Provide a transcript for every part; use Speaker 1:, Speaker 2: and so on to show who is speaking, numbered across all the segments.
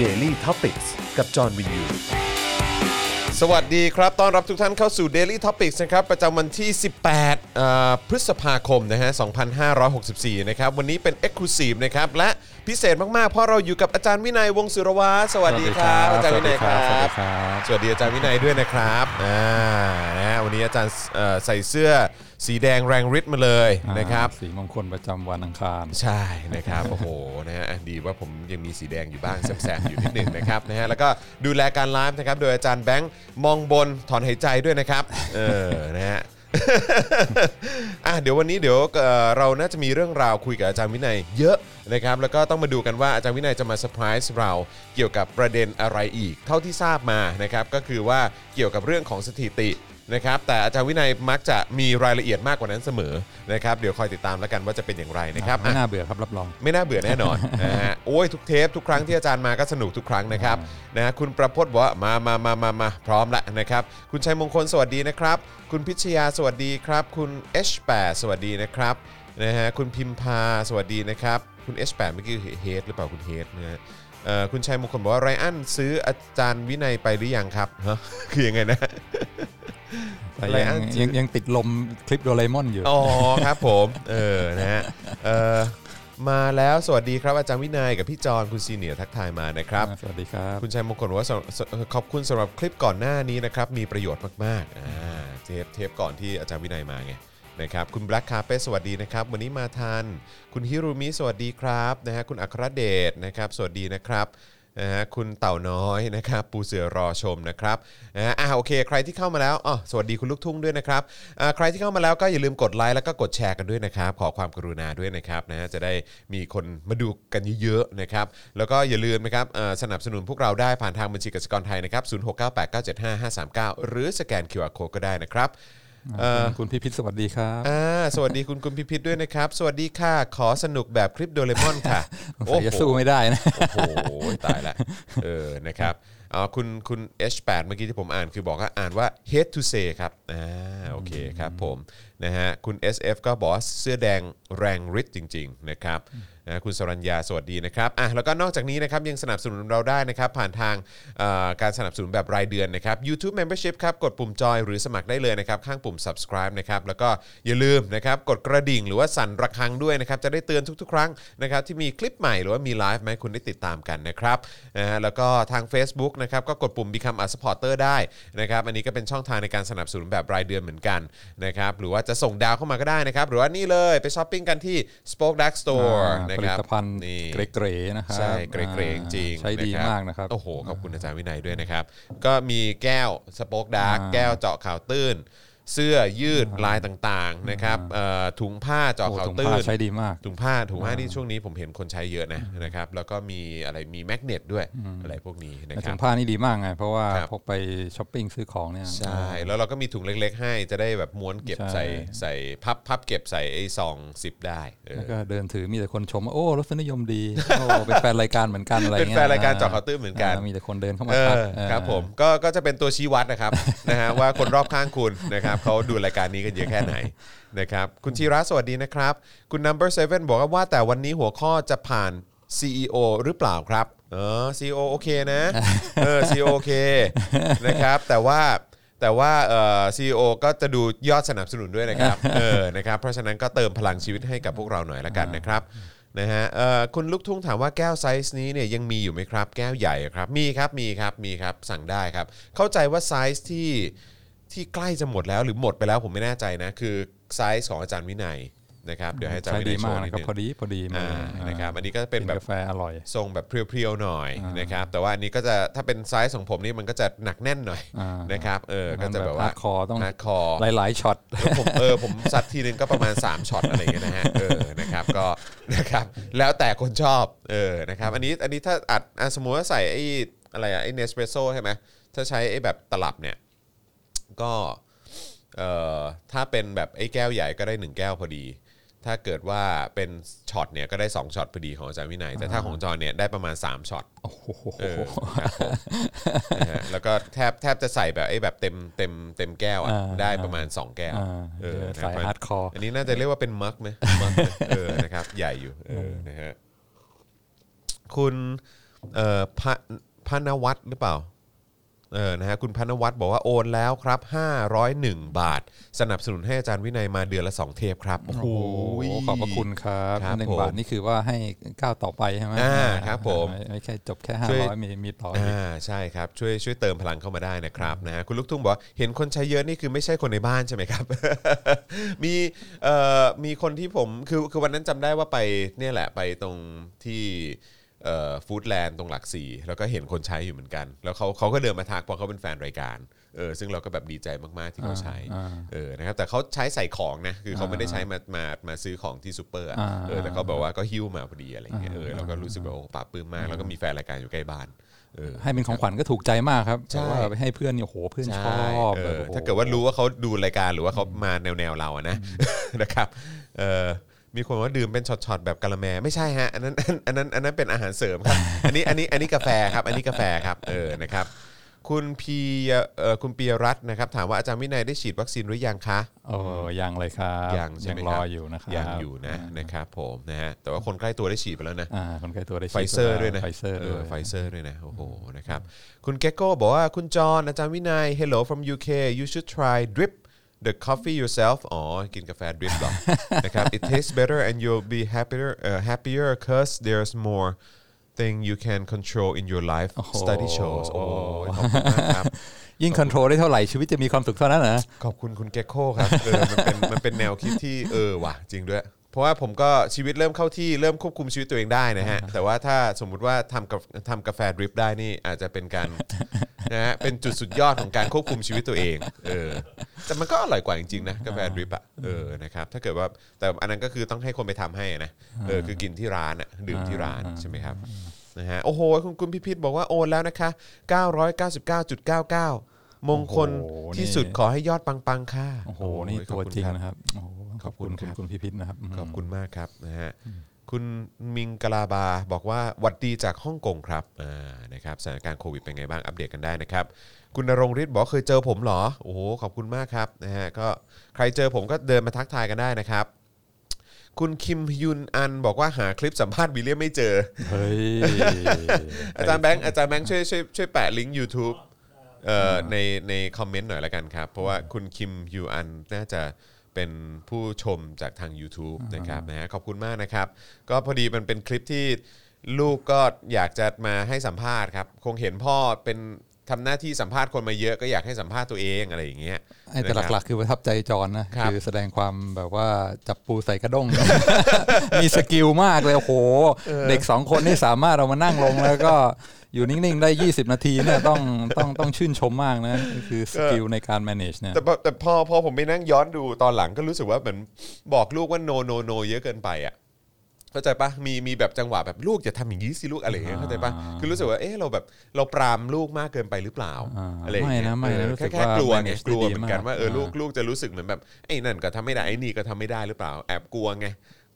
Speaker 1: Daily t o p i c กกับจอห์นวินยู
Speaker 2: สวัสดีครับ ต้อนรับทุกท่านเข้าสู่ Daily Topics นะครับ ประจำวันที่ 18อ่าพฤษภาคมนะฮะ 2564 นะครับ วันนี้เป็น Exclusive นะครับ และพิเศษมาก ๆ เพราะเราอยู่กับอาจารย์วินัยวงศ์สุรวัตรสวัสดีครับ อาจารย์วินัยครับ
Speaker 3: สวัสดีครับ
Speaker 2: สวัสดีอาจารย์วินัยด้วยนะครับอ่านะฮะวันนี้อาจารย์เอ่อใส่เสื้อสีแดงแรงฤทธิ์มาเลยนะครับ
Speaker 3: สีมงคลประจำวันอังคาร
Speaker 2: ใช่นะครับ โอ้โหนะฮะดีว่าผมยังมีสีแดงอยู่บ้างแสบๆอยู่นิดหนึ่งนะครับนะฮะแล้วก็ดูแลการไลฟ์นะครับ โดยอาจารย์แบงค์มองบนถอนหายใจด้วยนะครับ เออนะฮะ อ่ะเดี๋ยววันนี้เดี๋ยวเอ่อเราน่าจะมีเรื่องราวคุยกับอาจารย์วินัยเยอะนะครับ แล้วก็ต้องมาดูกันว่าอาจารย์วินัยจะมาเซอร์ไพรส์เราเกี่ยวกับประเด็นอะไรอีก เท่าที่ทราบมานะครับ ก็คือว่าเกี่ยวกับเรื่องของสถิตินะครับ แต่อาจารย์วินัยมักจะมีรายละเอียดมากกว่านั้นเสมอนะครับ เดี๋ยวคอยติดตามแล้วกันว่าจะเป็นอย่างไรนะครับ
Speaker 3: ไม่
Speaker 2: อ่ะ
Speaker 3: น่าเบื่อครับรับรอง
Speaker 2: ไม่น่าเบื่อแน่นอน นะฮะโอ้ยทุกเทปทุกครั้งที่อาจารย์มาก็สนุกทุกครั้งนะครับนะฮะคุณประพจน์บอกว่ามามามามามาพร้อมละนะครับ คุณชัยมงคลสวัสดีนะครับ คุณพิชยาสวัสดีครับ คุณ H8 สวัสดีนะครับนะฮะคุณพิมพาสวัสดีนะครับ คุณ H8 เมื่อกี้เฮดหรือเปล่าคุณเฮดนะฮะเอ่อคุณชัยมงคลบอกว่าไรอันซื้ออาจารย์วินัยไปหรือยังครับฮะ คือยังไงนะ
Speaker 3: แต่
Speaker 2: อะไร
Speaker 3: ยัง
Speaker 2: อ่ะ
Speaker 3: ยังยังติดลมคลิปโดเรมอนอยู่
Speaker 2: อ๋อครับผมเออนะฮะเอ่อมาแล้วสวัสดีครับอาจารย์วินัยกับพี่จอนคุณซีเนียร์ทักทายมานะครับ
Speaker 3: สวัสดีครับ
Speaker 2: คุณชัยมงคลบอกว่าสำสขอบคุณสำหรับคลิปก่อนหน้านี้นะครับ มีประโยชน์มากๆอ่าเทปเทปก่อนที่อาจารย์วินัยมาไงนะครับคุณแบล็กคาเป้สวัสดีนะครับ วันนี้มาทัน คุณฮิรุมิสวัสดีครับนะฮะคุณอัครเดชนะครับ สวัสดีนะครับนะฮะคุณเต่าน้อยนะครับ ปูเสือรอชมนะครับนะฮะอ่าโอเค ใครที่เข้ามาแล้วอ๋อสวัสดีคุณลูกทุ่งด้วยนะครับอ่าใครที่เข้ามาแล้วก็อย่าลืมกดไลค์แล้วก็กดแชร์กันด้วยนะครับ ขอความกรุณาด้วยนะครับนะฮะจะได้มีคนมาดูกันเยอะๆนะครับ แล้วก็อย่าลืมนะครับเอ่อสนับสนุนพวกเราได้ผ่านทางบัญชีกสิกรไทยนะครับศูนย์หกเก้หรือสแกน QR Code ก็ได้นะครับ
Speaker 3: อ่าคุณพิพิธสวัสดีครับ
Speaker 2: อ่าสวัสดีคุณคุณพิพิธด้วยนะครับ สวัสดีค่ะ ขอสนุกแบบคลิปโดเรมอนค่ะ
Speaker 3: โอ้ยจะสู้ไม่ได้นะ
Speaker 2: โอ้โห ตายละเออนะครับอ๋อคุณคุณ H8 เมื่อกี้ที่ผมอ่านคือบอกว่าอ่านว่า head to say ครับอ่าโอเคครับผมนะฮะคุณ SF ก็บอกว่าเสื้อแดงแรงฤทธิ์จริง ๆ นะครับนะคุณสรัญญาสวัสดีนะครับอ่ะแล้วก็นอกจากนี้นะครับยังสนับสนุนเราได้นะครับ ผ่านทางเอ่อการสนับสนุนแบบรายเดือนนะครับ YouTube Membership ครับกดปุ่มจอยหรือสมัครได้เลยนะครับ ข้างปุ่ม subscribe นะครับแล้วก็อย่าลืมนะครับกดกระดิ่งหรือว่าสั่นระฆังด้วยนะครับ จะได้เตือนทุกๆ ครั้งนะครับที่มีคลิปใหม่หรือว่ามีไลฟ์ไหมาให้คุณได้ติดตามกันนะครับนะฮะแล้วก็ทาง Facebook นะครับก็กดปุ่ม Become a supporter ได้นะครับอันนี้ก็เป็นช่องทางในการสนับสนุนแบบรายเดือนเหมือนกันนะครับหรือว่าจะส่งดาวเข้ามาก็ได้นะครับหรือว่านี่เลยไปช้อปปิ้งกันที่ Spoke Dark Store
Speaker 3: อ่า
Speaker 2: นะ
Speaker 3: ผ
Speaker 2: ค
Speaker 3: ลิ
Speaker 2: รับ
Speaker 3: ตภัณฑ์
Speaker 2: นี่
Speaker 3: เก๋ๆนะครับ
Speaker 2: ใช่เกรงๆจริง
Speaker 3: ใช้ดี
Speaker 2: ะครับ
Speaker 3: มากนะครับ
Speaker 2: โอ้โห ขอบคุณอาจารย์วินัยด้วยนะครับ ก็มีแก้วสป็อกดาร์ก
Speaker 3: อ่า
Speaker 2: แก้วเจาะข่าวตื้น เสื้อยืดลายต่างๆนะครับเอ่อถุงผ้าเจาะ
Speaker 3: โอ้
Speaker 2: ข่าว
Speaker 3: ถุง
Speaker 2: ตื้
Speaker 3: ผ้าน ใช้ดีมาก
Speaker 2: ถุงผ้าถุงผ้าที่ช่วงนี้ผมเห็นคนใช้เยอะนะนะครับ แล้วก็มีอะไรมีแมกเนตด้วยอะไรพวกนี้นะ
Speaker 3: แต่
Speaker 2: ค
Speaker 3: ถุ
Speaker 2: รับ
Speaker 3: งผ้านี่ดีมากไง เพราะว่า
Speaker 2: ครับ
Speaker 3: พกไปช้อปปิ้งซื้อของเนี่ย
Speaker 2: ใช่ แล้วเราก็มีถุงเล็กๆ ให้จะได้แบบม้วนเก็บใส่
Speaker 3: ใช่
Speaker 2: ใส่พับพับเก็บใส่ไอ้ซองสิบได้เออ
Speaker 3: แล้วก็เดินถือมีแต่คนชมว่าโอ้รสนิยมดีโอ้เป็นแฟนรายการเหมือนกันอะไร
Speaker 2: เป็น
Speaker 3: เงี้ย
Speaker 2: แฟนรายการเจาะข่าวตื้นเหมือนกัน
Speaker 3: ามีแต่คนเดินเข้ามา
Speaker 2: เอ
Speaker 3: ทั
Speaker 2: อ
Speaker 3: กเออ
Speaker 2: ครับผมก็ก็จะเป็นตัวชี้วัดนะครับ นะฮะว่าคนรอบข้างคุณ นะครับเขาดูรายการนี้กันเยอะแค่ไหน นะครับคุณธีระสวัสดีนะครับ คุณ number seven บอกว่าว่าแต่วันนี้หัวข้อจะผ่าน CEO หรือเปล่าครับเออ CEO โอเคนะ เออ CEO โอเค นะครับแต่ว่าแต่ว่าเอ่อ CEO ก็จะดูยอดสนับสนุนด้วย นะครับเออนะครับเพราะฉะนั้นก็เติมพลังชีวิตให้กับพวกเราหน่อยละกันนะครับ นะฮะเอ่อคุณลูกทุ่งถามว่าแก้วไซส์นี้เนี่ยยังมีอยู่ไหมครับ แก้วใหญ่ครับ มีครับ มีครับ มีครับ สั่งได้ครับ เข้าใจว่าไซส์ที่ที่ใกล้จะหมดแล้วหรือหมดไปแล้วผมไม่แน่ใจนะ คือไซส์ของอาจารย์วินัยนะครับ เดี๋ยวให้อาจารย์
Speaker 3: ใช้
Speaker 2: วิ
Speaker 3: ดี
Speaker 2: นัยโช
Speaker 3: มาก
Speaker 2: ว์นิ
Speaker 3: นะ
Speaker 2: ด
Speaker 3: ครับ
Speaker 2: นึง
Speaker 3: พอดีพอดีมา
Speaker 2: อ่ากนะครับอันนี้ก็เป็น
Speaker 3: กิ
Speaker 2: แบบ
Speaker 3: กาแฟอร่อย
Speaker 2: ทรงแบบเพียวๆหน่อยนะครับ แต่ว่าอันนี้ก็จะถ้าเป็นไซส์ของผมนี่มันก็จะหนักแน่นหน่อย
Speaker 3: อ่าน
Speaker 2: นะครับ เออ ก็จะแบบว่า
Speaker 3: ฮาร์ดคอร์ต้อง
Speaker 2: hardcore
Speaker 3: หลายๆช็อต
Speaker 2: แล้วผมเออผมซัดทีนึงก็ประมาณ 3ช็อตอะไรอย่างเงี้ยนะฮะเออนะครับก็ นะครับแล้วแต่คนชอบเออนะครับอันนี้อันนี้ถ้าอัดอ่ะสมมติว่าใส่ไอ้อะไรอะไอ้เนสเปรสโซ่ใช่ไหมถ้าใช้ไอ้แบบตลับเนี่ยก็เอ่อถ้าเป็นแบบไอ้แก้วใหญ่ก็ได้ 1 แก้วพอดี ถ้าเกิดว่าเป็นช็อตเนี่ยก็ได้ 2ช็อตพอดีของอาจารย์วินัย แต่ถ้าของจอเนี่ยได้ประมาณ 3ช็อต
Speaker 3: โอ้โห
Speaker 2: เออครับผมนะฮะแล้วก็แทบแทบจะใส่แบบไอ้แบบเต็มเต็มเต็มแก้วอะได้ประมาณ 2 แก้ว
Speaker 3: อ่า
Speaker 2: เออนะ
Speaker 3: สาย
Speaker 2: ครับ
Speaker 3: ฮาร์ดคอร์
Speaker 2: อันนี้น่าจะเรียกว่าเป็นมักไหมมักไหมเออนะครับ ใหญ่อยู่เออนะฮะคุณ เอ่อพระพระนวัตหรือเปล่าเออนะฮะคุณพนวัตบอกว่าโอนแล้วครับ 501 บาท สนับสนุนให้อาจารย์วินัยมาเดือนละ 2 เทปครับ โอ้โห
Speaker 3: ขอบพระคุณครับ
Speaker 2: ครับ
Speaker 3: หนึ่
Speaker 2: ผ
Speaker 3: ง
Speaker 2: ม
Speaker 3: บาทนี่คือว่าให้ก้าวต่อไปใช่ไหม
Speaker 2: อ่าครับผม
Speaker 3: ไไม่ใช่จบแค่ห้า
Speaker 2: ช่วย
Speaker 3: ร้อยมีมีต่ออีก
Speaker 2: อ่าใช่ครับ ช่วยช่วยเติมพลังเข้ามาได้นะครับนะฮะคุณลูกทุ่งบอกว่าเห็นคนใช้เยอะนี่คือไม่ใช่คนในบ้านใช่ไหมครับ มีเอ่อมีคนที่ผมคือคือวันนั้นจำได้ว่าไปเนี่ยแหละไปตรงที่เอ่อฟู้ดแลนด์ตรงหลักสี่แล้วก็เห็นคนใช้อยู่เหมือนกัน แล้วเขาเขาก็เดินมาทักเพราะเขาเป็นแฟนรายการเออซึ่งเราก็แบบดีใจมากๆที่เขาใช้
Speaker 3: อ่า
Speaker 2: เออนะครับแต่เขาใช้ใส่ของนะคือเขาไม่ได้
Speaker 3: อ่า
Speaker 2: ใช้มามามาซื้อของที่ซูเปอร์อะ
Speaker 3: อ่า
Speaker 2: เออแต่เขาบอกว่าก็หิ้วมาพอดีอะไรอย่างเงี้ยเออเราก็รู้สึกแบบโอ้ปลาบปลื้มมากแล้วก็มีแฟนรายการอยู่ใกล้บ้านเออ
Speaker 3: ให้เป็นของขวัญก็ถูกใจมากครับ
Speaker 2: ใช่
Speaker 3: แต่ว่าไปให้เพื่อนเนี่ยโอ้โหเพื่อนช
Speaker 2: ใช่
Speaker 3: อบ
Speaker 2: เอ
Speaker 3: แบ
Speaker 2: อ
Speaker 3: บโอ้โห
Speaker 2: ถ้าเกิดว่ารู้ว่าเขาดูรายการหรือว่าเขามาแนวแนวๆเราอะนะ นะครับเออมีคนว่าดื่มเป็นช็อตๆแบบกะละแมไม่ใช่ฮะอันนั้น อันอันนั้นอันนั้นเป็นอาหารเสริมครับ อันนี้อันนี้อันนี้กาแฟครับ อันนี้กาแฟครับเออนะครับ คุณพีเอ่อคุณปียรัตน์นะครับ ถามว่าอาจารย์วินัยได้ฉีดวัคซีนหรือยังคะ
Speaker 3: เออยังเลยครับ
Speaker 2: ยังใช่ไหม
Speaker 3: ร
Speaker 2: ค
Speaker 3: อ
Speaker 2: รับ
Speaker 3: อยู่นะครับ
Speaker 2: ยังอยู่นะนะครับผมนะฮะแต่ว่าคนใกล้ตัวได้ฉีดไปแล้วนะ
Speaker 3: อ่าคนใกล้ตัวได้
Speaker 2: ไฟเซอร์ด้วยนะ
Speaker 3: ไฟเซอร์ด้วย
Speaker 2: ไฟเซอร์ด้วยนะ โอ้โห นะครับ คุณเกโก้บอกว่า คุณจอห์นอาจารย์วินัย hello from UK you should try drip the coffee yourself อ๋อ กินกาแฟดริปหร อ นะครับ it tastes better and you'll be happier uh, happier cause there's more thing you can control in your life
Speaker 3: โอ้โห
Speaker 2: study shows โอ้โหขอบคุณมากครับ
Speaker 3: ยิ่งคอนโทรลได้เท่าไหร่ชีวิตจะมีความสุขเท่านั้นนะ
Speaker 2: ขอบคุณคุณเกคโก้ครับเออมันเป็นมันเป็นแนวคิดที่เออว่ะจริงด้วย เพราะว่าผมก็ชีวิตเริ่มเข้าที่เริ่มควบคุมชีวิตตัวเองได้นะฮะ แต่ว่าถ้าสมมุติว่าทำกับทำกาแฟดริปได้นี่อาจจะเป็นการ นะฮะเป็นจุดสุดยอดของการควบคุมชีวิตตัวเองเออแต่มันก็อร่อยกว่าจริงๆนะกาแฟดริปอะเออนะครับถ้าเกิดว่าแต่อันนั้นก็คือต้องให้คนไปทำให้นะเออคือกินที่ร้านอะดื่มที่ร้านใช่ไหมครับนะฮะโอ้โหคุณคุณพิพิธบอกว่าโอนแล้วนะคะ 999.99 มงคล
Speaker 3: โอ้โห
Speaker 2: ที่สุด
Speaker 3: นี่
Speaker 2: ขอให้ยอดปังๆ ค่ะ
Speaker 3: โอ้โห นี่
Speaker 2: ข
Speaker 3: ตั
Speaker 2: อบ
Speaker 3: ว
Speaker 2: คุณ
Speaker 3: จริง
Speaker 2: คบ
Speaker 3: นะครับโอ้โห
Speaker 2: ขอบคุณครับ
Speaker 3: คุณพิพิธนะครับ
Speaker 2: ขอบคุณมากครับนะฮะคุณมิงกลาบาบอกว่าหวัดดีจากฮ่องกงครับอ่านะครับสถานการณ์โควิดเป็นไงบ้างอัปเดตกันได้นะครับ คุณณรงค์ฤทธิ์บอกเคยเจอผมเหรอโอ้โหขอบคุณมากครับนะฮะก็ใครเจอผมก็เดินมาทักทายกันได้นะครับ คุณคิมยุนอันบอกว่าหาคลิปสัมภาษณ์วิลเลียมไม่เจอ
Speaker 3: เฮ้ย
Speaker 2: อาจารย์แบงค์อาจารย์แบงค์ช่วยช่วยช่วยแปะลิงก์ YouTube เอ่อในในคอมเมนต์หน่อยละกันครับ เพราะว่าคุณคิมยูอันน่าจะเป็นผู้ชมจากทาง YouTube นะครับนะฮะขอบคุณมากนะครับ ก็พอดีมันเป็นคลิปที่ลูกก็อยากจะมาให้สัมภาษณ์ครับ คงเห็นพ่อเป็นทำหน้าที่สัมภาษณ์คนมาเยอะก็อยากให้สัมภาษณ์ตัวเองอะไรอย่างเงี้ย
Speaker 3: ไอ้แต่หลักๆ คือประทับใจจอนนะ
Speaker 2: ครับ
Speaker 3: คือแสดงความแบบว่าจับปูใส่กระด้ง มีสกิลมากเลยโอ้โห เด็กสองคนนี่สามารถเอามานั่งลงแล้วก็อยู่นิ่ง ๆ ได้ 20 นาทีเนี่ยต้องต้องต้องชื่นชมมากนะ คือสกิลในการ manage เนี่ย
Speaker 2: แต่พอแต่พอพอผมไปนั่งย้อนดูตอนหลังก็รู้สึกว่าเหมือนบอกลูกว่า no no no เยอะเกินไปอ่ะเข้าใจปะมีมีแบบจังหวะแบบลูกอย่าทำอย่างนี้สิลูกอะไรอย่างเงี้ยเข้าใจปะ
Speaker 3: อ่า
Speaker 2: คือรู้สึกว่าเออเราแบบเราปรามลูกมากเกินไปหรือเปล่า
Speaker 3: อ่า
Speaker 2: อะไรอย่างเงี้ย
Speaker 3: ไม่นะไม่
Speaker 2: เอ
Speaker 3: นะ
Speaker 2: อ
Speaker 3: รู้สึ
Speaker 2: แค่
Speaker 3: ก
Speaker 2: แค่
Speaker 3: ว่าก
Speaker 2: ลัวไง
Speaker 3: manage
Speaker 2: กลัวเหมือนกัน
Speaker 3: ได้ดีมาก
Speaker 2: ว่าเออลูก
Speaker 3: อ่า
Speaker 2: ลูกจะรู้สึกเหมือนแบบไอ้นั่นก็ทำไม่ได้ไอ้นี่ก็ทำไม่ได้หรือเปล่า แอบกลัวไง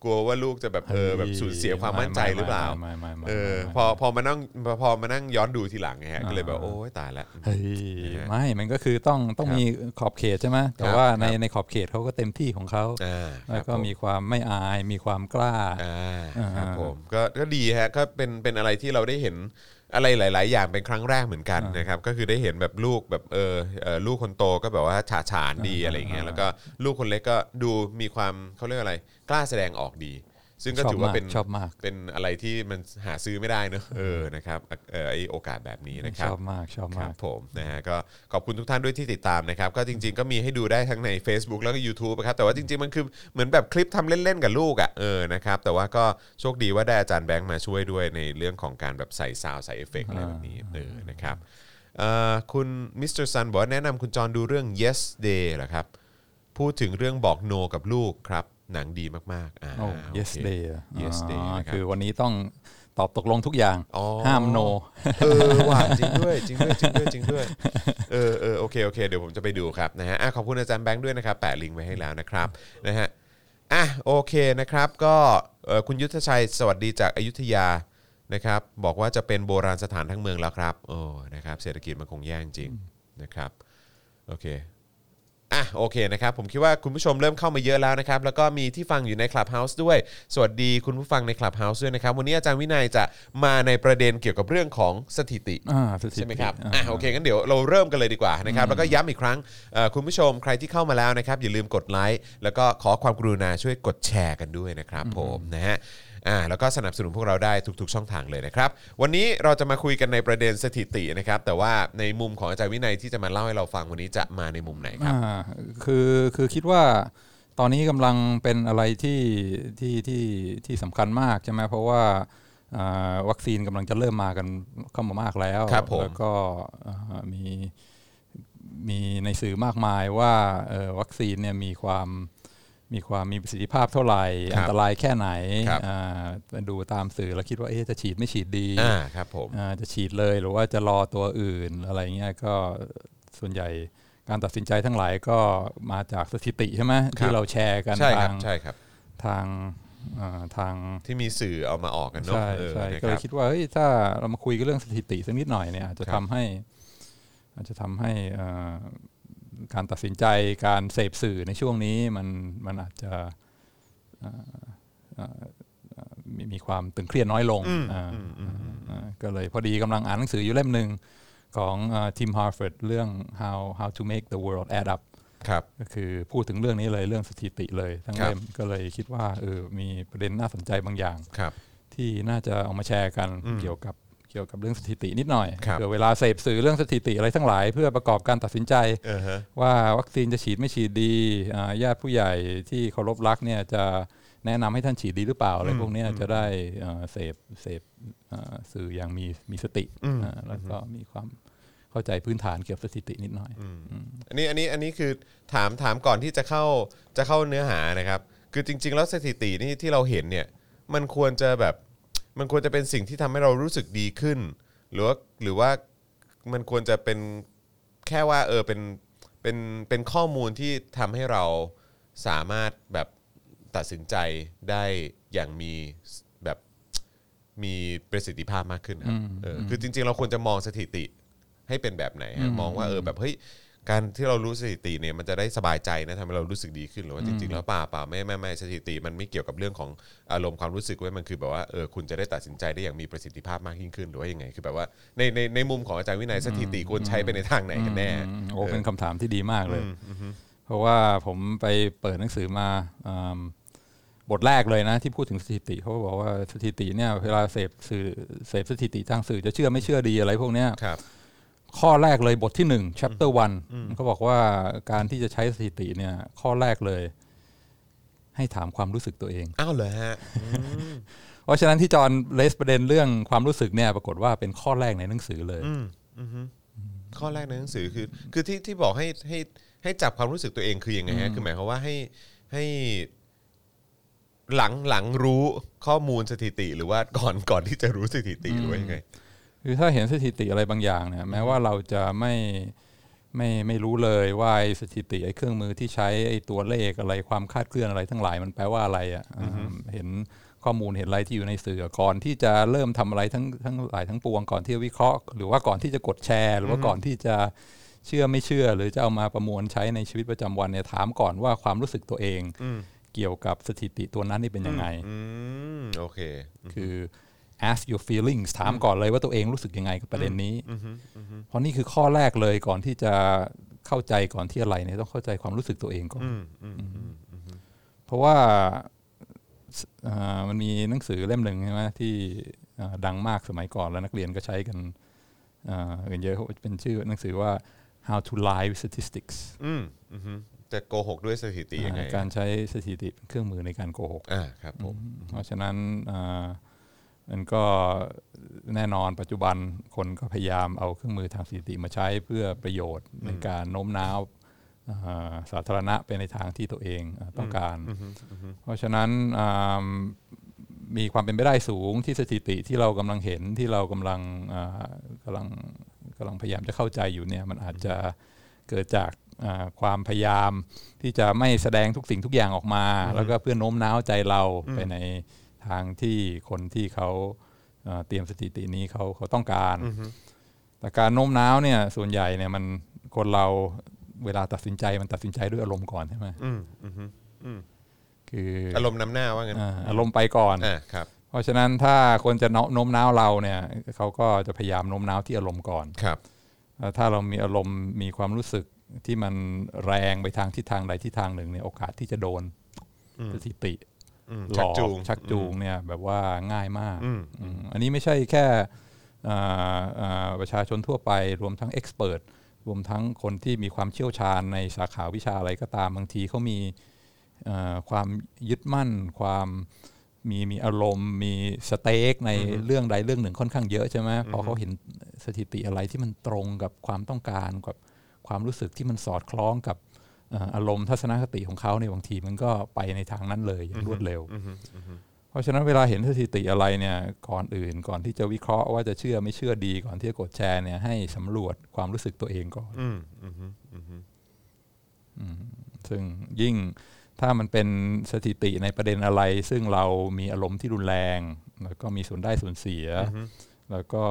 Speaker 2: กลัวว่าลูกจะแบบเออแบบสูญเสียความมั่นใจหรือเปล่า
Speaker 3: ไม่ไม่ไม่ไม่
Speaker 2: เออ
Speaker 3: ไม่
Speaker 2: พอพอมานั่งพอมานั่งย้อนดูทีหลังไงฮะก็เลยแบบโอ้ยตายละ
Speaker 3: เฮ้ยไม่ มันก็คือต้องต้อง
Speaker 2: ครับ
Speaker 3: มีขอบเขตใช่ไหม
Speaker 2: ค
Speaker 3: แต่
Speaker 2: รับ
Speaker 3: ว่า
Speaker 2: ครับ
Speaker 3: ในในขอบเขตเขาก็เต็มที่ของเขา
Speaker 2: อ่าค
Speaker 3: แล้
Speaker 2: รั
Speaker 3: ว
Speaker 2: บ
Speaker 3: ก็
Speaker 2: ผม
Speaker 3: มีความไม่อายมีความกล้า
Speaker 2: อ่า
Speaker 3: อ่า
Speaker 2: ครับผมก็ก็ดีฮะก็เป็นเป็นอะไรที่เราได้เห็นอะไรหลาย ๆ อย่างเป็นครั้งแรกเหมือนกันนะครับก็คือได้เห็นแบบลูกแบบเออเอ่อลูกคนโตก็แบบว่าฉาฉานดีอะไรอย่างเงี้ยแล้วก็ลูกคนเล็กก็ดูมีความเขาเรียกอะไรกล้าแสดงออกดี ซึ่งก็
Speaker 3: ชอบ
Speaker 2: ถือว่าเป็น
Speaker 3: มากชอบมาก
Speaker 2: เป็นอะไรที่มันหาซื้อไม่ได้เนอะเออนะครับเออไอโอกาสแบบนี้นะค
Speaker 3: ช
Speaker 2: รับ
Speaker 3: อบมากชอบ
Speaker 2: ค
Speaker 3: มา
Speaker 2: รั
Speaker 3: ก
Speaker 2: บผมนะฮะก็ขอบคุณทุกท่านด้วยที่ติดตามนะครับ ก็จริงๆก็มีให้ดูได้ทั้งใน Facebook แล้วก็ YouTube นะครับแต่ว่าจริงๆ มันคือเหมือนแบบคลิปทำเล่นๆ กับลูกอ่ะเออนะครับแต่ว่าก็โชคดีว่าได้อาจารย์แบงค์มาช่วยด้วยในเรื่องของการแบบใส่ซาวด์ใส่เอฟเฟกต์อะไรแบบนี้เออนะครับเอ่อคุณมิสเตอร์ซันบอกว่าแนะนำคุณจอนดูเรื่อง yes day เหรอครับ พูดถึงเรื่องบอก no กับลูกครับ หนังดีมากๆอ่า
Speaker 3: โอ้
Speaker 2: โอเค
Speaker 3: yes day อะ
Speaker 2: yes day
Speaker 3: อ๋อ
Speaker 2: นะครับ
Speaker 3: คือวันนี้ต้องตอบตกลงทุกอย่าง
Speaker 2: อ๋อ
Speaker 3: ห้ามโน
Speaker 2: เออว่ะจริงด้วยจริงด้วยจริงด้วยจริงด้วยเออเออโอเคโอเคเดี๋ยวผมจะไปดูครับนะฮะอ่ะขอบคุณอาจารย์แบงค์ด้วยนะครับแปะลิงก์ไว้ให้แล้วนะครับนะฮะอ่ะโอเคนะครับก็เอ่อคุณยุทธชัยสวัสดีจากอยุธยานะครับบอกว่าจะเป็นโบราณสถานทั้งเมืองแล้วครับโอ้นะครับเศรษฐกิจมันคงแย่จริงนะครับโอเค อ่ะโอเคนะครับ ผมคิดว่าคุณผู้ชมเริ่มเข้ามาเยอะแล้วนะครับ แล้วก็มีที่ฟังอยู่ใน Clubhouse ด้วย สวัสดีคุณผู้ฟังใน Clubhouse ด้วยนะครับ วันนี้อาจารย์วินัยจะมาในประเด็นเกี่ยวกับเรื่องของสถิติ
Speaker 3: อ่าสถิติ
Speaker 2: ใช่ไหมครับ
Speaker 3: อ่า
Speaker 2: อ่ะโอเคงั้นเดี๋ยวเราเริ่มกันเลยดีกว่านะครับแล้วก็ย้ำอีกครั้งเอ่อคุณผู้ชมใครที่เข้ามาแล้วนะครับ อย่าลืมกดไลค์แล้วก็ขอความกรุณาช่วยกดแชร์กันด้วยนะครับผมนะฮะอ่าแล้วก็สนับสนุนพวกเราได้ทุก ๆ ช่องทางเลยนะครับ วันนี้เราจะมาคุยกันในประเด็นสถิตินะครับ แต่ว่าในมุมของอาจารย์วินัยที่จะมาเล่าให้เราฟังวันนี้จะมาในมุมไหนครับ
Speaker 3: อ่าคือคือคิดว่าตอนนี้กำลังเป็นอะไรที่ที่ที่ที่สำคัญมากใช่ไหมเพราะว่าอ่าวัคซีนกำลังจะเริ่มมากันเข้ามามากแล้ว
Speaker 2: ครับผม
Speaker 3: แล้วก็อ่ามีมีในสื่อมากมายว่าเอ่อวัคซีนเนี่ยมีความมีความมีประสิทธิภาพเท่าไหร่
Speaker 2: ครับ
Speaker 3: อันตรายแค่ไหน
Speaker 2: ครับ
Speaker 3: อ่าดูตามสื่อแล้วคิดว่าเอ๊ะจะฉีดไม่ฉีดดี
Speaker 2: อ่าครับผม
Speaker 3: อ่าจะฉีดเลยหรือว่าจะรอตัวอื่นอะไรเงี้ยก็ส่วนใหญ่การตัดสินใจทั้งหลายก็มาจากสถิติใช่ไหม
Speaker 2: ครับ
Speaker 3: ที่เราแชร์กัน
Speaker 2: ใช่ค
Speaker 3: ทา
Speaker 2: รับ
Speaker 3: ง
Speaker 2: ใช่ครับ
Speaker 3: ทางอ่าทาง
Speaker 2: ที่มีสื่อเอามาออกกันเนาะ
Speaker 3: ใช่
Speaker 2: เออ
Speaker 3: ใช่
Speaker 2: นะ
Speaker 3: ก็
Speaker 2: ค
Speaker 3: เล
Speaker 2: รับ
Speaker 3: ยคิดว่าเฮ้ยถ้าเรามาคุยกันเรื่องสถิติสักนิดหน่อยเนี่ยอาจจะ
Speaker 2: ครั
Speaker 3: ทำ
Speaker 2: บ
Speaker 3: ให้ อาจจะทำให้อ่าการตัดสินใจการเสพสื่อในช่วงนี้มันมันอาจจะอ่าอ่าอ่ามีมีความตึงเครียดน้อยลง
Speaker 2: อืม
Speaker 3: อ่า
Speaker 2: อืมอืมอืม
Speaker 3: อ่าก็เลยพอดีกำลังอ่านหนังสืออยู่เล่มหนึ่งของทีมฮาร์ฟ a r d เรื่อง how how to make the world add up
Speaker 2: ครับ
Speaker 3: ก็คือพูดถึงเรื่องนี้เลยเรื่องสถิติเลยทั้ง
Speaker 2: ครับ
Speaker 3: เล่มก็เลยคิดว่าเออมีประเด็นน่าสนใจบางอย่าง
Speaker 2: ครับ
Speaker 3: ที่น่าจะเอามาแชร์กัน
Speaker 2: อืม
Speaker 3: เกี่ยวกับเกี่ยวกับเรื่องสถิตินิดหน่อย
Speaker 2: ครับ
Speaker 3: เผื่อเวลาเสพสื่อเรื่องสถิติอะไรทั้งหลาย เพื่อประกอบการตัดสินใจ
Speaker 2: เออฮะ
Speaker 3: ว่าวัคซีนจะฉีดไม่ฉีดดีอ่าญาติผู้ใหญ่ที่เคารพรักเนี่ยจะแนะนำให้ท่านฉีดดีหรือเปล่าอะไรพวกเนี้ยจะได้เอ่อเสพเสพเอ่อสื่ออย่างมีมีสติ
Speaker 2: อืม
Speaker 3: อ่าแล้วก็มีความเข้าใจพื้นฐานเกี่ยวกับสถิตินิดหน่อย
Speaker 2: อันนี้อันนี้อันนี้คือถามถามก่อนที่จะเข้าจะเข้าเนื้อหานะครับ คือจริง ๆ แล้วสถิตินี่ที่เราเห็นเนี่ยมันควรจะแบบมันควรจะเป็นสิ่งที่ทำให้เรารู้สึกดีขึ้น หรือว่าหรือว่ามันควรจะเป็นแค่ว่าเออเป็นเป็นเป็นข้อมูลที่ทำให้เราสามารถแบบตัดสินใจได้อย่างมีแบบมีประสิทธิภาพมากขึ้นครับเออคือจริง ๆ เราควรจะมองสถิติให้เป็นแบบไหนฮะมองว่าเออแบบเฮ้ย การที่เรารู้สถิติเนี่ยมันจะได้สบายใจนะทำให้เรารู้สึกดีขึ้นหรือว่าจริงๆแล้วเปล่าเปล่าไม่ไม่ไม่สถิติ มันไม่เกี่ยวกับเรื่องของอารมณ์ความรู้สึกเว้ยมันคือแบบว่าเออคุณจะได้ตัดสินใจได้อย่างมีประสิทธิภาพมากยิ่งขึ้นหรือว่ายังไงคือแบบว่าในในในมุมของอาจารย์วินัยสถิติควรใช้ไปในทางไหนกันแน่
Speaker 3: อืมโอ้
Speaker 2: เอ
Speaker 3: เป็น
Speaker 2: อ
Speaker 3: คำถามที่ดีมากเลย
Speaker 2: อืมอือฮึ
Speaker 3: เพราะว่าผมไปเปิดหนังสือมาอืมบทแรกเลยนะที่พูดถึงสถิติเขาก็บอกว่าสถิติเนี่ยเวลาเสพสื่อเสพสถิติทางสื่อจะเชื่อไม่เชื่อดีอะไรพวกเนี้ย
Speaker 2: ครับ
Speaker 3: ข้อแรกเลยบทที่ 1 chapter 1เขาบอกว่าการที่จะใช้สถิติเนี่ย ข้อแรกเลย ให้ถามความรู้สึกตัวเอง
Speaker 2: อ้าวเหรอฮะอืม
Speaker 3: เพราะฉะนั้นที่จอห์นเลสประเด็นเรื่องความรู้สึกเนี่ย ปรากฏว่าเป็นข้อแรกในหนังสือเลย
Speaker 2: อืมอือฮึข้อแรกในหนังสือคือ คือที่ที่บอกให้ให้ให้จับความรู้สึกตัวเองคือยังไงฮะคือหมายความว่าให้ให้ หลังหลังรู้ข้อมูลสถิติ หรือว่าก่อนก่อนที่จะรู้สถิติหรือว่ายังไง
Speaker 3: คือถ้าเห็นสถิติอะไรบางอย่างเนี่ยแม้ว่าเราจะไม่ไม่ไม่รู้เลยว่าไอ้สถิติไอ้เครื่องมือที่ใช้ไอ้ตัวเลขอะไรความคาดเคลื่อนอะไรทั้งหลายมันแปลว่าอะไรอ่ะอ่าเห็นข้อมูลเห็นอะไรที่อยู่ในสื่อก่อนที่จะเริ่มทำอะไรทั้งทั้งหลายทั้งปวงก่อนที่จะวิเคราะห์ หรือว่าก่อนที่จะกดแชร์ หรือว่าก่อนที่จะเชื่อไม่เชื่อ หรือจะเอามาประมวลใช้ในชีวิตประจำวันเนี่ยถามก่อนว่าความรู้สึกตัวเอง
Speaker 2: อืม
Speaker 3: เกี่ยวกับสถิติตัวนั้นนี่เป็นยังไง
Speaker 2: อืมโอเค
Speaker 3: คือ ask your feelings ถามก่อนเลยว่าตัวเองรู้สึกยังไงกับประเด็นนี้ เพราะนี่คือข้อแรกเลยก่อนที่จะเข้าใจก่อนที่อะไรเนี่ยต้องเข้าใจความรู้สึกตัวเองก่อน
Speaker 2: อืมอืมอืม
Speaker 3: เพราะว่าสเอ่อมันมีหนังสือเล่มหนึ่งใช่ไหมที่เอ่อดังมากสมัยก่อนแล้วนักเรียนก็ใช้กันเอ่อกันเยอะเป็นชื่อหนังสือว่า how to lie with statistics
Speaker 2: อืมอืมอืมจะโกหกด้วยสถิติยังไง
Speaker 3: อ่าการใช้สถิติเป็นเครื่องมือในการโกหก
Speaker 2: อ่าครับ ผม
Speaker 3: เพราะฉะนั้นเอ่อมันก็แน่นอนปัจจุบันคนก็พยายามเอาเครื่องมือทางสถิติมาใช้เพื่อประโยชน์ในการโน้มน้าวเอ่อสาธารณะไปในทางที่ตัวเองเอ่อต้องการ เพราะฉะนั้นอ่ามีความเป็นไปได้สูงที่สถิติที่เรากำลังเห็นที่เรากำลังเอ่อกำลังกำลังพยายามจะเข้าใจอยู่เนี่ยมันอาจจะเกิดจากอ่าความพยายามที่จะไม่แสดงทุกสิ่งทุกอย่างออกมา แล้วก็เพื่อโน้มน้าวใจเราไปในทางที่คนที่เขาเอ่อเตรียมสถิตินี้เขาเขาต้องการ แต่การโน้มน้าวเนี่ยส่วนใหญ่เนี่ยมันคนเรา เวลาตัดสินใจมันตัดสินใจด้วยอารมณ์ก่อนใช่ไหม
Speaker 2: อืมอืมฮึอืม
Speaker 3: คือ
Speaker 2: อารมณ์นำหน้าว่างั้น
Speaker 3: อ่าอารมณ์ไปก่อน
Speaker 2: อ่าครับ
Speaker 3: เพราะฉะนั้นถ้าคนจะโน้มน้าวเราเนี่ยเขาก็จะพยายามโน้มน้าวที่อารมณ์ก่อน
Speaker 2: ครับ
Speaker 3: เอ่อถ้าเรามีอารมณ์มีความรู้สึกที่มันแรงไปทางทิศทางใดทิศทางหนึ่งเนี่ยโอกาสที่จะโดนสถิติ
Speaker 2: อืม
Speaker 3: หล
Speaker 2: ชัก
Speaker 3: อก
Speaker 2: จูง
Speaker 3: ชักจูงเนี่ยแบบว่าง่ายมาก
Speaker 2: อืม
Speaker 3: อืมอันนี้ไม่ใช่แค่เอ่อเอ่อประชาชนทั่วไป รวมทั้งเอ็กซ์เพรสรวมทั้งคนที่มีความเชี่ยวชาญในสาขาวิชาอะไรก็ตามบางทีเขามีเอ่อความยึดมั่น ความมีมีอารมณ์ มีสเต็กในเรื่องใดเรื่องหนึ่งค่อนข้างเยอะใช่ไหมพอเขาเห็นสถิติอะไรที่มันตรงกับความต้องการกับความรู้สึกที่มันสอดคล้องกับเอ่ออารมณ์ทัศนคติของเขาในยบางทีมันก็ไปในทางนั้นเลยอย่างรวดเร็ว
Speaker 2: อืมฮึอืมฮึ
Speaker 3: เพราะฉะนั้นเวลาเห็นสถิติอะไรเนี่ยก่อนอื่นก่อนที่จะวิเคราะห์ว่าจะเชื่อไม่เชื่อดีก่อนที่จะกดแชร์เนี่ยให้สำรวจความรู้สึกตัวเองก่อน
Speaker 2: อืมอืมฮึอืมฮึ
Speaker 3: ซึ่งยิ่งถ้ามันเป็นสถิติในประเด็นอะไร ซึ่งเรามีอารมณ์ที่รุนแรง แล้วก็มีส่วนได้ส่วนเสีย แล้วก็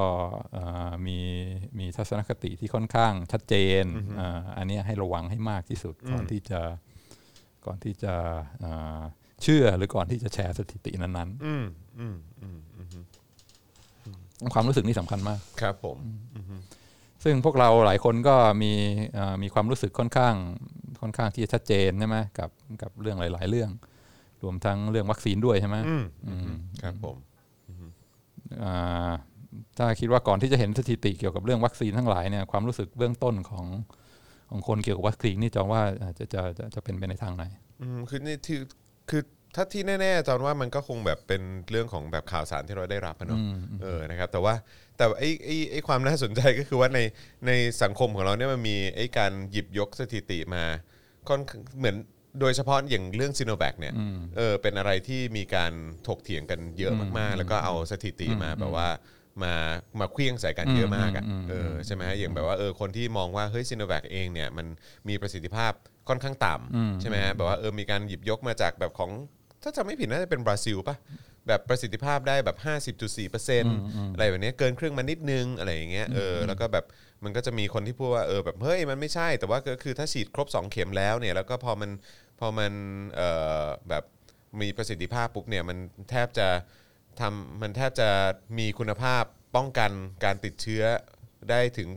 Speaker 3: เอ่อมีมีทัศนคติที่ค่อนข้างชัดเจนอ่าอันเนี้ยให้ระวังให้มากที่สุดก่อนที่จะก่อนที่จะเอ่อเชื่อหรือก่อนที่จะแชร์สถิตินั้น
Speaker 2: อืมอืมอืมอืมฮึ
Speaker 3: ๆ ความรู้สึกนี่สำคัญมาก
Speaker 2: ครับผม
Speaker 3: ซึ่งพวกเราหลายคนก็มีเอ่อมีความรู้สึกค่อนข้างค่อนข้างที่จะชัดเจนใช่ไหมกับกับเรื่องหลาย ๆ เรื่อง รวมทั้งเรื่องวัคซีนด้วยใช่ไหม
Speaker 2: อืมอืมฮึครับผม
Speaker 3: อ่าถ้าคิดว่าก่อนที่จะเห็นสถิติเกี่ยวกับเรื่องวัคซีนทั้งหลายเนี่ยความรู้สึกเบื้องต้นของของคนเกี่ยวกับวัคซีนนี่จองว่าอ่าจะจะจะจะเป็นไปในทางไหน
Speaker 2: อืมคือนี่ที่คือถ้าที่แน่ๆจอนว่ามันก็คงแบบเป็นเรื่องของแบบข่าวสารที่เราได้รับอะเนาะเออนะครับแต่ว่าแต่ไอ้ไอ้ไอ้ความน่าสนใจก็คือว่าในในสังคมของเราเนี่ยมันมีไอ้การหยิบยกสถิติมาค่อนข้างเหมือนโดยเฉพาะอย่างเรื่องซีโนแวคเนี่ยเออเป็นอะไรที่มีการถกเถียงกันเยอะมากๆ แล้วก็เอาสถิติมาแบบว่ามามาเคลี้ยงใส่กันเยอะมากอะเออใช่ไหมอย่างแบบว่าเออคนที่มองว่าเฮ้ยซีโนแวคเองเนี่ยมันมีประสิทธิภาพค่อนข้างต่ำใช่ไหมฮะแบบว่าเออมีการหยิบยกมาจากแบบของ ถ้าจำไม่ผิดน่าจะเป็นบราซิลปะแบบประสิทธิภาพได้แบบ 50.4%อะไรแบบเนี้ยเกินครึ่งมานิดนึงอะไรอย่างเงี้ยเออแล้วก็แบบมันก็จะมีคนที่พูดว่าเออแบบเฮ้ยมันไม่ใช่ แต่ว่าก็คือถ้าฉีดครบ 2 เข็มแล้วเนี่ยแล้วก็พอมันพอมันเออแบบมีประสิทธิภาพปุ๊บเนี่ยมันแทบจะทำมันแทบจะมีคุณภาพป้องกันการติดเชื้อได้ถึง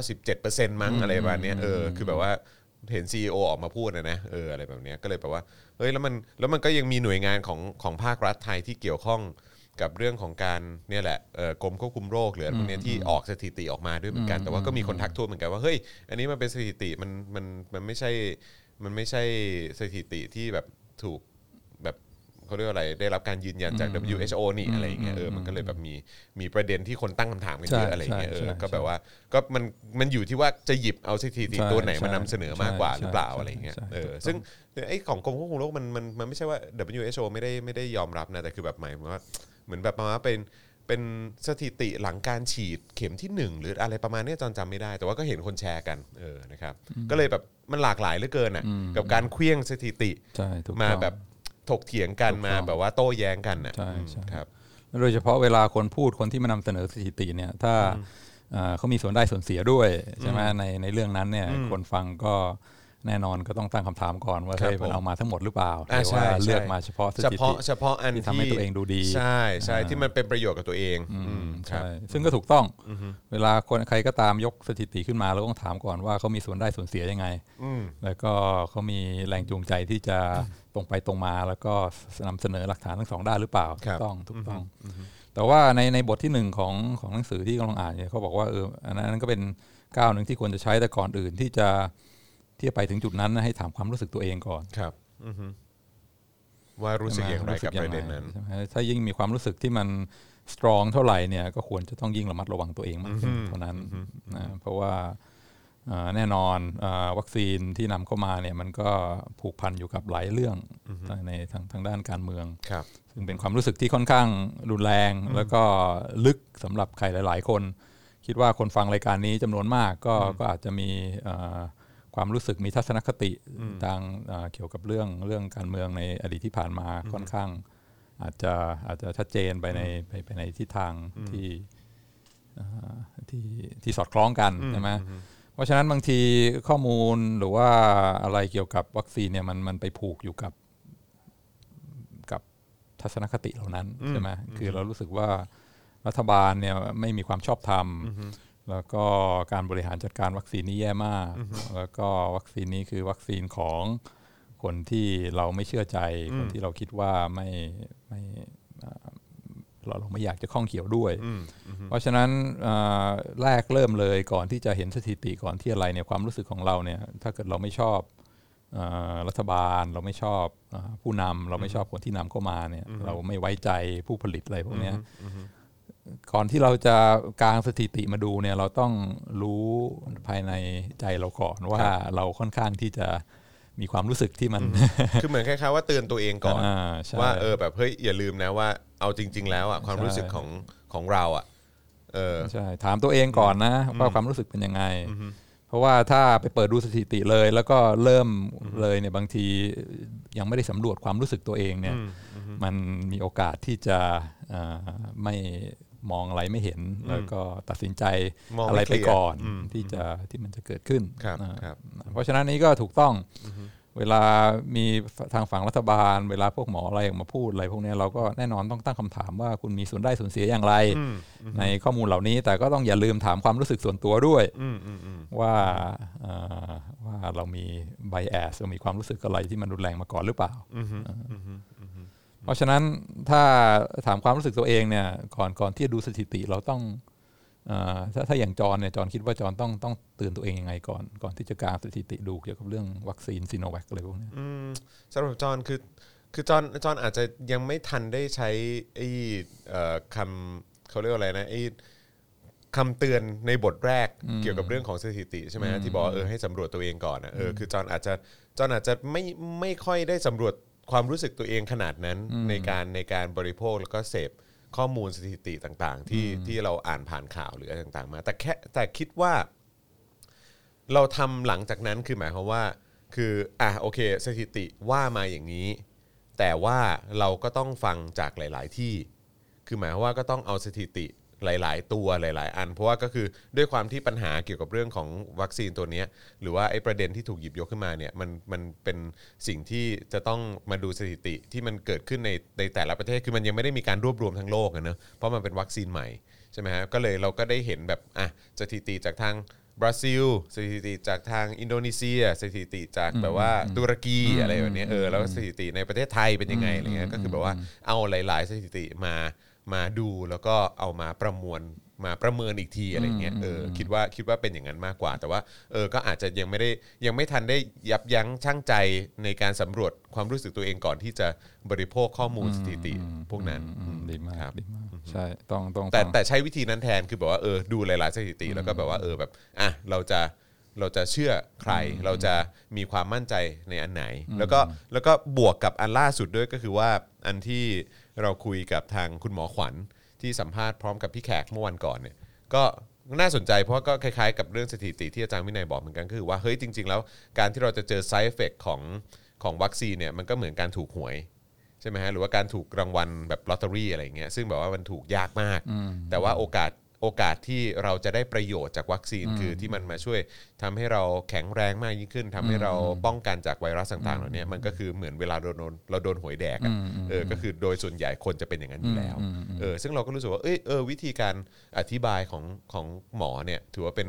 Speaker 2: 97%มั้งอะไรประมาณเนี้ยเออคือแบบว่า เห็น CEO ออกมาพูดนะนะเอออะไรแบบเนี้ยก็เลยแบบว่าเฮ้ยแล้วมันแล้วมันก็ยังมีหน่วยงานของของภาครัฐไทยที่เกี่ยวข้องกับเรื่องของการเนี่ยแหละเอ่อกรมควบคุมโรคหรืออะไรพวกเนี้ยที่ออกสถิติออกมาด้วยเหมือนกัน แต่ว่าก็มีคนทักท้วงเหมือนกันว่าเฮ้ยอันนี้มันเป็นสถิติมันมันมันไม่ใช่มันไม่ใช่สถิติที่แบบถูกแบบเขาเรียกว่าอะไรได้รับการยืนยันจาก WHO นี่อะไรอย่างเงี้ยเออมันก็เลยแบบมีมีประเด็นที่คนตั้งคำถามกันเยอะ
Speaker 3: ใช่
Speaker 2: อะไรอย่างเงี้ยเอ
Speaker 3: ใช่
Speaker 2: อ
Speaker 3: ใช่
Speaker 2: ก็แบบว่าก็มันมันอยู่ที่ว่าจะหยิบเอาสถิติ
Speaker 3: ใช่
Speaker 2: ตัวไหนมา
Speaker 3: ใช่
Speaker 2: นำเสนอมากกว่า
Speaker 3: ใช่
Speaker 2: หรือเปล่า
Speaker 3: ใช่
Speaker 2: อะไรอย่างเงี้ย
Speaker 3: ใช่
Speaker 2: เออ
Speaker 3: ถูกต้อง
Speaker 2: ซึ่งไอ้ของกรมควบคุมโรคมันมันมันไม่ใช่ว่า WHO ไม่ได้ไม่ได้ยอมรับนะ แต่คือแบบหมายความว่าเหมือนแบบประมาณว่าเป็นเป็นสถิติหลังการฉีดเข็มที่ 1 หรืออะไรประมาณเนี้ยจอนจำไม่ได้ แต่ว่าก็เห็นคนแชร์กันเออนะครับก็เลยแบบมันหลากหลายเหลือเกินอ่ะกับการเคลี้ยงสถิติ
Speaker 3: ใช่ถูกต้อง
Speaker 2: มาแบบถกเถียงกัน
Speaker 3: ถูก
Speaker 2: มา
Speaker 3: ต้อง
Speaker 2: แบบว่าโต้แย้งกันอ่ะ
Speaker 3: ใช่
Speaker 2: อืม
Speaker 3: ใช่
Speaker 2: ครับ
Speaker 3: โดยเฉพาะเวลาคนพูดคนที่มานำเสนอสถิติเนี่ยถ้าเอ่อเขามีส่วนได้ส่วนเสียด้วยใช่ไหมในในเรื่องนั้นเนี่ยคนฟังก็แน่นอนก็ต้องตั้งคำถามก่อนว่าเฮ้ยมันเอามาทั้งหมดหรือเปล่าห
Speaker 2: อ่ะ
Speaker 3: รือ
Speaker 2: ใช่
Speaker 3: ว่า
Speaker 2: ใช่
Speaker 3: เลือกมาเฉพาะส
Speaker 2: เฉ
Speaker 3: ถิ
Speaker 2: พาะ
Speaker 3: ติ
Speaker 2: เฉพาะอัน
Speaker 3: ที่ทำให้ตัวเองดูดี
Speaker 2: ใช่ใช่ที่มันเป็นประโยชน์กับตัวเองอืมครับ
Speaker 3: ใช่ซึ่งก็ถูกต้องเวลาคนใครก็ตามยกสถิติขึ้นมาเราต้องถามก่อนว่าเขามีส่วนได้ส่วนเสียยังไง
Speaker 2: อืม
Speaker 3: แล้วก็เขามีแรงจูงใจที่จะตรงไปตรงมา แล้วก็นำเสนอหลักฐานทั้งสองด้านหรือเปล่า
Speaker 2: ครั
Speaker 3: ถู
Speaker 2: บ
Speaker 3: กต้องถูกต้อง แต่ว่าในในบทที่หนึ่งของของหนังสือที่กำลังอ่านเนี่ยเขาบอกว่าเอออันนั้นอันนั้นก็เป็นก้าวหนึ่งที่ควรจะใช้แต่ก่อนอื่นที่จะที่จะไปถึงจุดนั้นนะให้ถามความรู้สึกตัวเองก่อน
Speaker 2: ครับอือฮึว่ารู้สึก
Speaker 3: ใช่หม
Speaker 2: อย่างไร
Speaker 3: สึ
Speaker 2: กับประเด็นนั้น
Speaker 3: ใช่ไหมถ้ายิ่งมีความรู้สึกที่มันสตรองเท่าไหร่เนี่ยก็ควรจะต้องยิ่งระมัดระวังตัวเองมากขึ้นเท่านั้นนะเพราะว่าอ่าแน่นอนอาวัคซีนที่นำเข้ามาเนี่ยมันก็ผูกพันอยู่กับหลายเรื่องในทางทางด้านการเมือง
Speaker 2: ครับ
Speaker 3: ซึ่งเป็นความรู้สึกที่ค่อนข้างรุนแรง แล้วก็ลึกสำหรับใครหลาย ๆ คน คิดว่าคนฟังรายการนี้จำนวนมากก็ก็อาจจะมีเอ่อความรู้สึกมีทัศนคติทางเอ่อเกี่ยวกับเรื่องเรื่องการเมืองในอดีตที่ผ่านมาค่อนข้าง อาจจะอาจจะชัดเจนไปในไปไปในทิศทางที่เอ่อที่ที่สอดคล้องกันใช่ไหม เพราะฉะนั้นบางทีข้อมูลหรือว่าอะไรเกี่ยวกับวัคซีนเนี่ยมันมันไปผูกอยู่กับ กับทัศนคติเหล่านั้นใช่ไหมคือเรารู้สึกว่ารัฐบาลเนี่ยไม่มีความชอบธรรม แล้วก็การบริหารจัดการวัคซีนนี่แย่มาก แล้วก็วัคซีนนี้คือวัคซีนของคนที่เราไม่เชื่อใจ คนที่เราคิดว่าไม่ไม่อ่าเราเราไม่อยากจะข้องเกี่ยวด้วย เพราะฉะนั้นเอ่อแรกเริ่มเลยก่อนที่จะเห็นสถิติก่อนที่อะไรเนี่ยความรู้สึกของเราเนี่ยถ้าเกิดเราไม่ชอบเอ่อรัฐบาลเราไม่ชอบเอ่อผู้นำเราไม่ชอบคนที่นำเข้ามาเนี่ยเราไม่ไว้ใจผู้ผลิตอะไรพวกเนี้ยก่อนที่เราจะกางสถิติมาดูเนี่ยเราต้องรู้ภายในใจเราก่อนว่าเราค่อนข้างที่จะมีความรู้สึกที่มัน
Speaker 2: คือเหมือนคล้ายๆว่าเตือนตัวเองก่อน
Speaker 3: อ่าใช่
Speaker 2: ว่าเออแบบเฮ้ยอย่าลืมนะว่าเอาจริง ๆ แล้วอ่ะความรู้สึกของของเราอ่ะเออ
Speaker 3: ใช่ถามตัวเองก่อนนะว่าความรู้สึกเป็นยังไง เพราะว่าถ้าไปเปิดดูสถิติเลย แล้วก็เริ่มเลยเนี่ยบางทียังไม่ได้สำรวจความรู้สึกตัวเองเนี่ยมันมีโอกาสที่จะเอ่อไม่มองอะไรไม่เห็น แล้วก็ตัดสินใจ
Speaker 2: มองไม่
Speaker 3: อะไร
Speaker 2: เคลี
Speaker 3: ไป
Speaker 2: ยร์
Speaker 3: ก่อนที่จะที่มันจะเกิดขึ้น
Speaker 2: ครับ
Speaker 3: อ่า
Speaker 2: ครับ
Speaker 3: เพราะฉะนั้นนี้ก็ถูกต้องเวลามีทางฝั่งรัฐบาล เวลาพวกหมออะไรออกมาพูดอะไรพวกเนี้ยเราก็แน่นอนต้องตั้งคำถามว่าคุณมีส่วนได้ส่วนเสียอย่างไร ในข้อมูลเหล่านี้แต่ก็ต้องอย่าลืมถามความรู้สึกส่วนตัวด้วยว่าเอ่อว่าเรามี bias เรามีความรู้สึกอะไรที่มันรุนแรงมาก่อนหรือเปล่าเอออเพราะฉะนั้นถ้าถามความรู้สึกตัวเองเนี่ยก่อนก่อนที่จะดูสถิติเราต้องเอ่อถ้าถ้าอย่างจรเนี่ยจรคิดว่าจรต้องต้องเตือนตัวเองยังไงก่อน ก่อนที่จะกางสถิติดูเกี่ยวกับเรื่องวัคซีนซีโนแวคอะไรพวกเนี้ย
Speaker 2: อืมสำหรับจอห์นคือคือจอห์นจอห์นอาจจะยังไม่ทันได้ใช้ไอ้เอ่อคำเขาเรียกว่าอะไรนะไอ้คำเตือนในบทแรกเกี่ยวกับเรื่องของสถิติใช่ไหมฮะที่บอกว่าเออให้สำรวจตัวเองก่อนนะเออคือจอห์นอาจจะจอห์นอาจจะไม่ไม่ค่อยได้สำรวจความรู้สึกตัวเองขนาดนั้นในการในการบริโภคแล้วก็เสพข้อมูลสถิติต่างๆ ที่ที่เราอ่านผ่านข่าวหรืออะไรต่างๆ มา แต่แค่แต่คิดว่า เราทำหลังจากนั้นคือหมายความว่า คืออ่ะโอเค สถิติว่ามาอย่างนี้ แต่ว่าเราก็ต้องฟังจากหลาย ๆ ที่ คือหมายความว่าก็ต้องเอาสถิติหลาย ๆ ตัวหลาย ๆ อัน เพราะว่าก็คือด้วยความที่ปัญหาเกี่ยวกับเรื่องของวัคซีนตัวเนี้ยหรือว่าไอ้ประเด็นที่ถูกหยิบยกขึ้นมาเนี่ยมันมันเป็นสิ่งที่จะต้องมาดูสถิติที่มันเกิดขึ้นในในแต่ละประเทศคือมันยังไม่ได้มีการรวบรวมทั้งโลกอะเนอะเพราะมันเป็นวัคซีนใหม่ ใช่ไหมฮะก็เลยเราก็ได้เห็นแบบอ่ะสถิติจากทางบราซิลสถิติจากทางอินโดนีเซียสถิติจากแบบว่าตุรกีอะไรแบบเนี้ยเออแล้วก็สถิติในประเทศไทยเป็นยังไงอะไรเงี้ยก็คือแบบว่าเอาหลาย ๆ สถิติมามาดูแล้วก็เอามาประมวลมาประเมินอีกทีอะไรเงี้ยเออคิดว่าคิดว่าเป็นอย่างนั้นมากกว่า แต่ว่าเออก็อาจจะยังไม่ได้ยังไม่ทันได้ยับยั้งชั่งใจในการสำรวจความรู้สึกตัวเองก่อนที่จะบริโภคข้อมูลสถิติพวกนั้น
Speaker 3: อืมดีมาก
Speaker 2: ครับ
Speaker 3: ดีมากใช่ต้องต้อง
Speaker 2: แต่
Speaker 3: ฟัง
Speaker 2: แต่ใช้วิธีนั้นแทนคือแบบว่าเออดูหลาย ๆ สถิติแล้วก็แบบว่าเออแบบอ่ะเราจะเราจะเชื่อใคร เราจะมีความมั่นใจในอันไหน แล้วก็แล้วก็บวกกับอันล่าสุดด้วยก็คือว่าอันที่เราคุยกับทางคุณหมอขวัญที่สัมภาษณ์พร้อมกับพี่แขกเมื่อวันก่อนเนี่ยก็น่าสนใจเพราะก็คล้าย ๆ กับเรื่องสถิติที่อาจารย์วินัยบอกเหมือนกันก็คือว่าเฮ้ยจริง ๆ แล้วการที่เราจะเจอ side effect ของของวัคซีนเนี่ยมันก็เหมือนการถูกหวย ใช่ไหมฮะหรือว่าการถูกรางวัลแบบลอตเตอรี่อะไรอย่างเงี้ยซึ่งแบบว่ามันถูกยากมาก แต่ว่าโอกาสโอกาสที่เราจะได้ประโยชน์จากวัคซีนคือที่มันมาช่วยทำให้เราแข็งแรงมากยิ่งขึ้นทำให้เราป้องกันจากไวรัสต่างๆเหล่านี้มันก็คือเหมือนเวลาเราโดนเราโดนหวยแดกอะเออก็คือโดยส่วนใหญ่คนจะเป็นอย่างนั้นอยู่แล้วเออซึ่งเราก็รู้สึกว่าเอยเออวิธีการอธิบายของของหมอเนี่ยถือว่าเป็น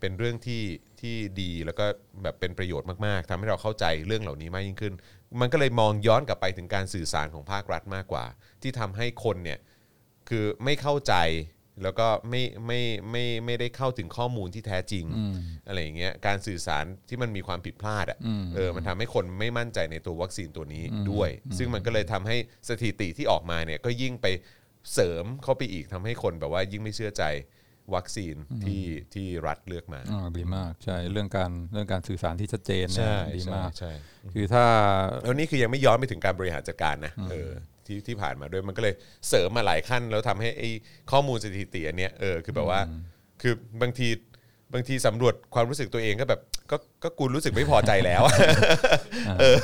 Speaker 2: เป็นเรื่องที่ที่ดีแล้วก็แบบเป็นประโยชน์มากๆทำให้เราเข้าใจเรื่องเหล่านี้มากยิ่งขึ้น มันก็เลยมองย้อนกลับไปถึงการสื่อสารของภาครัฐมากกว่า ที่ทำให้คนเนี่ยคือไม่เข้าใจแล้วก็ไม่ไม่ไม่ไม่ได้เข้าถึงข้อมูลที่แท้จริงอะไรอย่างเงี้ยการสื่อสารที่มันมีความผิดพลาดอ่ะเออมันทำให้คนไม่มั่นใจในตัววัคซีนตัวนี้ด้วย ซึ่งมันก็เลยทำให้สถิติที่ออกมาเนี่ยก็ยิ่งไปเสริมเข้าไปอีกทำให้คนแบบว่ายิ่งไม่เชื่อใจวัคซีนที่ที่รัฐเลือกมา
Speaker 3: อ๋อดีมากใช่เรื่องการเรื่องการสื่อสารที่ชัดเจนเนี่ยดีมาก
Speaker 2: ใช่
Speaker 3: คือถ้า
Speaker 2: แล้วนี่คือยังไม่ย้อนไปถึงการบริหารจัดการนะเออที่ที่ผ่านมาด้วยมันก็เลยเสริมมาหลายขั้น แล้วทำให้ไอ้ข้อมูลสถิติอันเนี้ยเออคือแบบว่า คือบางทีบางทีสำรวจความรู้สึกตัวเองก็แบบก็ก็กูรู้สึกไม่พอใจแล้ว
Speaker 3: อ่า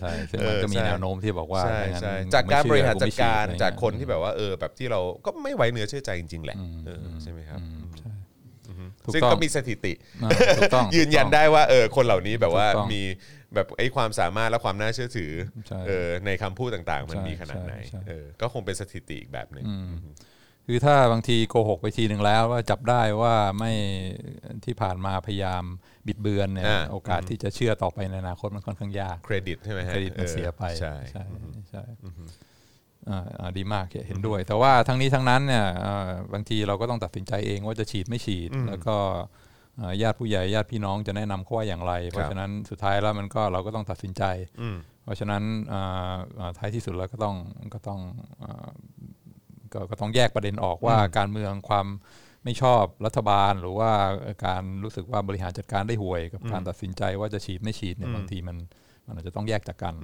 Speaker 3: ใช่ใช่ ซึ่งมันก็มี
Speaker 2: ใช่
Speaker 3: แนวโน้มที่บอกว่า
Speaker 2: ใช่
Speaker 3: ไม่งั้น
Speaker 2: ใช่
Speaker 3: ไม่
Speaker 2: จากการบ
Speaker 3: เชื่อ
Speaker 2: ริหารจัดการ
Speaker 3: ไม่เชื่อ
Speaker 2: จากคนที่แบบว่าเออแบบที่เราก็ไม่ไว้เนื้อเชื่อใจจริงๆแหละเออใช่ไหมครับ
Speaker 3: ใช่ ถูก
Speaker 2: ซึ่ง
Speaker 3: ต้อง
Speaker 2: ก็มีสถิติ
Speaker 3: อ่าถูกต้อง
Speaker 2: ยืนยัน
Speaker 3: ถูกต้อง
Speaker 2: ได้ว่าเออคนเหล่านี้แบบว่า
Speaker 3: ถูกต้อง
Speaker 2: มีแบบไอ้ความสามารถและความน่าเชื่อถือ
Speaker 3: ใช่
Speaker 2: เออในคำพูดต่างๆ มัน
Speaker 3: ใช่
Speaker 2: มีขนาดไหน
Speaker 3: ใช่ใช่
Speaker 2: เออก็คงเป็นสถิติอีกแบบหนึ่ง
Speaker 3: คือถ้าบางทีโกหกไปทีหนึ่งแล้วว่าจับได้ว่าไม่ที่ผ่านมาพยายามบิดเบือนเนี่ยโอกาสที่จะเชื่อต่อไปในอนาคตมันค่อนข้างยาก
Speaker 2: เครดิตใช่ไหมฮะ
Speaker 3: เครดิตมันเสียไป
Speaker 2: ออใช่
Speaker 3: ใช่ใช่อ่าอ่าดีมากเห็นด้วย แต่ว่าทั้งนี้ทั้งนั้นเนี่ยเอ่อบางทีเราก็ต้องตัดสินใจเองว่าจะฉีดไม่ฉีด แล้วก็เอ่อญาติผู้ใหญ่ญาติพี่น้องจะแนะนำเขาว่าอย่างไร เพราะฉะนั้นสุดท้ายแล้วมันก็เราก็ต้องตัดสินใจ เพราะฉะนั้นอ่าอ่าท้ายที่สุดเราก็ต้องก็ต้องอ่า ก็ก็ต้องแยกประเด็นออกว่าการเมืองความไม่ชอบรัฐบาล หรือว่าการรู้สึกว่าบริหารจัดการได้ห่วย กับการตัดสินใจว่าจะฉีดไม่ฉีดเนี่ยบางทีมันมันอาจจะต้องแยกจากกัน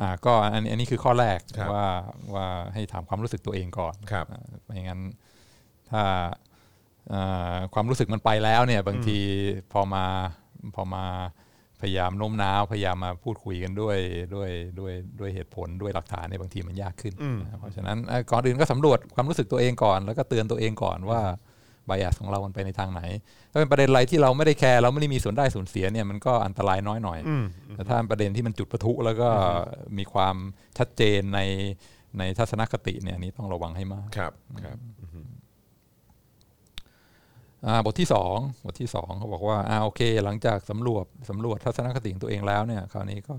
Speaker 3: อ่าก็อันอันนี้คือข้อแรกว่าว่าให้ถามความรู้สึกตัวเองก่อน
Speaker 2: ครับ
Speaker 3: อ่าไม่งั้นถ้าอ่าความรู้สึกมันไปแล้วเนี่ยบางทีพอมาพอมาพยายามโน้มน้าว พยายามมาพูดคุยกันด้วยด้วยด้วยด้วยเหตุผลด้วยหลักฐานเนี่ยบางทีมันยากขึ้นนะเพราะฉะนั้นเอ่อก่อนอื่นก็สำรวจความรู้สึกตัวเองก่อน แล้วก็เตือนตัวเองก่อนว่าบายาสของเรามันไปในทางไหน ถ้าเป็นประเด็นอะไรที่เราไม่ได้แคร์เราไม่ได้มีส่วนได้ส่วนเสียเนี่ยมันก็อันตรายน้อยหน่อย แต่ถ้าเป็นประเด็นที่มันจุดประทุแล้วก็มีความชัดเจนในในทัศนคติเนี่ยอันนี้ต้องระวังให้มาก
Speaker 2: ครับครับ
Speaker 3: อ่าบทที่สองบทที่สองเขาบอกว่าอ่าโอเค หลังจากสำรวจสำรวจทัศนคติของตัวเองแล้วเนี่ยคราวนี้ก็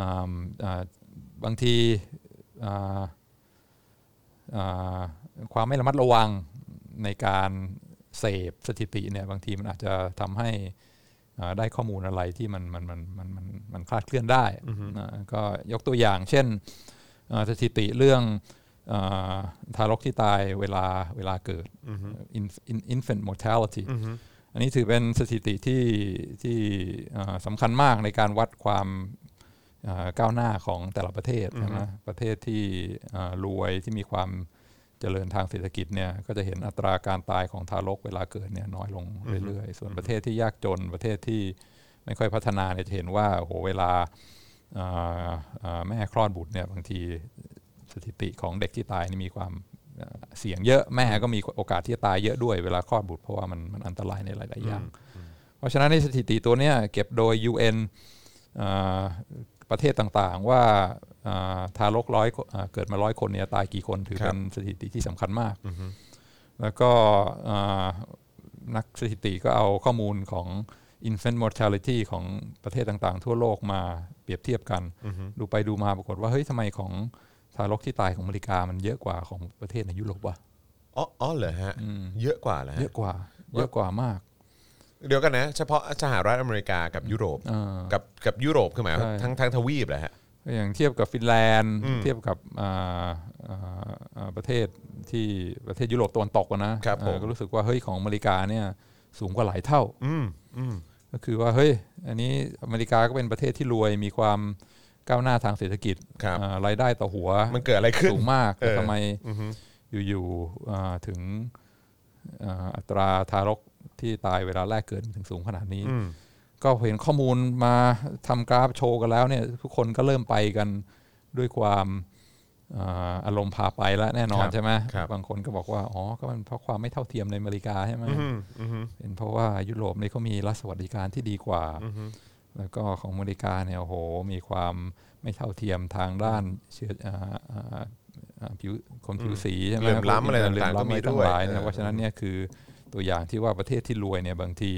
Speaker 3: อ่าอ่าบางทีอ่าอ่าความไม่ระมัดระวังในการเสพสถิติเนี่ยบางทีมันอาจจะทำให้อ่าได้ข้อมูลอะไรที่มันมันมันมันมันมันคลาดเคลื่อนได้อ่าก็ยกตัวอย่าง เช่นอ่าสถิติเรื่องอ่าทารกที่ตายเวลาเวลาเกิด in- in- infant mortality อันนี้ถือเป็นสถิติที่ที่อ่าสำคัญมากในการวัดความอ่าก้าวหน้าของแต่ละประเทศนะประเทศที่อ่ารวยที่มีความเจริญทางเศรษฐกิจเนี่ยก็จะเห็นอัตราการตายของทารกเวลาเกิดเนี่ยน้อยลงเรื่อยๆ ส่วนประเทศที่ยากจนประเทศที่ไม่ค่อยพัฒนาเนี่ยจะเห็นว่าโอ้โหเวลาอ่าอ่าแม่คลอดบุตรเนี่ยบางที สถิติของเด็กที่ตายนี่มีความเอ่อเสี่ยงเยอะแม่ก็มีโอกาสที่จะตายเยอะด้วยเวลาคลอดบุตรเพราะว่ามันมันอันตรายในหลาย ๆ อย่าง เพราะฉะนั้นในสถิติตัวเนี้ยเก็บโดย UN เอ่อประเทศต่างๆ ว่าเอ่อทารกร้อยเอ่อเกิดมาร้อยคนเนี่ยตายกี่คนถือเป็นสถิติที่สำคัญมาก แล้วก็เอ่อนักสถิติก็เอาข้อมูลของ infant mortality ของประเทศต่างๆ ทั่วโลกมาเปรียบเทียบกัน ดูไปดูมาปรากฏว่าเฮ้ยทำไมของทารกที่ตายของอเมริกามันเยอะกว่าของประเทศในยุโรปวะ
Speaker 2: อ๋ออ๋อเหรอฮะเยอะกว่าแล้ว
Speaker 3: เยอะกว่าเยอะกว่ามาก
Speaker 2: เดี๋ยวกันนะ เฉพาะสหรัฐอเมริกากับยุโรปกับกับยุโรปคือหมายว่า
Speaker 3: ใช่
Speaker 2: ทั้งทั้งทวีปเหรอฮะ
Speaker 3: อย่างเทียบกับฟินแลนด์เทียบกับอ่าอ่าอ่าประเทศที่ประเทศยุโรปตะวันตกอะนะครับ
Speaker 2: ผม
Speaker 3: เออก็รู้สึกว่าเฮ้ยของอเมริกาเนี่ยสูงกว่าหลายเท่าก็คือว่าเฮ้ยอันนี้อเมริกาก็เป็นประเทศที่รวยมีความก้าวหน้าทางเศรษฐกิจ
Speaker 2: ครับ
Speaker 3: อ่ารายได้ต่อหัว
Speaker 2: มันเกิดอะไรขึ้น
Speaker 3: สูงมากแต่
Speaker 2: เออ
Speaker 3: ทำไมอยู่ๆอ่าถึงอ่าอัตราทารกที่ตายเวลาแรกเกิดถึงสูงขนาดนี้ ก็เห็นข้อมูลมาทำกราฟโชว์กันแล้วเนี่ยทุกคนก็เริ่มไปกันด้วยความอ่าอารมณ์พาไปแล้วแน่นอ
Speaker 2: ค
Speaker 3: น
Speaker 2: รับ
Speaker 3: ใช่ไหม
Speaker 2: ครับ
Speaker 3: บางคนก็บอกว่าอ๋อก็มันเพราะความไม่เท่าเทียมในอเมริกาใช่ไหมเป็นเพราะว่ายุโรปนี่เขามีรัฐสวัสดิการที่ดีกว่า แล้วก็ของอเมริกาเนี่ยโอ้โหมีความไม่เท่าเทียมทางด้านเชื้ออ่าอ่าอ่าผิวคนผิวสีใช่ไหม
Speaker 2: เหลื่อมล้ำอะไรต่างๆ
Speaker 3: เหมล้ำ
Speaker 2: ก็มี
Speaker 3: อะไรทั้
Speaker 2: ด้วย
Speaker 3: หลายเนี่ยเพราะฉะนั้นเนี่ยคือตัวอย่างที่ว่าประเทศที่รวยเนี่ยบางที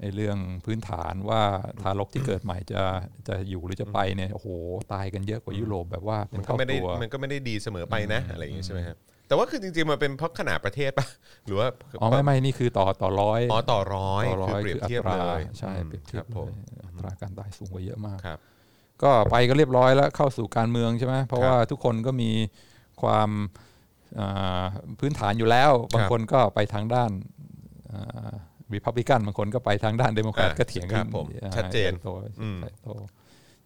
Speaker 3: ไอ้เรื่องพื้นฐานว่าทารกที่เกิดใหม่จะจะอยู่หรือจะไปเนี่ยโอ้โหตายกันเยอะกว่ายุโรปแบบว่าเป็
Speaker 2: มัน นก็
Speaker 3: เท่า
Speaker 2: ไม่ได้
Speaker 3: ตัว
Speaker 2: มันก็ไม่ได้ดีเสมอไปนะอะไรอย่างเงี้ยใช่ไหมฮะแต่ว่าคือจริงๆมันเป็นเพราะขนาดประเทศปะหรือว่า
Speaker 3: อ๋อไม่ไม่นี่คือต่อต่อร้อย
Speaker 2: อ๋อต่อร้อย
Speaker 3: ต่อ
Speaker 2: คือเปรียบเทียบเลย
Speaker 3: ใช่เปรียบเทียบ
Speaker 2: ครัผม
Speaker 3: เลยอัตราการตายสูงกว่าเยอะมาก
Speaker 2: ครับ
Speaker 3: ก็ไปก็เรียบร้อยแล้วเข้าสู่การเมืองใช่ไหมเพราะ
Speaker 2: ครับ
Speaker 3: ว่าทุกคนก็มีความอ่าพื้นฐานอยู่แล้ว บางคนก็ไปทางด้านรีพับลิกันบางคนก็ไปทางด้านเดโมแครต
Speaker 2: อ่า
Speaker 3: ก็เถียง
Speaker 2: ค
Speaker 3: กั
Speaker 2: รั
Speaker 3: น
Speaker 2: บผม
Speaker 3: อ่า
Speaker 2: ชัดเจน
Speaker 3: ใหญ่โต
Speaker 2: อืม
Speaker 3: ใหญ่โต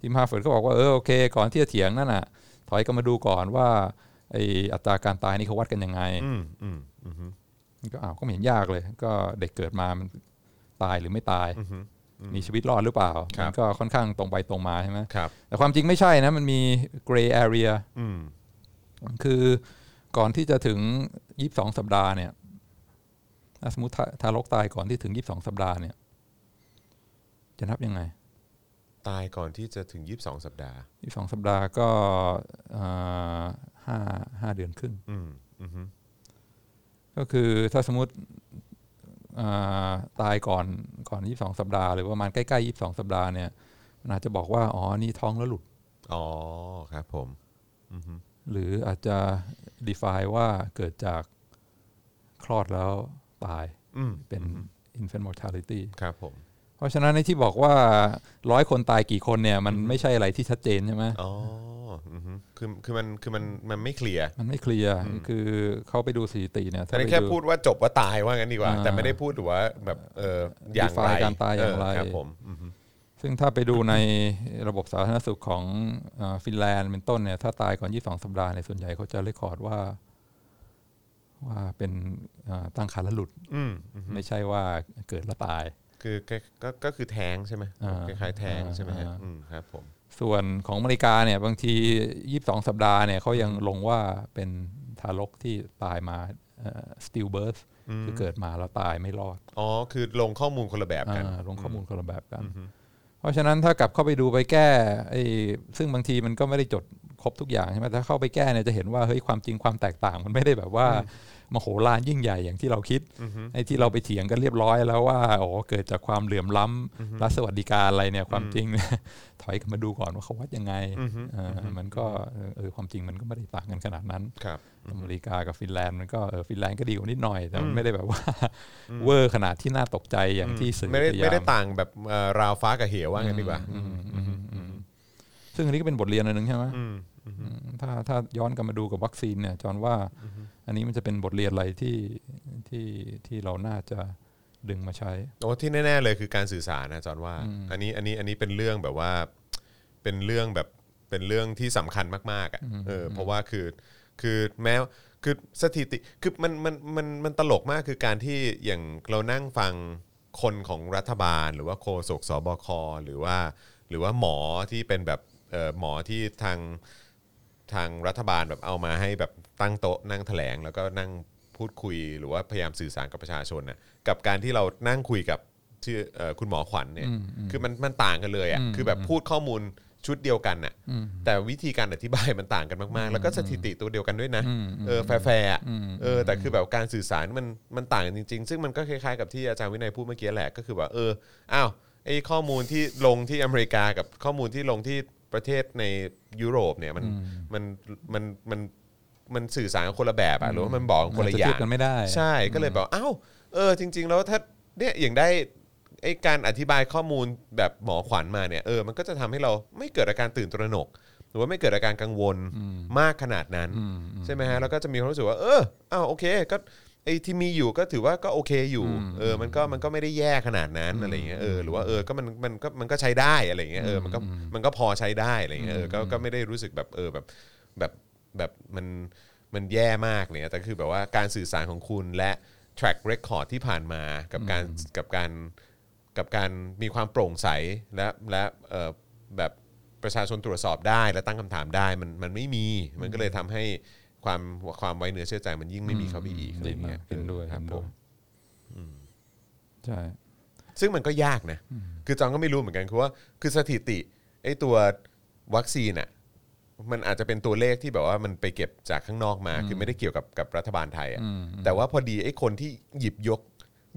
Speaker 3: ทีมฮาร์ฟอร์ดก็บอกว่าเออโอเค ก่อนที่จะเถียงนั่นน่ะ ถอยกลับมาดูก่อนว่าไออัตราการตายนี่เขาวัดกันยังไง
Speaker 2: อืมอืมอืม
Speaker 3: ก็อ้าวก็ไม่เห็นยากเลย ก็เด็กเกิดมามันตายหรือไม่ตาย มีชีวิตรอดหรือเปล่า
Speaker 2: ครั
Speaker 3: มั
Speaker 2: บ
Speaker 3: นก็ค่อนข้างตรงไปตรงมาใช่ไหม
Speaker 2: ครับ
Speaker 3: แต่ความจริงไม่ใช่นะ มันมี gray area
Speaker 2: อืม
Speaker 3: คือก่อนที่จะถึ 22 สัปดาห์เนี่ย ถ้าสมมติทาทารกตายก่อนที่ถึง 22 สัปดาห์เนี่ย จะนับยังไง
Speaker 2: ตายก่อนที่จะถึง 22 สัปดาห์
Speaker 3: 22 สัปดาห์ก็เอ่อห้าห้าเดือนครึ่ง
Speaker 2: อืมอืม
Speaker 3: ก็คือถ้าสมมติเอ่อตายก่อนก่อน 22 สัปดาห์ หรือประมาณใกล้ๆ 22 สัปดาห์เนี่ยมันอาจจะบอกว่า อ๋อ นี่ท้องแล้วหลุด
Speaker 2: อ๋อครับผมอืม
Speaker 3: หรืออาจจะ define ว่าเกิดจากคลอดแล้วตาย
Speaker 2: อืม
Speaker 3: เป็น infant mortality
Speaker 2: ครับผม
Speaker 3: เพราะฉะนั้นในที่บอกว่าร้อยคนตายกี่คนเนี่ย มันไม่ใช่อะไรที่ชัดเจนใช่ไหม
Speaker 2: อ๋ออืมคือคือมันคือมันมันไม่เคลียร์
Speaker 3: มันไม่เคลียร์คือเขาไปดูสถิติเนี่ย
Speaker 2: แต่
Speaker 3: ไป
Speaker 2: แค่พูดว่าจบว่าตายว่างั้นดีกว่า
Speaker 3: อ่า
Speaker 2: แต่ไม่ได้พูดถึงว่าแบบเอออย่างไร
Speaker 3: define การตายอย่างไร
Speaker 2: เครับผมอืม
Speaker 3: ซึ่งถ้าไปดูในระบบสาธารณสุขของเอ่อฟินแลนด์เป็นต้นเนี่ย ถ้าตายก่อน 22 สัปดาห์ในยส่วนใหญ่เขาจะเรคคอร์ดว่า ว่าเป็นเอ่อตั้งครรภ์แล้วหลุด
Speaker 2: อืมอืม
Speaker 3: ไม่ใช่ว่าเกิดแล้วตาย
Speaker 2: คือก็ก็ก็คือแท้งใช่ไหม
Speaker 3: อ่า
Speaker 2: คล้ายๆแท้งใช่ไหมฮะ
Speaker 3: อ่า
Speaker 2: อืมครับผม
Speaker 3: ส่วนของอเมริกาเนี่ย บางที 22 สัปดาห์เนี่ยเขายังลงว่าเป็นทารกที่ตายมาเอ่อ stillbirth คือเกิดมาแล้วตายไม่รอด
Speaker 2: อ๋อ คือลงข้อมูลคนละแบบกัน
Speaker 3: อ่าลงข้อมูลคนละแบบกัน เพราะฉะนั้นถ้ากลับเข้าไปดูไปแก้ไอ้ซึ่งบางทีมันก็ไม่ได้จดครบทุกอย่างใช่ไหมถ้าเข้าไปแก้เนี่ยจะเห็นว่าเฮ้ยความจริงความแตกต่าง มันไม่ได้แบบว่ามโหฬารยิ่งใหญ่อย่างที่เราคิดไอ้ที่เราไปเถียงกันเรียบร้อยแล้วว่าโอ้เกิดจากความเหลื่อมล้ำรัฐสวัสดิการอะไรเนี่ยความจริง เนี่ย ถอยกลับมาดูก่อนว่าเขาวัดยังไงเอออมันก็เออความจริงมันก็ไม่ได้ต่างกันขนาดนั้น
Speaker 2: ครับ
Speaker 3: อเมริกากับฟินแลนด์มันก็เออฟินแลนด์ก็ดีกว่านิดหน่อยแต่มันไม่ได้แบบว่าเวอร์ขนาดที่น่าตกใจอย่างที่สื่อ
Speaker 2: ไม่ได้
Speaker 3: พยย
Speaker 2: ไม่ได้ต่างแบบเอ่อราวฟ้ากับเหวว่างั้นดีกว่า
Speaker 3: ซึ่งอันนี้ก็เป็นบทเรียนอันหนึ่งใช่ไหมอืมถ้าถ้าย้อนกลับมาดูกับวัคซีนเนี่ยจอนว่าอันนี้มันจะเป็นบทเรียนอะไรที่ที่ที่เราน่าจะดึงมาใช้
Speaker 2: โอ้ที่แน่ๆเลยคือการสื่อสารนะจอนว่า อันนี้อันนี้อันนี้เป็นเรื่องแบบว่าเป็นเรื่องแบบเป็นเรื่องที่สำคัญมากๆอ่ะเออเพราะว่าคือคือแม้คือสถิติคือมันมันมันมันตลกมากคือการที่อย่างเรานั่งฟังคนของรัฐบาล หรือว่าโฆษกสบคหรือว่า หรือว่าหมอที่เป็นแบบเอ่อหมอที่ทาง ทางรัฐบาลแบบเอามาให้แบบตั้งโต๊ะนั่งแถลง แล้วก็นั่งพูดคุยหรือว่าพยายามสื่อสารกับประชาชนนะกับการที่เรานั่งคุยกับชื่อเอ่อคุณหมอขวัญเนี่ยคือมันมันต่างกันเลยอ่ะคือแบบพูดข้อมูลชุดเดียวกันน่ะแต่วิธีการอธิบายมันต่างกันมากๆ แล้วก็สถิติตัวเดียวกันด้วยนะเออแฟร์ๆอ่ะเออแต่คือแบบการสื่อสารมันมันต่างกันจริง ๆ ซึ่งมันก็คล้ายๆกับที่อาจารย์วินัยพูดเมื่อกี้แหละก็คือว่าเอออ้าวไอ้ข้อมูลที่ลงที่อเมริกากับข้อมูลที่ลงที่ ประเทศในยุโรปเนี่ยมันมันมันมันมันสื่อสารกันคนละแบบอะหรือว่ามันบอกกันคนละ
Speaker 3: อาจ
Speaker 2: อ
Speaker 3: จะ
Speaker 2: ย่า
Speaker 3: เที
Speaker 2: ง
Speaker 3: ยบกันไม่ได้
Speaker 2: ใช่ก็เลยแบบอ้าวเออจริง ๆ แล้วถ้าเนี่ยอย่างได้ไอการอธิบายข้อมูลแบบหมอขวัญมาเนี่ยเออมันก็จะทำให้เราไม่เกิดอาการตื่นตระหนก หรือว่าไม่เกิดอาการกังวลมากขนาดนั้น ใช่ไหมฮะแล้วก็จะมีความรู้สึกว่าเอออ้าวโอเคก็ไอ้ที่มีอยู่ก็ถือว่าก็โอเคอยู่เออมันก็มันก็ไม่ได้แย่ขนาดนั้นอะไรอย่างเงี้ยเออหรือว่าเออก็มันมันก็มันก็ใช้ได้อะไรอย่างเงี้ยเออมันก็มันก็พอใช้ได้อะไรอย่างเงี้ยเออก็ก็ไม่ได้รู้สึกแบบเออแบบแบบแบบมันมันแย่มากเนี่ยแต่คือแบบว่าการสื่อสารของคุณและ track record ที่ผ่านมากับการกับการ กับการมีความโปร่งใสและและเอ่อแบบประชาชนตรวจสอบได้และตั้งคำถามได้มันมันไม่มี มันก็เลยทำให้ความความไว้เนื้อเชื่อใจมันยิ่งไม่มีเข้าไปอีกอะไรอย่างเงี้ย
Speaker 3: เห็นด้วย
Speaker 2: ค
Speaker 3: เห็
Speaker 2: รับ
Speaker 3: น
Speaker 2: ผ
Speaker 3: ด้ว
Speaker 2: ม
Speaker 3: ยใช่
Speaker 2: ซึ่งมันก็ยากนะ คือจองก็ไม่รู้เหมือนกันคือว่าคือสถิติไอ้ตัววัคซีนอ่ะมันอาจจะเป็นตัวเลขที่แบบว่ามันไปเก็บจากข้างนอกมา คือไม่ได้เกี่ยวกับกับรัฐบาลไทยอ่ะแต่ว่าพอดีไอ้คนที่หยิบยก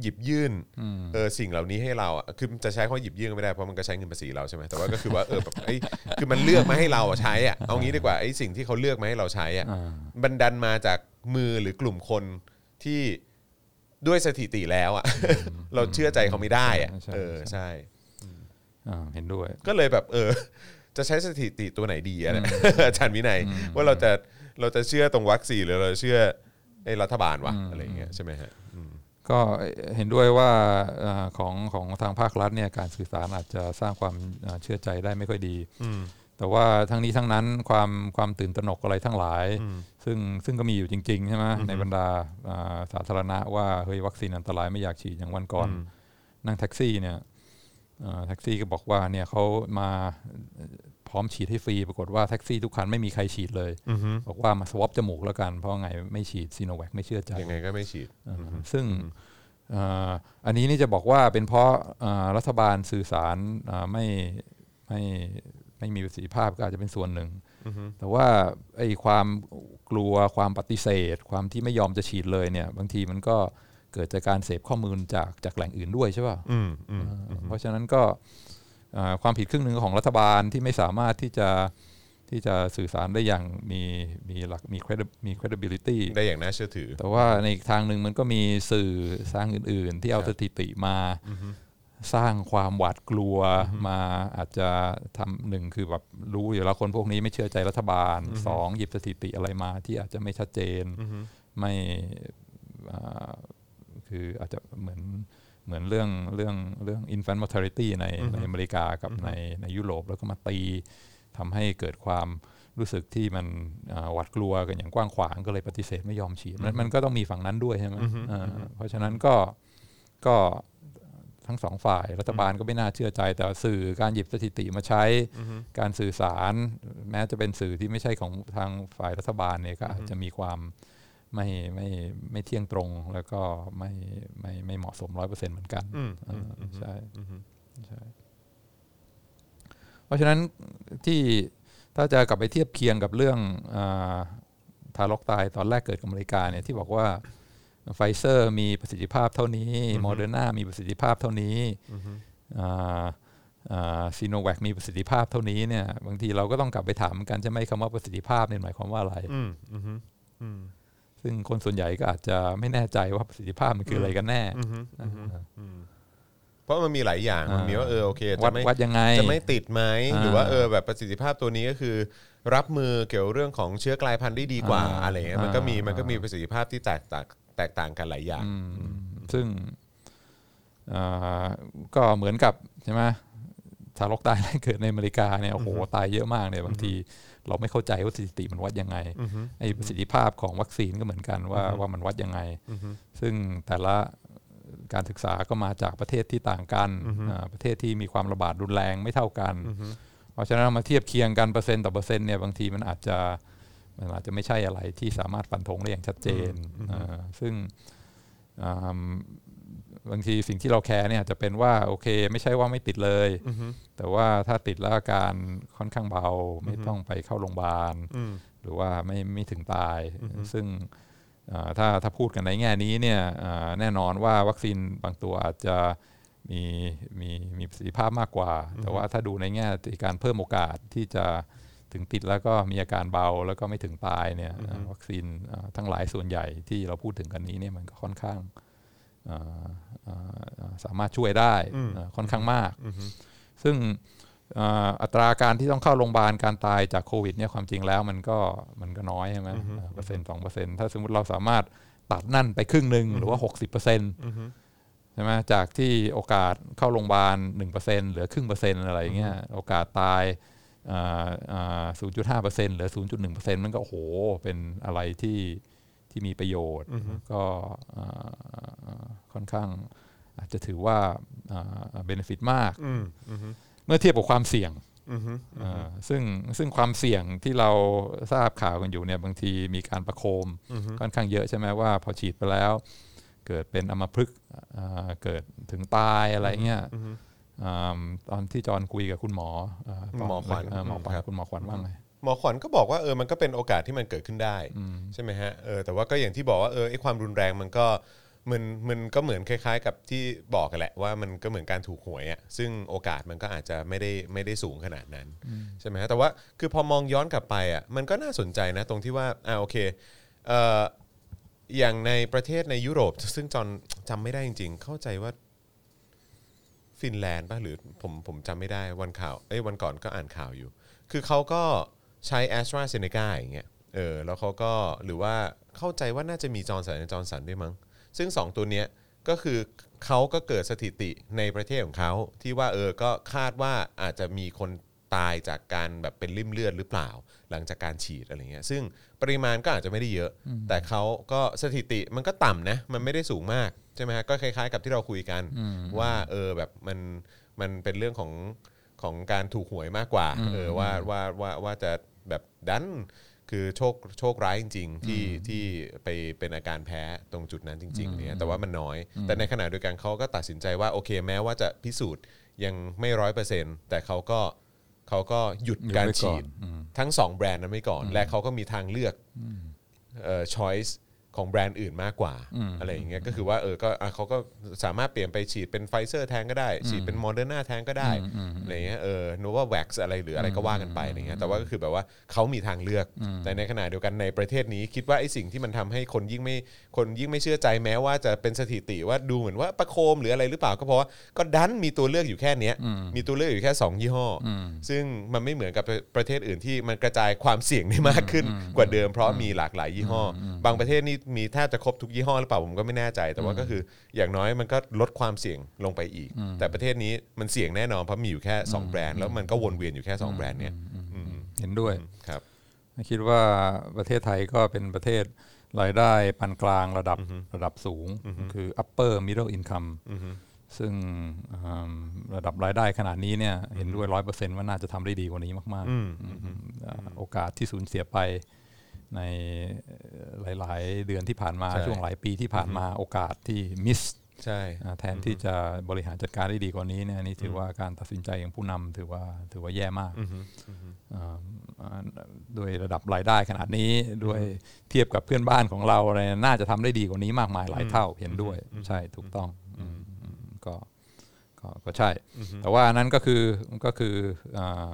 Speaker 2: หยิบยื่น
Speaker 3: อืม
Speaker 2: เออสิ่งเหล่านี้ให้เราอ่ะคือจะใช้คำว่าหยิบยื่นก็ไม่ได้เพราะมันก็ใช้เงินภาษีเราใช่ไหมแต่ว่าก็คือว่าเออแบบไอ้ยคือมันเลือกมาให้เราใช้อ่ะเอางี้ดีกว่าไอ้สิ่งที่เขาเลือกมาให้เราใช้อ่ะ
Speaker 3: อ่า
Speaker 2: บันดันมาจากมือหรือกลุ่มคนที่ด้วยสถิติแล้วอ่ะ เราเชื่อใจเขาไม่ได้อ่ะเออใช่
Speaker 3: อ่าเห็นด้วย
Speaker 2: ก็เลยแบบเออ จะใช้สถิติตัวไหนดีอะไร อาจารย์วินัยว่าเราจะเราจะเชื่อตรงวัคซีนหรือเราเชื่อไอ้รัฐบาลวะอะไรอย่างเงี้ยใช่ไหมฮะอืม
Speaker 3: ก็เห็นด้วยว่าเอ่อของของทางภาครัฐเนี่ยการสื่อสารอาจจะสร้างความเอ่อเชื่อใจได้ไม่ค่อยดี แต่ว่าทั้งนี้ทั้งนั้นความความตื่นตระหนกอะไรทั้งหลาย ซึ่งซึ่งก็มีอยู่จริงๆใช่ไหมในบรรดาอ่าสาธารณะว่าเฮ้ยวัคซีนอันตรายไม่อยากฉีดอย่างวันก่อน นั่งแท็กซี่เนี่ยเอ่อแท็กซี่ก็บอกว่าเนี่ยเขามาพร้อมฉีดให้ฟรีปรากฏว่าแท็กซี่ทุกคันไม่มีใครฉีดเลย บอกว่ามาสวอปจมูกแล้วกันเพราะไงไม่ฉีดซีโนแวคไม่เชื่อใจ
Speaker 2: ยังไงก็ไม่ฉีด
Speaker 3: ซึ่ง เอ่ออันนี้นี่จะบอกว่าเป็นเพราะเอ่อรัฐบาลสื่อสารเอ่อไม่ไม่ไม่มีประสิทธิภาพก็อาจจะเป็นส่วนหนึ่ง แต่ว่าไอ้ความกลัวความปฏิเสธ ความที่ไม่ยอมจะฉีดเลยเนี่ยบางทีมันก็เกิดจากการเสพข้อมูลจากจากแหล่งอื่นด้วยใช่ป่ะ
Speaker 2: อืมอืม
Speaker 3: เอ่อเพราะฉะนั้นก็เอ่อความผิดครึ่งหนึ่งของรัฐบาลที่ไม่สามารถที่จะที่จะสื่อสารได้อย่างมีมีหลักมี credi- มี credibility
Speaker 2: ได้อย่างน่าเชื่อถือ
Speaker 3: แต่ว่าในอีกทางหนึ่งมันก็มีสื่อสร้างอื่น ๆ ที่เอาสถิติมาสร้างความหวาดกลัวมาอาจจะทำหนึ่งคือแบบรู้อยู่แล้วคนพวกนี้ไม่เชื่อใจรัฐบาลสองหยิบสถิติอะไรมาที่อาจจะไม่ชัดเจนไม่อ่าคืออาจจะเหมือนเหมือนเรื่องเรื่องเรื่อง infant mortality ในในอเมริกากับในในยุโรปแล้วก็มาตีทำให้เกิดความ รู้สึกที่มันอ่าหวาดกลัวกันอย่างกว้างขวางก็เลยปฏิเสธไม่ยอมฉีดมันมันก็ต้องมีฝั่งนั้นด้วยใช่ไหมอ่าเพราะฉะนั้นก็ก็ทั้งสองฝ่ายรัฐบาลก็ไม่น่าเชื่อใจ แต่สื่อการหยิบสถิติมาใช้การสื่อสาร แม้จะเป็นสื่อที่ไม่ใช่ของทางฝ่ายรัฐบาลเนี่ยก็อาจจะมีความไม่ไม่ไม่เที่ยงตรง แล้วก็ไม่ไม่ไม่เหมาะสมร้อยเปอร์เซ็นต์เหมือนกัน
Speaker 2: อืมอืม
Speaker 3: อ่าใช่ใช่เพราะฉะนั้นที่ ถ้าจะกลับไปเทียบเคียงกับเรื่องอาทารกตายตอนแรกเกิดกับอเมริกาเนี่ยที่บอกว่าไฟเซอร์มีประสิทธิภาพเท่านี้โมเดอร์นามีประสิทธิภาพเท่านี้ซีโนแวคมีประสิทธิภาพเท่านี้เนี่ยบางทีเราก็ต้องกลับไปถามเหมือนกันใช่ไหมคำว่าประสิทธิภาพเนี่ยหมายความว่าอะไร
Speaker 2: อืมอืมอืม
Speaker 3: ซึ่งคนส่วนใหญ่ก็อาจจะไม่แน่ใจว่าประสิทธิภาพมันคืออะไรกันแน่
Speaker 2: อืมอืมอืมเพราะมันมีหลายอย่าง
Speaker 3: อ่า
Speaker 2: มั
Speaker 3: มั
Speaker 2: นมีว่าเออโอเค
Speaker 3: วั
Speaker 2: จะ
Speaker 3: ด
Speaker 2: ไม่
Speaker 3: วัดยังไง
Speaker 2: จะไม่ติดไหม
Speaker 3: อ่า
Speaker 2: หรือว่าเออแบบประสิทธิภาพตัวนี้ก็คือ รับมือเกี่ยวเรื่องของเชื้อกลายพันธุ์ได้ดีกว่า
Speaker 3: อ่า
Speaker 2: อะไรเงี้ยมันก็มี
Speaker 3: อ่ามั
Speaker 2: มันก็มีประสิทธิภาพที่แตกต่างแตกต่างกันหลายอย่าง
Speaker 3: อืมซึ่งอ่าก็เหมือนกับใช่ไหมทารกตายแรกเกิดในอเมริกาเนี่ยโอ้โหตายเยอะมากเนี่ยบางทีเราไม่เข้าใจว่าสถิติมันวัดยังไงไอ้ประสิทธิภาพของวัคซีนก็เหมือนกันว่าว่ามันวัดยังไง ซึ่งแต่ละการศึกษาก็มาจากประเทศที่ต่างกันอ่าประเทศที่มีความระบาดรุนแรงไม่เท่ากัน เพราะฉะนั้นเอามาเทียบเคียงกันเปอร์เซ็นต์ต่อเปอร์เซ็นต์เนี่ยบางทีมันอาจจะมันอาจจะไม่ใช่อะไรที่สามารถฟันธงได้อย่างชัดเจนอ่าซึ่ง อืมบางทีสิ่งที่เราแคร์เนี่ยอาจจะเป็นว่าโอเค ไม่ใช่ว่าไม่ติดเลย แต่ว่าถ้าติดแล้วอาการค่อนข้างเบา ไม่ต้องไปเข้าโรงพยาบาล หรือว่าไม่ไม่ถึงตาย ซึ่งเอ่อถ้าถ้าพูดกันในแง่นี้เนี่ยเอ่อแน่นอนว่าวัคซีนบางตัวอาจจะมีมีมีประสิทธิภาพมากกว่า แต่ว่าถ้าดูในแง่การเพิ่มโอกาสที่จะถึงติดแล้วก็มีอาการเบาแล้วก็ไม่ถึงตายเนี่ยเอ่อวัคซีนเอ่อทั้งหลายส่วนใหญ่ที่เราพูดถึงกันนี้เนี่ยมันก็ค่อนข้าง อ่าอ่าอ่าสามารถช่วยได้อ่าค่อนข้างมาก ซึ่งอ่าอัตราการที่ต้องเข้าโรงพยาบาลการตายจากโควิดเนี่ยความจริงแล้วมันก็มันก็น้อยใช่ไหมอ่าเปอร์เซ็นต์สองเปอร์เซ็นต์ถ้าสมมติเราสามารถตัดนั่นไปครึ่งหนึ่งหรือว่าหกสิบเปอร์เซ็นต์ใช่ไหมจากที่โอกาสเข้าโรงพยาบาลหนึ่งเปอร์เซ็นต์เหลือครึ่งเปอร์เซ็นต์อะไรอย่างเงี้ยโอกาสตายศูนย์จุดห้าเปอร์เซ็นต์หรือศูนย์จุดหนึ่งเปอร์เซ็นต์มันก็โอ้โหเป็นอะไรที่ ที่มีประโยชน์ก็เอ่อเอ่อเอ่อค่อนข้างอาจจะถือว่าเบนฟิตมาก
Speaker 2: อืมอืม
Speaker 3: เมื่อเทียบกับความเสี่ยง
Speaker 2: อืม
Speaker 3: เอ่อซึ่งซึ่งความเสี่ยงที่เราทราบข่าวกันอยู่เนี่ยบางทีมีการประโคมค่อนข้างเยอะใช่ไหมว่าพอฉีดไปแล้ว เกิดเป็นอัมพฤกษ์เอ่อเกิดถึงตายอะไรเงี้ยอืมตอนที่จอห์นคุยกับคุณหมอเต
Speaker 2: หมอขวัญ
Speaker 3: เหมอขวัญ
Speaker 2: ครับ
Speaker 3: คุณหมอขวัญว่าไง
Speaker 2: หมอขวัญก็บอกว่าเออมันก็เป็นโอกาสที่มันเกิดขึ้นได้ใช่ไหมฮะเออแต่ว่าก็อย่างที่บอกว่าเออไอ้ความรุนแรงมันก็มันมันก็เหมือนคล้าย ๆ กับที่บอกกันแหละว่ามันก็เหมือนการถูกหวยอ่ะซึ่งโอกาสมันก็อาจจะไม่ได้ไม่ได้สูงขนาดนั้นใช่ไหมฮะแต่ว่าคือพอมองย้อนกลับไปอ่ะมันก็น่าสนใจนะตรงที่ว่าอ่าโอเคเอ่ออย่างในประเทศในยุโรป ซึ่งจอนจำไม่ได้จริง ๆ เข้าใจว่า ฟินแลนด์ป่ะหรือผมผมจำไม่ได้วันข่าวเอ้ยวันก่อนก็อ่านข่าวอยู่ คือเขาก็ใช้ a s t r a z เซ e c a อย่างเงี้ยเออแล้วเขาก็หรือว่าเข้าใจว่าน่าจะมีจอร์นสันจอร์นสันด้วยมั้ง ซึ่ง 2 ตัวเนี้ยก็คือเขาก็เกิดสถิติในประเทศของเขาที่ว่าเออก็คาดว่าอาจจะมีคนตายจากการแบบเป็นริ่มเลือดหรือเปล่า หลังจากการฉีดอะไรเงี้ยซึ่งปริมาณก็อาจจะไม่ได้เยอะ แต่เขาก็สถิติมันก็ต่ำนะมันไม่ได้สูงมากใช่ไหมฮะก็คล้ายๆ กับที่เราคุยกัน ว่าเออแบบมันมันเป็นเรื่องของของการถูกหวยมากกว่าเออว่าว่าว่าว่าจะแบบดัน คือโชคโชคร้ายจริง ๆ ที่ที่ไปเป็นอาการแพ้ตรงจุดนั้นจริงๆเนี่ยแต่ว่ามันน้อย แต่ในขณะเดียวกันเขาก็ตัดสินใจว่าโอเค แม้ว่าจะพิสูจน์ยังไม่ร้อยเปอร์เซ็นต์แต่เขาก็เขาก็หยุด
Speaker 3: หยุด
Speaker 2: การ
Speaker 3: ไว้ก่
Speaker 2: ฉี
Speaker 3: อน
Speaker 2: ด
Speaker 3: อืม
Speaker 2: ทั้งสองแบรนด์นั้นไว้ก่อน และเขาก็มีทางเลือกเอ่อ choice ของแบรนด์อื่นมากกว่าอะไรอย่างเงี้ยก็คือว่าเออก็อ่ะเขาก็สามารถเปลี่ยนไปฉีดเป็นไฟเซอร์แทนก็ได้ ฉีดเป็นโมเดอร์นาแทนก็ได้อะไรเงี้ยเออโนว่าแว็กซ์อะไรหรืออะไรก็ว่ากันไปอะไรเงี้ยแต่ว่าก็คือแบบว่าเขามีทางเลือก แต่ในขณะเดียวกันในประเทศนี้คิดว่าไอ้สิ่งที่มันทำให้คนยิ่งไม่คนยิ่งไม่เชื่อใจแม้ว่าจะเป็นสถิติว่าดูเหมือนว่าประโคมหรืออะไรหรือเปล่าก็เพราะว่าก็ดันมีตัวเลือกอยู่แค่เนี้ยมีตัวเลือกอยู่แค่สองยี่ห้ออ ซึ่งมันไม่เหมือนกับประเทศอื่นที่มันกระจายความเสี่ยงได้มากขึ้นกว่าเดิมเพราะมีหลากหลายยี่ห้ออบางประเทศนี่มีแทบจะครบทุกยี่ห้อหรือเปล่าผมก็ไม่แน่ใจ แต่ว่าก็คืออย่างน้อยมันก็ลดความเสี่ยงลงไปอีก แต่ประเทศนี้มันเสี่ยงแน่นอนเพราะมีอยู่แค่ 2 แบรนด์แล้วมันก็วนเวียนอยู่แค่ 2 แบรนด์เนี่ยอืม
Speaker 3: เห็นด้วย
Speaker 2: ครับ
Speaker 3: คิดว่าประเทศไทยก็เป็นประเทศรายได้ปานกลางระดับระดับสูง คือ upper middle income ซึ่งอืมระดับรายได้ขนาดนี้เนี่ยเห็นด้วยร้อยเปอร์เซ็นต์ว่าน่าจะทำได้ดีกว่านี้มากๆอืมอ่าโอกาสที่สูญเสียไปในหลาย ๆ เดือนที่ผ่านมา
Speaker 2: ใช่
Speaker 3: ช่วงหลายปีที่ผ่านมาโอกาสที่มิส
Speaker 2: ใช่
Speaker 3: อ่าแทนที่จะบริหารจัดการได้ดีกว่านี้เนี่ยอันนี่ถือว่าการตัดสินใจของผู้นำถือว่าถือว่าแย่มากอ่าอ่าด้วยระดับรายได้ขนาดนี้ด้วยเทียบกับเพื่อนบ้านของเราอะไรน่าจะทำได้ดีกว่านี้มากมายหลายเท่าเห็นด้วย ใช่ถูกต้องอืมก็ก็ก็ใช่ แต่ว่าอันนั้นก็คือก็คืออ่า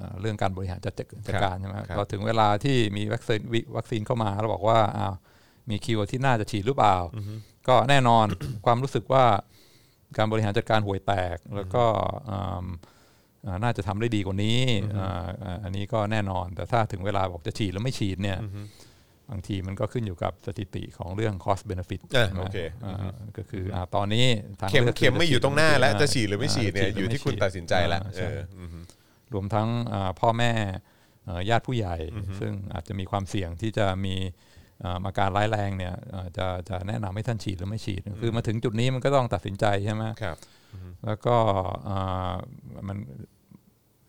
Speaker 3: อ่าเรื่องการบริหารจัดจัดการใช่ไหมครับพอถึงเวลาที่มีวัคซีนวิวัคซีนเข้ามาเราบอกว่าอ้าวมีคิวที่น่าจะฉีดหรือเปล่า ก็แน่น อน ความรู้สึกว่าการบริหารจัดการห่วยแตก แล้วก็อืมอ่าน่าจะทำได้ดีกว่านี้อาอ่าอันนี้ก็แน่นอน แต่ถ้าถึงเวลาบอกจะฉีดแล้วไม่ฉีดเนี่ย บางทีมันก็ขึ้นอยู่กับสถิติของเรื่อง cost benefit
Speaker 2: อ่ะ
Speaker 3: ใช่ไหม
Speaker 2: โอเค
Speaker 3: อ่าก็คืออ่าตอนนี้ทาง
Speaker 2: เข็ม
Speaker 3: ลืก
Speaker 2: เข็มไม่อยู่ตรงหน้าแล้วจะฉีดหรือไม่
Speaker 3: า
Speaker 2: ฉีดเนี่ย
Speaker 3: จะฉีดห
Speaker 2: อ
Speaker 3: รื
Speaker 2: ยู่
Speaker 3: ไม่
Speaker 2: ที่คุณ
Speaker 3: ฉีด
Speaker 2: ตัดสินใจละ
Speaker 3: อ่า
Speaker 2: เอ
Speaker 3: ช่
Speaker 2: ออืม
Speaker 3: รวมทั้งอ่าพ่อแม่เอ่อญาติผู้ใหญ่ ซึ่งอาจจะมีความเสี่ยงที่จะมีอ่าอาการร้ายแรงเนี่ยอ่าจะจะแนะนำให้ท่านฉีดหรือไม่ฉีด คือมาถึงจุดนี้มันก็ต้องตัดสินใจใช่ไหม
Speaker 2: ครับ
Speaker 3: แล้วก็อ่ามัน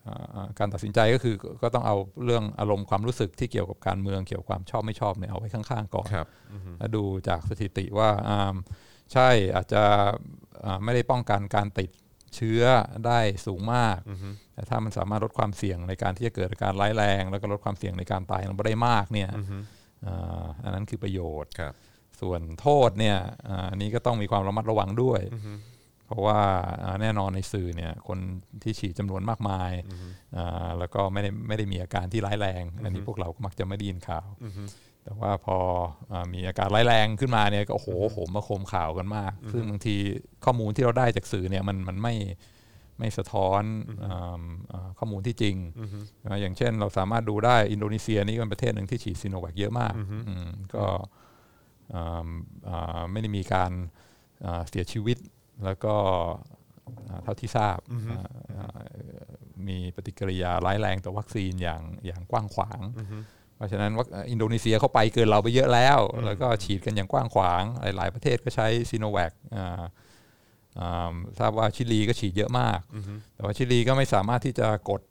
Speaker 3: อ่าอ่าการตัดสินใจก็คือก็ก็ต้องเอาเรื่องอารมณ์ความรู้สึกที่เกี่ยวกับการเมืองเกี่ยวกับความชอบไม่ชอบเนี่ยเอาไว้ข้างๆก่อน
Speaker 2: ครับ
Speaker 3: แล้วดูจากสถิติว่าอ่าใช่อาจจะอ่าไม่ได้ป้องกันการติดเชื้อได้สูงมาก แต่ถ้ามันสามารถลดความเสี่ยงในการที่จะเกิดอาการร้ายแรง แล้วก็ลดความเสี่ยงในการตายลงไปได้มากเนี่ยอ่าอันนั้นคือประโยชน์
Speaker 2: ครับ
Speaker 3: ส่วนโทษเนี่ยอ่าอันนี้ก็ต้องมีความระมัดระวังด้วย เพราะว่าอ่าแน่นอนในสื่อเนี่ยคนที่ฉีดจำนวนมากมายอ่าแล้วก็ไม่ได้ไม่ได้มีอาการที่ร้ายแรง อันนี้พวกเราก็มักจะไม่ได้ยินข่าว แต่ว่าพออามีอาการร้ายแรงขึ้นมาเนี่ยก็โอ้โหโหมมาโคมข่าวกันมาก ซึ่งบางทีข้อมูลที่เราได้จากสื่อเนี่ยมันมันไม่ไม่สะท้อนอ่าอ่าข้อมูลที่จริงนะอย่างเช่นเราสามารถดูได้อินโดนีเซียนี่ก็เป็นประเทศหนึ่งที่ฉีดซีโนแวคเยอะมากอืมก็ อ่าอ่าไม่ได้มีการอ่าเสียชีวิตแล้วก็อ่าเท่าที่ทราบอ่าอ่ามีปฏิกิริยาร้ายแรงต่อวัคซีนอย่างอย่างกว้างขวาง เพราะฉะนั้นวัคอินโดนีเซียเขาไปเกินเราไปเยอะแล้ว แล้วก็ฉีดกันอย่างกว้างขวาง หลาย ๆ ประเทศก็ใช้ซีโนแวคอ่า อ่าทราบว่าชิลีก็ฉีดเยอะมาก แต่ว่าชิลีก็ไม่สามารถที่จะกด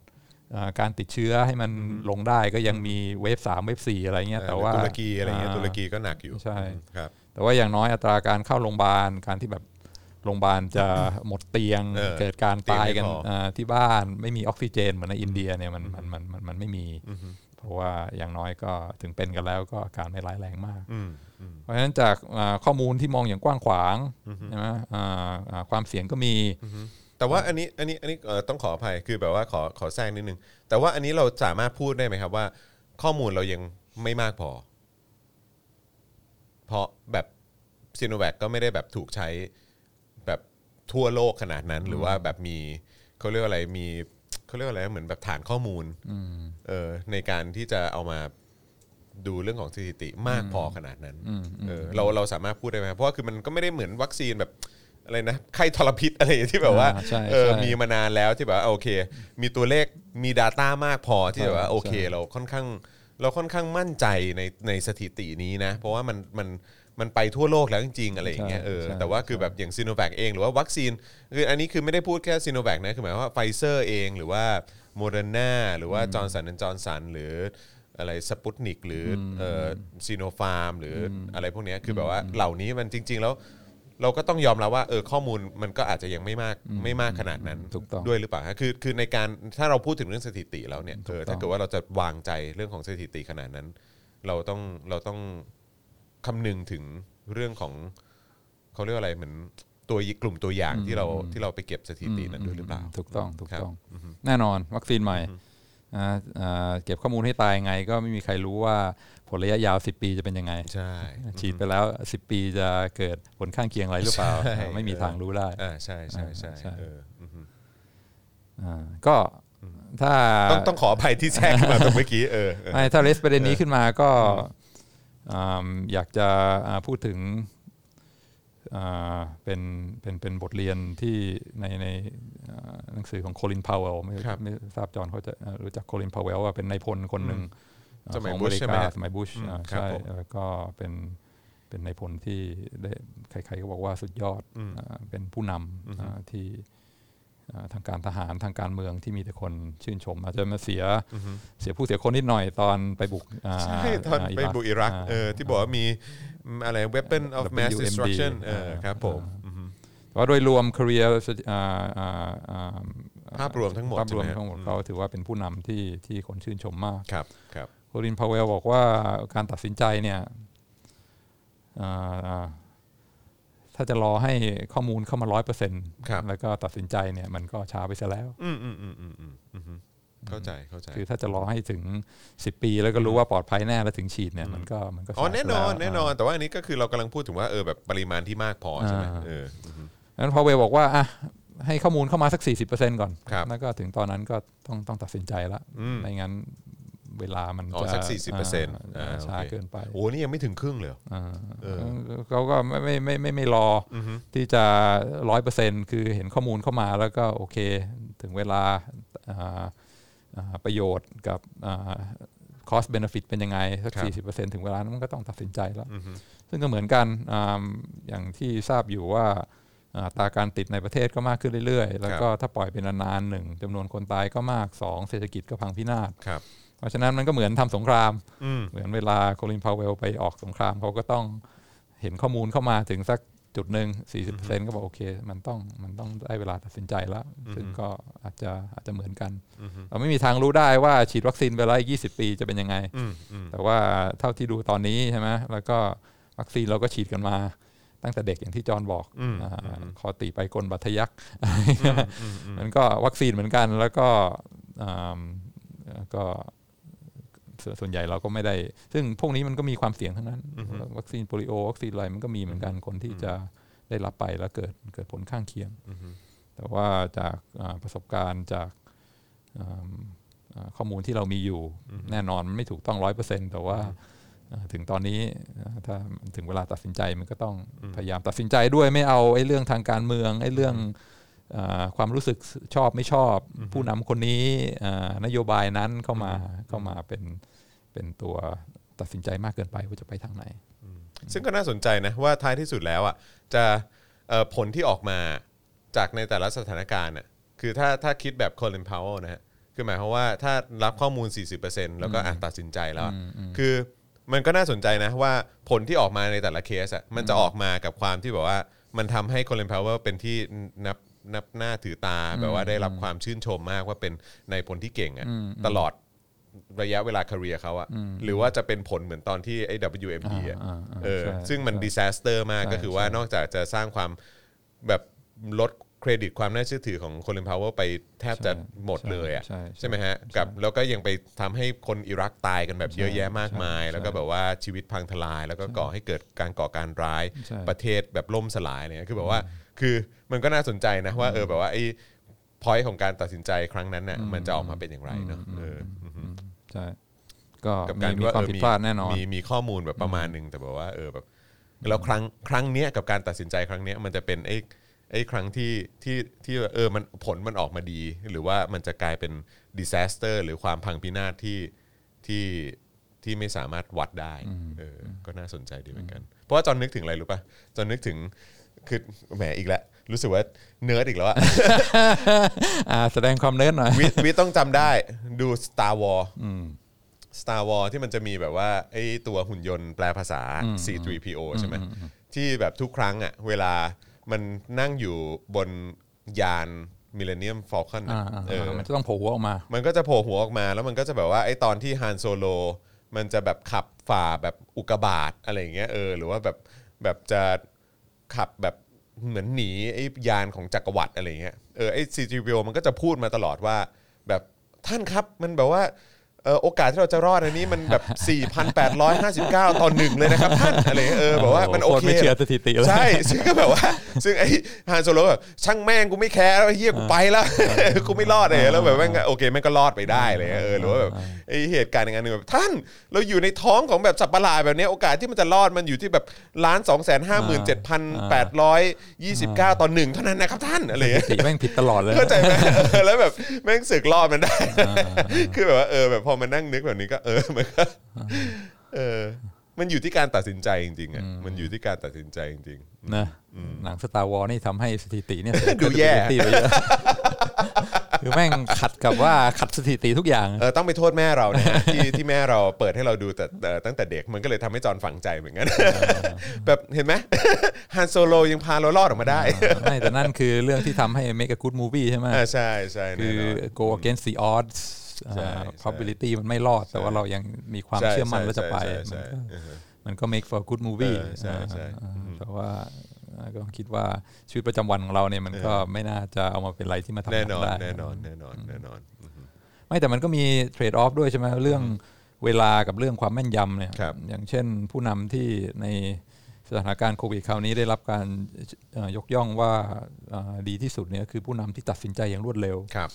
Speaker 3: อ่าการติดเชื้อให้มันลงได้ก็ยังมีเวฟสามเวฟสี่อะไรเงี้ยแต่ว่า
Speaker 2: ตุรกีอะไรเงี้ย
Speaker 3: า
Speaker 2: ตุรกีก็หนักอยู่
Speaker 3: ใช่
Speaker 2: ครับ
Speaker 3: แต่ว่าอย่างน้อยอัตราการเข้าโรงพยาบาลการที่แบบโรงพยาบาลจะ หมดเตียง
Speaker 2: เออ
Speaker 3: เกิดการตายกัน
Speaker 2: เตียงไม่พออ่
Speaker 3: าที่บ้านไม่มีออกซิเจนเหมือนในอินเดียเนี่ยมันมันมันมันมันไม่มี เพราะว่าอย่างน้อยก็ถึงเป็นกันแล้วก็อาการไม่ร้ายแรงมาก
Speaker 2: อืม
Speaker 3: เพราะฉะนั้นจากอ่าข้อมูลที่มองอย่างกว้างขวางใช่ไหมอ่าอ่าความเสี่ยงก็มี
Speaker 2: แต่ว่าอันนี้อันนี้อันนี้เอ่อต้องขออภัยคือแบบว่าขอขอแทรกนิดนึง แต่ว่าอันนี้เราสามารถพูดได้ไหมครับว่า ข้อมูลเรายังไม่มากพอ เพราะแบบซีโนแวคก็ไม่ได้แบบถูกใช้แบบทั่วโลกขนาดนั้น หรือว่าแบบมีเขาเรียกว่าอะไรมีเขาเรียกว่าอะไรเหมือนแบบฐานข้อมูลเออในการที่จะเอามาดูเรื่องของสถิติมากพอขนาดนั้นเออเราเราสามารถพูดได้ไหมครับเพราะว่าคือมันก็ไม่ได้เหมือนวัคซีนแบบอะไรนะไข้ทรพิษอะไรอย่างที่แบบว่า
Speaker 3: อ่าใช่
Speaker 2: เออ
Speaker 3: ใช่
Speaker 2: มี มานานแล้วที่แบบว่าโอเค มีตัวเลขมี Data มากพอที่แบบว่า
Speaker 3: ใช่
Speaker 2: โอเค
Speaker 3: ใช่
Speaker 2: เราค่อนข้างเราค่อนข้างมั่นใจในในสถิตินี้นะ เพราะว่ามันมันมันไปทั่วโลกแล้วจริงๆอะไรอย่างเงี้ย
Speaker 3: ใช่
Speaker 2: เออ
Speaker 3: ใช่
Speaker 2: แต่ว่าคือแบบอย่างซีโนแวคเอง หรือว่าวัคซีนคืออันนี้คือไม่ได้พูดแค่ซีโนแวคนะคือหมายความว่าไฟเซอร์เองหรือว่าโมเดอร์นาหรือว่าจอร์นสันจอร์นสันหรือ อะไรสปุตนิกหรือเอ่อซีโนฟาร์ม หรืออะไรพวกเนี้ยคือแบบว่าเหล่านี้มันจริง ๆ แล้ว เราก็ต้องยอมรับว่าเออข้อมูลมันก็อาจจะยังไม่มากไม่มากขนาดนั้น
Speaker 3: ถูกต้อง
Speaker 2: ด้วยหรือเปล่าฮะคือคือในการถ้าเราพูดถึงเรื่องสถิติแล้วเนี่ย
Speaker 3: ถู
Speaker 2: เอกอ
Speaker 3: ต้อง
Speaker 2: ถ้าเกิดว่าเราจะวางใจเรื่องของสถิติขนาดนั้น เราต้องเราต้องคำนึงถึงเรื่องของเขาเรียกว่าอะไรเหมือนตัวกลุ่มตัวอย่างที่เราที่เราไปเก็บสถิตินั้นด้วยหรือเปล่า
Speaker 3: ถูกต้องถูก
Speaker 2: ครับ
Speaker 3: ต้อง แน่นอนวัคซีนใหม่อ่าอ่าเก็บข้อมูลให้ตายยังไง ก็ไม่มีใครรู้ว่าผลระยะยาว 10 ปีจะเป็นยังไง
Speaker 2: ใช่
Speaker 3: ฉีดไปแล้ว 10 ปีจะเกิดผลข้างเคียงอะไรหรือเปล่า
Speaker 2: ใช่
Speaker 3: อ่าไม่มีทางรู้ได้
Speaker 2: อ่าใช่ใช่ใช่
Speaker 3: อ่าใช่
Speaker 2: เอออือฮึ
Speaker 3: อ่าก็ถ้า
Speaker 2: ต้องต้องขออภัยที่แทรกขึ้นมาตรงเมื่อกี้เออเออ
Speaker 3: ไม่ถ้าเลสประเด็นนี้ขึ้นมาก็อ่าอยากจะอ่าพูดถึงอ่าเป็นเป็นเป็นบทเรียนที่ในในอ่าหนังสือของโคลินพาวเวลไม่
Speaker 2: ครับ
Speaker 3: ไม่ทราบจอห์นเขาจะอ่ารู้จักโคลินพาวเวลว่าเป็นนายพลคนหนึ่งอ่า
Speaker 2: สมัย
Speaker 3: ของ
Speaker 2: บุ
Speaker 3: อ
Speaker 2: ช
Speaker 3: เริ
Speaker 2: ใช่ไหม
Speaker 3: กา
Speaker 2: ฮะ
Speaker 3: สมัยบุช
Speaker 2: อืม
Speaker 3: อ่า
Speaker 2: ครับ
Speaker 3: ใช่
Speaker 2: ผม
Speaker 3: แล้วก็เป็นเป็นนายพลที่ได้ใครๆก็บอกว่าสุดยอด
Speaker 2: อืม
Speaker 3: อ่าเป็นผู้
Speaker 2: อือ
Speaker 3: นำ
Speaker 2: ฮึ
Speaker 3: อ่าที่อ่าทางการทหารทางการเมืองที่มีแต่คนชื่นชม อาจจะมาเสีย
Speaker 2: อือฮึ
Speaker 3: เสียผู้เสียคนนิดหน่อยตอนไปบุกา
Speaker 2: ใช่ตอนไปบุกอิรัก
Speaker 3: า
Speaker 2: เออที่บอกว่ามีอืมอะไร weapon of mass
Speaker 3: WMD
Speaker 2: destruction เออ
Speaker 3: เออ
Speaker 2: ครับผมอือฮึ
Speaker 3: แต่ว่าโดยรวมคาเรีย
Speaker 2: ภาพรวมทั้งหมด
Speaker 3: ภาพรวม
Speaker 2: ใช่ไหม
Speaker 3: ทั้งหมด
Speaker 2: อืม
Speaker 3: เขาถือว่าเป็นผู้นำที่ที่คนชื่นชมมาก
Speaker 2: ครับครับ
Speaker 3: โคลินพาวเวลบอกว่าการตัดสินใจเนี่ยอ่าอ่าถ้าจะรอให้ข้อมูลเข้ามาร้อยเปอร์เซ็นต์
Speaker 2: ครับ
Speaker 3: แล้วก็ตัดสินใจเนี่ยมันก็ช้าไปซะแล้ว
Speaker 2: อืมอืมอืมอืมอืมอือฮึเข้าใจเข้าใจ
Speaker 3: คือถ้าจะรอให้ถึงสิบปีแล้วก็รู้ว่าปลอดภัยแน่แล้วถึงฉีดเนี่ยมันก็มันก็
Speaker 2: อ๋อ
Speaker 3: ช้า
Speaker 2: แน่นอน
Speaker 3: ไปล้ว
Speaker 2: แน่นอนแต่ว่าอันนี้ก็คือเรากำลังพูดถึงว่าเออแบบปริมาณที่มากพอใช่ไหม
Speaker 3: อ่า
Speaker 2: เออ
Speaker 3: นั้นพอเวบอกว่าอ่ะให้ข้อมูลเข้ามาสัก 40%ก่อน
Speaker 2: ครับ
Speaker 3: แล้วก็ถึงตอนนั้นก็ต้องต้องตัดสินใจละ
Speaker 2: อืม
Speaker 3: ไม่งั้นเวลามัน
Speaker 2: อ๋อ
Speaker 3: จะ
Speaker 2: สัก40%
Speaker 3: า
Speaker 2: อ่าโอเค
Speaker 3: ช้าเกินไป
Speaker 2: โอ้นี่ยังไม่ถึงครึ่งเลยเหรอ
Speaker 3: อ่า
Speaker 2: เออ
Speaker 3: เขาก็ไม่ไม่ไม่ไม่ไม่รออ
Speaker 2: อือฮึ
Speaker 3: ที่จะร้อยเปอร์เซ็นคือเห็นข้อมูลเข้ามาแล้วก็โอเค ถึงเวลาอ่าอ่าประโยชน์กับคอสเบนฟิตเป็นยังไงสักสี่สิบเปอร์เซ็นถึงเวลานั้นมันก็ต้องตัดสินใจแล้ว
Speaker 2: อือฮึ
Speaker 3: ซึ่งก็เหมือนกันอ่าอย่างที่ทราบอยู่ว่าอ่าอัตราการติดในประเทศก็มากขึ้นเรื่อยๆ แล้วก็ถ้าปล่อยเป็นนานๆหนึ่งจำนวนคนตายก็มาก 2 เศรษฐกิจก็พังพินาศ
Speaker 2: ครับ
Speaker 3: เพราะฉะนั้นมันก็เหมือนทำสงคราม
Speaker 2: อืม
Speaker 3: เหมือนเวลาโคลินพาวเวลไปออกสงครามเขาก็ต้องเห็นข้อมูลเข้ามาถึงสักจุดหนึ่ง40%ก็บอกโอเค มันต้องมันต้องได้เวลาตัดสินใจแล้ว ซึ่งก็อาจจะอาจจะเหมือนกัน
Speaker 2: อือฮึ
Speaker 3: เราไม่มีทางรู้ได้ว่าฉีดวัคซีนไปแล้วอีก20 ปีจะเป็นยังไง
Speaker 2: อืมอืม
Speaker 3: แต่ว่าเท่าที่ดูตอนนี้ใช่ไหมแล้วก็วัคซีนเราก็ฉีดกันมา ตั้งแต่เด็กอย่างที่จอห์นบอก
Speaker 2: อืม
Speaker 3: อาคอตีไปกลบัตทะยัก
Speaker 2: อืมอืม
Speaker 3: มันก็วัคซีนเหมือนกัน แล้วก็อ่าก็ส่วนส่วนใหญ่เราก็ไม่ได้ ซึ่งพวกนี้มันก็มีความเสี่ยงทั้งนั้น วัคซีนโปลิโอวัคซีนอะไรมันก็มีเหมือนกันคนที่จะได้รับไปแล้วเกิดเกิดผลข้างเคียง
Speaker 2: อือฮึ
Speaker 3: แต่ว่าจากอ่าประสบการณ์จากอ่าอ่าข้อมูลที่เรามีอยู่ แน่นอนมันไม่ถูกต้องร้อยเปอร์เซ็นแต่ว่าอ่าถึงตอนนี้อ่าถ้าถึงเวลาตัดสินใจมันก็ต้องพยายามตัดสินใจด้วยไม่เอาไอ้เรื่องทางการเมืองไอ้เรื่องาความรู้สึกชอบไม่ชอบ ผู้นำคนนี้อ่านโยบายนั้นเข้ามาเข้ามาเป็นเป็นตัวตัดสินใจมากเกินไปว่าจะไปทางไหน
Speaker 2: ซึ่งก็น่าสนใจนะว่าท้ายที่สุดแล้วอ่ะจะเอ่อผลที่ออกมาจากในแต่ละสถานการณ์อ่ะคือถ้าถ้าคิดแบบคอลินพาวเวลนะฮะคือหมายความว่าถ้ารับข้อมูล 40%แล้วก็อ่ะตัดสินใจแล้วอะคือมันก็น่าสนใจนะว่าผลที่ออกมาในแต่ละเคสอ่ะมันจะออกมากับความที่แบบว่ามันทำให้คอลินพาวเวลเป็นที่นับนับหน้าถือตาแบบว่าได้รับความชื่นชมมากว่าเป็นในผลที่เก่งอ่ะตลอดระยะเวลาคาเรียเขาอ่ะหรือว่าจะเป็นผลเหมือนตอนที่ไอ้ WMD อ่ะ
Speaker 3: อ่าอ่า
Speaker 2: เออ
Speaker 3: ใช่
Speaker 2: ซึ่งมัน
Speaker 3: ใช่
Speaker 2: ดิ s a สเตอร์มาก
Speaker 3: ใช่
Speaker 2: ก็คือว่า
Speaker 3: ใช่
Speaker 2: นอกจากจะสร้างความแบบลดเครดิตความน่าเชื่อถือของคนเลนพาวเวอร์ไปแทบจะหมดเลยอ่ะ
Speaker 3: ใช่
Speaker 2: ใช่ไหมฮะกับแล้วก็ยังไปทำให้คนอิรักตายกันแบบเยอะแยะมากมาย
Speaker 3: ใช่
Speaker 2: แล้วก็แบบว่าชีวิตพังทลาย แล้วก็ก่อให้เกิดการก่อการร้าย
Speaker 3: ใช่
Speaker 2: ประเทศแบบล่มสลายเนี่ยคือแบบว่าคือมันก็น่าสนใจนะว่าเออแบบว่าไอ้พอยของการตัดสินใจครั้งนั้นน่ะมันจะออกมาเป็นอย่างไรเนาะเอออือฮึ
Speaker 3: ใช่ก็
Speaker 2: กับ
Speaker 3: มี
Speaker 2: การ
Speaker 3: มี
Speaker 2: ว่า
Speaker 3: ความ
Speaker 2: เออ
Speaker 3: ผิดพลาดแน่นอน
Speaker 2: มีมีข้อมูลแบบประมาณหนึ่งแต่แบบว่าเออแบบแล้วครั้งครั้งเนี้ยกับการตัดสินใจครั้งเนี้ยมันจะเป็นไอ้ไอ้ครั้งที่ที่ที่เออมันผลมันออกมาดี หรือว่ามันจะกลายเป็นดิ s a สเตอร์หรือความพังพินาศที่ที่ที่ไม่สามารถวัดได้เออก็น่าสนใจดีเหมือนกัน เพราะว่าจอนนึกถึงอะไรรู้ป่ะจอนนึกถึงคือแหมอีกแล้วรู้สึกว่าเนิร์ดอีกแล้วอะ
Speaker 3: อ่าแสดงความเนิร์ดหน่อย
Speaker 2: วิวิต้องจำได้ดู Star War Star War ที่มันจะมีแบบว่าไอ้ตัวหุ่นยนต์แปลภาษา C3PO ใช่ไหมที่แบบทุกครั้งอ่ะเวลามันนั่งอยู่บนยานมิเลเนียมฟอลคอน
Speaker 3: อ่าอ่า
Speaker 2: เออ
Speaker 3: มันจะต้องโผล่หัวออกมา
Speaker 2: มันก็จะโผล่หัวออกมาแล้วมันก็จะแบบว่าไอ้ตอนที่ฮันโซโล มันจะแบบขับฝ่าแบบอุกกาบาตอะไรอย่างเงี้ยเออหรือว่าแบบแบบจะขับแบบเหมือนหนีไอ้ยานของจักรวรรดิอะไรอย่างเงี้ยเออไอ้ซีจีโมันก็จะพูดมาตลอดว่า แบบท่านครับมันแบบว่าเออโอกาสที่เราจะรอดอันนี้มันแบบ 4,859 ตอนหนึ่งเลยนะครับท่านอะไรเงี้ยเออแบบว่ามันโอเค
Speaker 3: โคตรไม่เชื่อสถิติเลย
Speaker 2: ใช่ ซึ่งก็แบบว่า ซึ่งไอ้ฮานโซโลก็แบบช่างแม่งกูไม่แคร์แล้วไอ้เฮียกูไปแล้ว กูไม่รอดเลยแล้วแบบแม่งก็โอเคแม่งก็รอดไปได้เลยเออหรือว่าแบบไอ้เหตุการณ์อย่างนั้นหนึ่งแบบท่านเราอยู่ในท้องของแบบสัตว์ประหลาดแบบเนี้ยโอกาสที่มันจะรอดมันอยู่ที่แบบล้านสองแสนห้าหมื่นเจ็ดพันแปดร้อยยี่สิบเก้าต่อหนึ่งเท่านั้นนะครับท่านอะไรอย่างเงี้ย
Speaker 3: สถิติแม่งผิดตลอดเลย
Speaker 2: เข้าใจไหมเออแล้วแบบแม่งสึกรอดมันได้ คือแบบว่าเออแบบพอมันนั่งนึกแบบนี้ก็เออมันก็เออ มันอยู่ที่การตัดสินใจจริงๆอ่ะมันอยู่ที่การตัดสินใจจริง ๆ
Speaker 3: นะหนังสตาร์วอลนี่ทำให้สถิติเนี่ย
Speaker 2: ดูแย่
Speaker 3: credibility ไปเยอะคือแม่งขัดกับว่าขัดสถิติทุกอย่าง
Speaker 2: เออต้องไปโทษแม่เรานะ ฮะ ที่ที่แม่เราเปิดให้เราดูแต่เอ่อตั้งแต่เด็กมันก็เลยทำให้จอนฝังใจเห มือนกัน แบบเห็นไหม ฮันโซโลยังพาเรารอดออกมาได้
Speaker 3: ไม่แต่นั่นคือเรื่องที่ทำให้ make a good movie ใช่ไหม
Speaker 2: อ่าใช่ใช่แน่
Speaker 3: คื
Speaker 2: น
Speaker 3: อ
Speaker 2: อน
Speaker 3: go against the odds อ่า
Speaker 2: ใช่ใช่
Speaker 3: probability มันไม่รอด แต่ว่าเรายังมีความ
Speaker 2: ใช่
Speaker 3: เชื่อมั่นว่าจะไป
Speaker 2: ใช่ใช่ใช่เออ
Speaker 3: มันก็ make for good movie
Speaker 2: เออใช่ใช่
Speaker 3: อ่าแต่ว่าก็คิดว่าชีวิตประจำวันของเราเนี่ยมันก็ไม่น่าจะเอามาเป็นอะไรที่มาทำ
Speaker 2: แน่นอน
Speaker 3: ได้
Speaker 2: แน่นอนแน่นอนแน่นอน
Speaker 3: ไม่แต่มันก็มีเทรดออฟด้วยใช่ไหมเรื่องเวลากับเรื่องความแม่นยำเนี่ย
Speaker 2: ครับ
Speaker 3: อย่างเช่นผู้นำที่ในสถานการณ์โควิดคราวนี้ได้รับการเอ่อยกย่องว่าเอ่อดีที่สุดเนี่ยคือผู้นำที่ตัดสินใจอย่างรวดเร็ว
Speaker 2: ครับ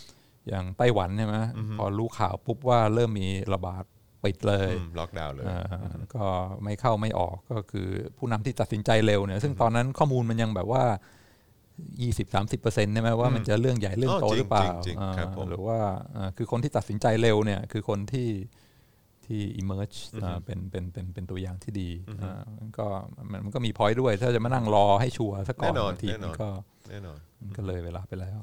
Speaker 3: อย่างไต้หวันใช่ไหมพอรู้ข่าวปุ๊บว่าเริ่มมีระบาดปิดเลย
Speaker 2: อืมล็อกดาวน์เลย
Speaker 3: เอ่ออก็ไม่เข้าไม่ออกก็คือผู้นำที่ตัดสินใจเร็วเนี่ยซึ่งตอนนั้นข้อมูลมันยังแบบว่า 20-30%ใช่ไหมว่ามันจะเรื่องใหญ่เรื่องโต
Speaker 2: อ๋อจริง
Speaker 3: หรือเปล่า
Speaker 2: จริง
Speaker 3: อ่า
Speaker 2: ครับผม
Speaker 3: หรือว่าอ่าคือคนที่ตัดสินใจเร็วเนี่ยคือคนที่ที่ emerge อ่าเป็นเป็นเป็นเป็นตัวอย่างที่ดีอ่ามันก็มันมันก็มี point ด้วย ถ้าจะมานั่งรอให้ชัวร์ซะก่อน
Speaker 2: แน่นอน
Speaker 3: บางที
Speaker 2: แน่นอน
Speaker 3: มันก็
Speaker 2: แน่นอน
Speaker 3: มันก็เลยเวลาไปแล้ว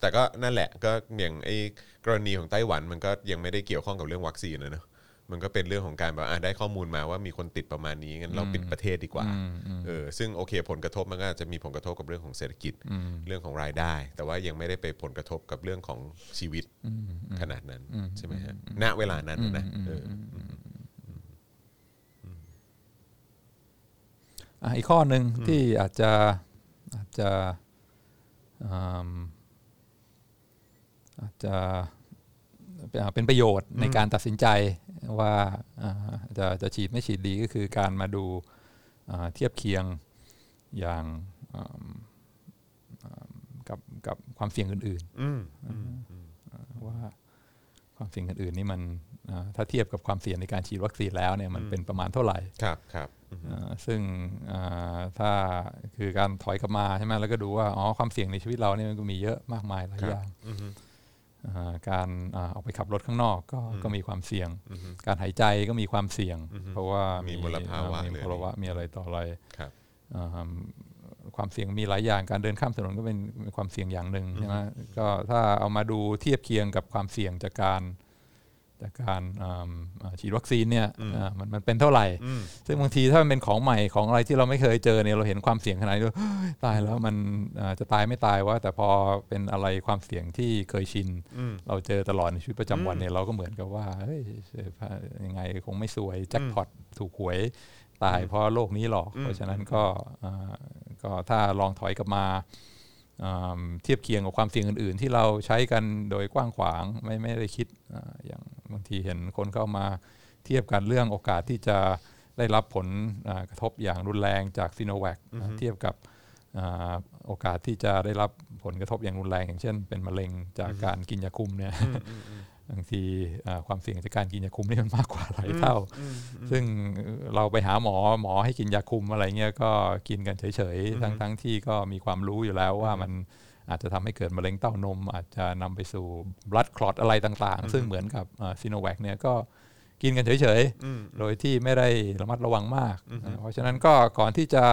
Speaker 2: แต่ก็นั่นแหละก็อย่างไอ้กรณีของไต้หวันมันก็ยังไม่ได้เกี่ยวข้องกับเรื่องวัคซีนนะเนอะมันก็เป็นเรื่องของการแบบอ่ะได้ข้อมูลมาว่ามีคนติดประมาณนี้งั้นเราปิดประเทศดีกว่าเออซึ่งโอเคผลกระทบมันก็อาจจะมีผลกระทบกับเรื่องของเศรษฐกิจเรื่องของรายได้ แต่ว่ายังไม่ได้ไปผลกระทบกับเรื่องของชีวิตขนาดนั้นใช่ไหมฮะณเวลานั้นน่ะนะเอออ
Speaker 3: อ่ะอีกข้อหนึ่งที่อาจจะอาจจะอืมอาจจะอ่าเป็นประโยชน์ในการตัดสินใจว่าอ่าจะจะฉีดไม่ฉีดดีก็คือการมาดูอ่าเทียบเคียงอย่างอืมอืมกับกับความเสี่ยงอื่น
Speaker 2: อืม
Speaker 3: ๆ ว่าความเสี่ยงอื่นๆนี่มันอ่าถ้าเทียบกับความเสี่ยงในการฉีดวัคซีนแล้วเนี่ยมันเป็นประมาณเท่าไหร่
Speaker 2: ครับครับอืม
Speaker 3: อ่าซึ่งอ่าถ้าคือการถอยกลับมาใช่ไหมแล้วก็ดูว่าอ๋อความเสี่ยงในชีวิตเราเนี่ยมันก็มีเยอะมากมายหลายอย่าง
Speaker 2: อืม
Speaker 3: อ่าการอ่าออกไปขับรถข้างนอกก็ก็มีความเสี่ยง
Speaker 2: อือฮึ
Speaker 3: การหายใจก็มีความเสี่ยง เพราะว่ามี
Speaker 2: มลภาวะ
Speaker 3: มี
Speaker 2: หรือ
Speaker 3: มลภาวะมีอะไรต่ออะไร
Speaker 2: ครับ
Speaker 3: อ่าความเสี่ยงมีหลายอย่างการเดินข้ามถนนก็เป็นเป็นความเสี่ยงอย่างหนึ่งใช่ไหมก็ถ้าเอามาดูเทียบเคียงกับความเสี่ยงจากการจากการอ่าอ่าฉีดวัคซีนเนี่ยอ่ามันมันเป็นเท่าไหร่
Speaker 2: อืม
Speaker 3: ซึ่งบางทีถ้ามันเป็นของใหม่ของอะไรที่เราไม่เคยเจอเนี่ยเราเห็นความเสี่ยงขนาดนี้ด้วยตายแล้วมันเอ่อจะตายไม่ตายวะแต่พอเป็นอะไรความเสี่ยงที่เคยชิน เราเจอตลอดในชีวิตประจำวันเนี่ยเราก็เหมือนกับว่าเฮ้ยยังไงคงไม่สวยแจ็คพอตถูกหวยตายเพราะโลกนี้หรอก เพราะฉะนั้นก็เอ่อก็ถ้าลองถอยกลับมาเอิ่มเทียบเคียงกับความเสี่ยงอื่น ๆ ที่เราใช้กันโดยกว้างขวางไม่ไม่ได้คิดเอ่ออย่างบางทีเห็นคนเข้ามา เทียบกันเรื่องโอกาสที่จะได้รับผลอ่ากระทบอย่างรุนแรงจากซีโนแวคเทียบกับอ่าโอกาสที่จะได้รับผลกระทบอย่างรุนแรง อย่างเช่น เป็นมะเร็งจากการกินยาคุมเนี่ยบางทีอ่าความเสี่ยงจากการกินยาคุมนี่มันมากกว่าหลายเท่า ซึ่งเราไปหาหมอหมอให้กินยาคุมอะไรเงี้ยก็กินกันเฉยๆทั้งทั้งที่ก็มีความรู้อยู่แล้วว่ามันอาจจะทำให้เกิดมะเร็งเต้านม อาจจะนำไปสู่บลัดคลอตอะไรต่าง ๆ ซึ่งเหมือนกับซีโนแวคเนี่ยก็ กินกันเฉย
Speaker 2: อืม
Speaker 3: ๆ โดยที่ไม่ได้ระมัดระวังมากนะเพราะฉะนั้นก็ก่อนที่จะ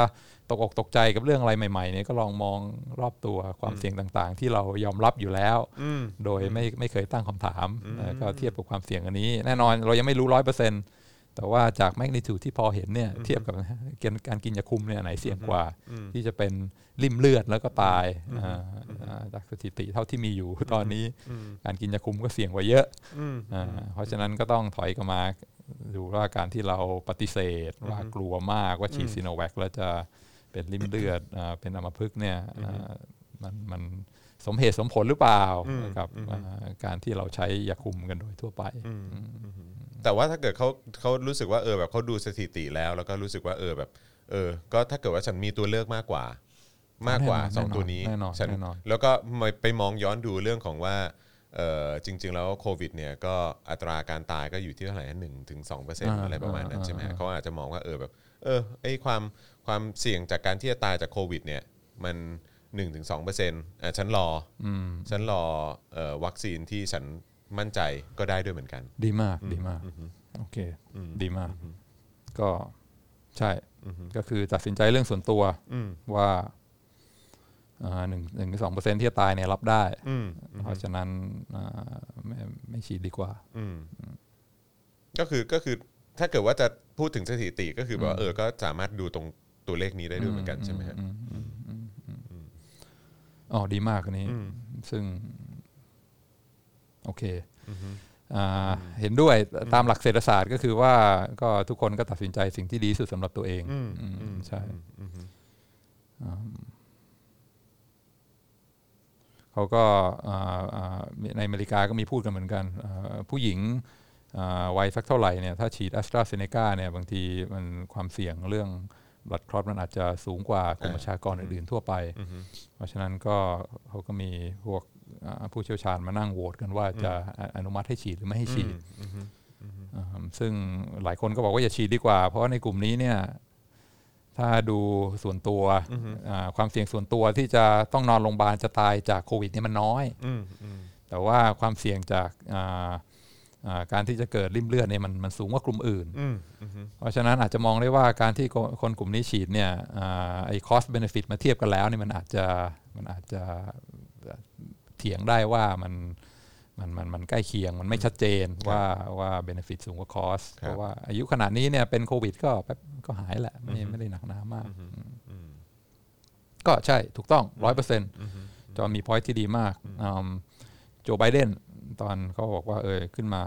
Speaker 3: ตกอกตกใจกับเรื่องอะไรใหม่ๆเนี่ยก็ลองมองรอบตัวความเสี่ยงต่างๆ ที่เรายอมรับอยู่แล้ว
Speaker 2: อืม
Speaker 3: โดยไม่ไม่เคยตั้งคำถามนะก็เทียบกับความเสี่ยงอันนี้ แน่นอนเรายังไม่รู้ร้อยเปอร์เซ็นต์แต่ว่าจากแมกนิจูที่พอเห็นเนี่ยเทียบกับ การการกินยาคุมเนี่ยอันไหนเสี่ยงกว่า ที่จะเป็นริ่มเลือดแล้วก็ตายอ่าอ่าจากสถิติเท่าที่มีอยู่ ตอนนี้การกินยาคุมก็เสี่ยงกว่าเยอะ
Speaker 2: อืม
Speaker 3: อ่าเพราะฉะนั้นก็ต้องถอยกลับมาดูว่าการที่เราปฏิเสธว่ากลัวมากว่าฉีดซีโนแวคแล้วจะเป็นริ่มเลือดอ่าเป็นอัมพฤกษ์เนี่ยอ่ามันมันสมเหตุสมผลหรือเปล่ากับอ่าการที่เราใช้ยาคุมกันโดยทั่วไป
Speaker 2: แต่ว่าถ้าเกิดเขาเขารู้สึกว่าเออแบบเขาดูสถิติแล้ว แล้วก็รู้สึกว่าเออแบบ เออ ก็ถ้าเกิดว่าฉันมีตัวเลือกมากกว่า มากกว่า
Speaker 3: แน่นอน
Speaker 2: สองตัวนี้
Speaker 3: แน่นอน
Speaker 2: ฉั
Speaker 3: แน่นอน
Speaker 2: แล้วก็มาไปมองย้อนดูเรื่องของว่าเออจริง ๆ แล้วโควิดเนี่ยก็อัตราการตายก็อยู่ที่เท่าไหร่หนึ่งถึงสองเปอร์เซ็นต์อะไรประมาณนั้นใช่ไหมฮะเขาอาจจะมองว่าเออแบบ เออไอความความเสี่ยงจากการที่จะตายจากโควิด เนี่ย มันหนึ่งถึงสองเปอร์เซ็นต์อ่ะฉันรออฉันรอเอ่อวัคซีนที่ฉันมั่นใจก็ได้ด้วยเหมือนกัน
Speaker 3: ดีมากดีมากโอเค ดีมาก ก็ใช่ ก็คือตัดสินใจเรื่องส่วนตัวว่าอ่าหนึ่งหนึ่งสองเปอร์เซ็นที่จะตายเนี่ยรับได้
Speaker 2: อืม
Speaker 3: เพราะฉะนั้นอ่าไม่ไม่ฉีดดีกว่า
Speaker 2: อืมก็คือก็คือถ้าเกิดว่าจะพูดถึงสถิติก็คือแบบว่าเออก็สามารถดูตรงตัวเลขนี้ได้ด้วยเหมือนกันใช่ไหมฮะ
Speaker 3: อ๋อ ดีมากอันนี้ ซึ่ง โอเคอ่าเห็นด้วยตามหลักเศรษฐศาสตร์ก็คือว่าก็ทุกคนก็ตัดสินใจสิ่งที่ดีที่สุดสำหรับตัวเองอืมใช่อืมเขาก็อ่าอ่าในอเมริกาก็มีพูดกันเหมือนกันอ่าผู้หญิงอ่าวัยสักเท่าไหร่เนี่ยถ้าฉีดแอสตราเซเนกาเนี่ยบางทีมันความเสี่ยงเรื่องบลัดคลอดมันอาจจะสูงกว่ากลุ่มประชากรอื่นๆทั่วไป เพราะฉะนั้นก็เขาก็มีพวกอ่าผู้เชี่ยวชาญมานั่งโหวตกันว่าจะออนุมัติให้ฉีดหรือไม่ให้ฉีดอ่าซึ่งหลายคนก็บอกว่าอย่าฉีดดีกว่า เพราะในกลุ่มนี้เนี่ย ถ้าดูส่วนตัวอ่าความเสี่ยงส่วนตัวที่จะต้องนอนโรงพยาบาลจะตายจากโควิดเนี่ยมันน้อย
Speaker 2: อืมอืม
Speaker 3: แต่ว่าความเสี่ยงจากอ่าอ่าการที่จะเกิดริ่มเลือดเนี่ยมันมันสูงกว่ากลุ่มอื่น
Speaker 2: อืม
Speaker 3: เพราะฉะนั้นอาจจะมองได้ว่าการที่คนคนกลุ่มนี้ฉีดเนี่ยอ่าไอ้ cost benefit มาเทียบกันแล้วเนี่ยมันอาจจะมันอาจจะเถียงได้ว่ามันมันมันมันใกล้เคียงมันไม่ชัดเจนว่าว่า benefit สูงกว่า cost
Speaker 2: ครับ
Speaker 3: เพราะว่าอายุขนาดนี้เนี่ยเป็นโควิดก็แป๊บก็หายแหละไม่ไม่ได้หนักหนามากก็ใช่ถูกต้องร้อยเปอร์เซ็นต์จอมี point ที่ดีมากอืมโจไบเดนตอนเขาบอกว่าเออขึ้นมา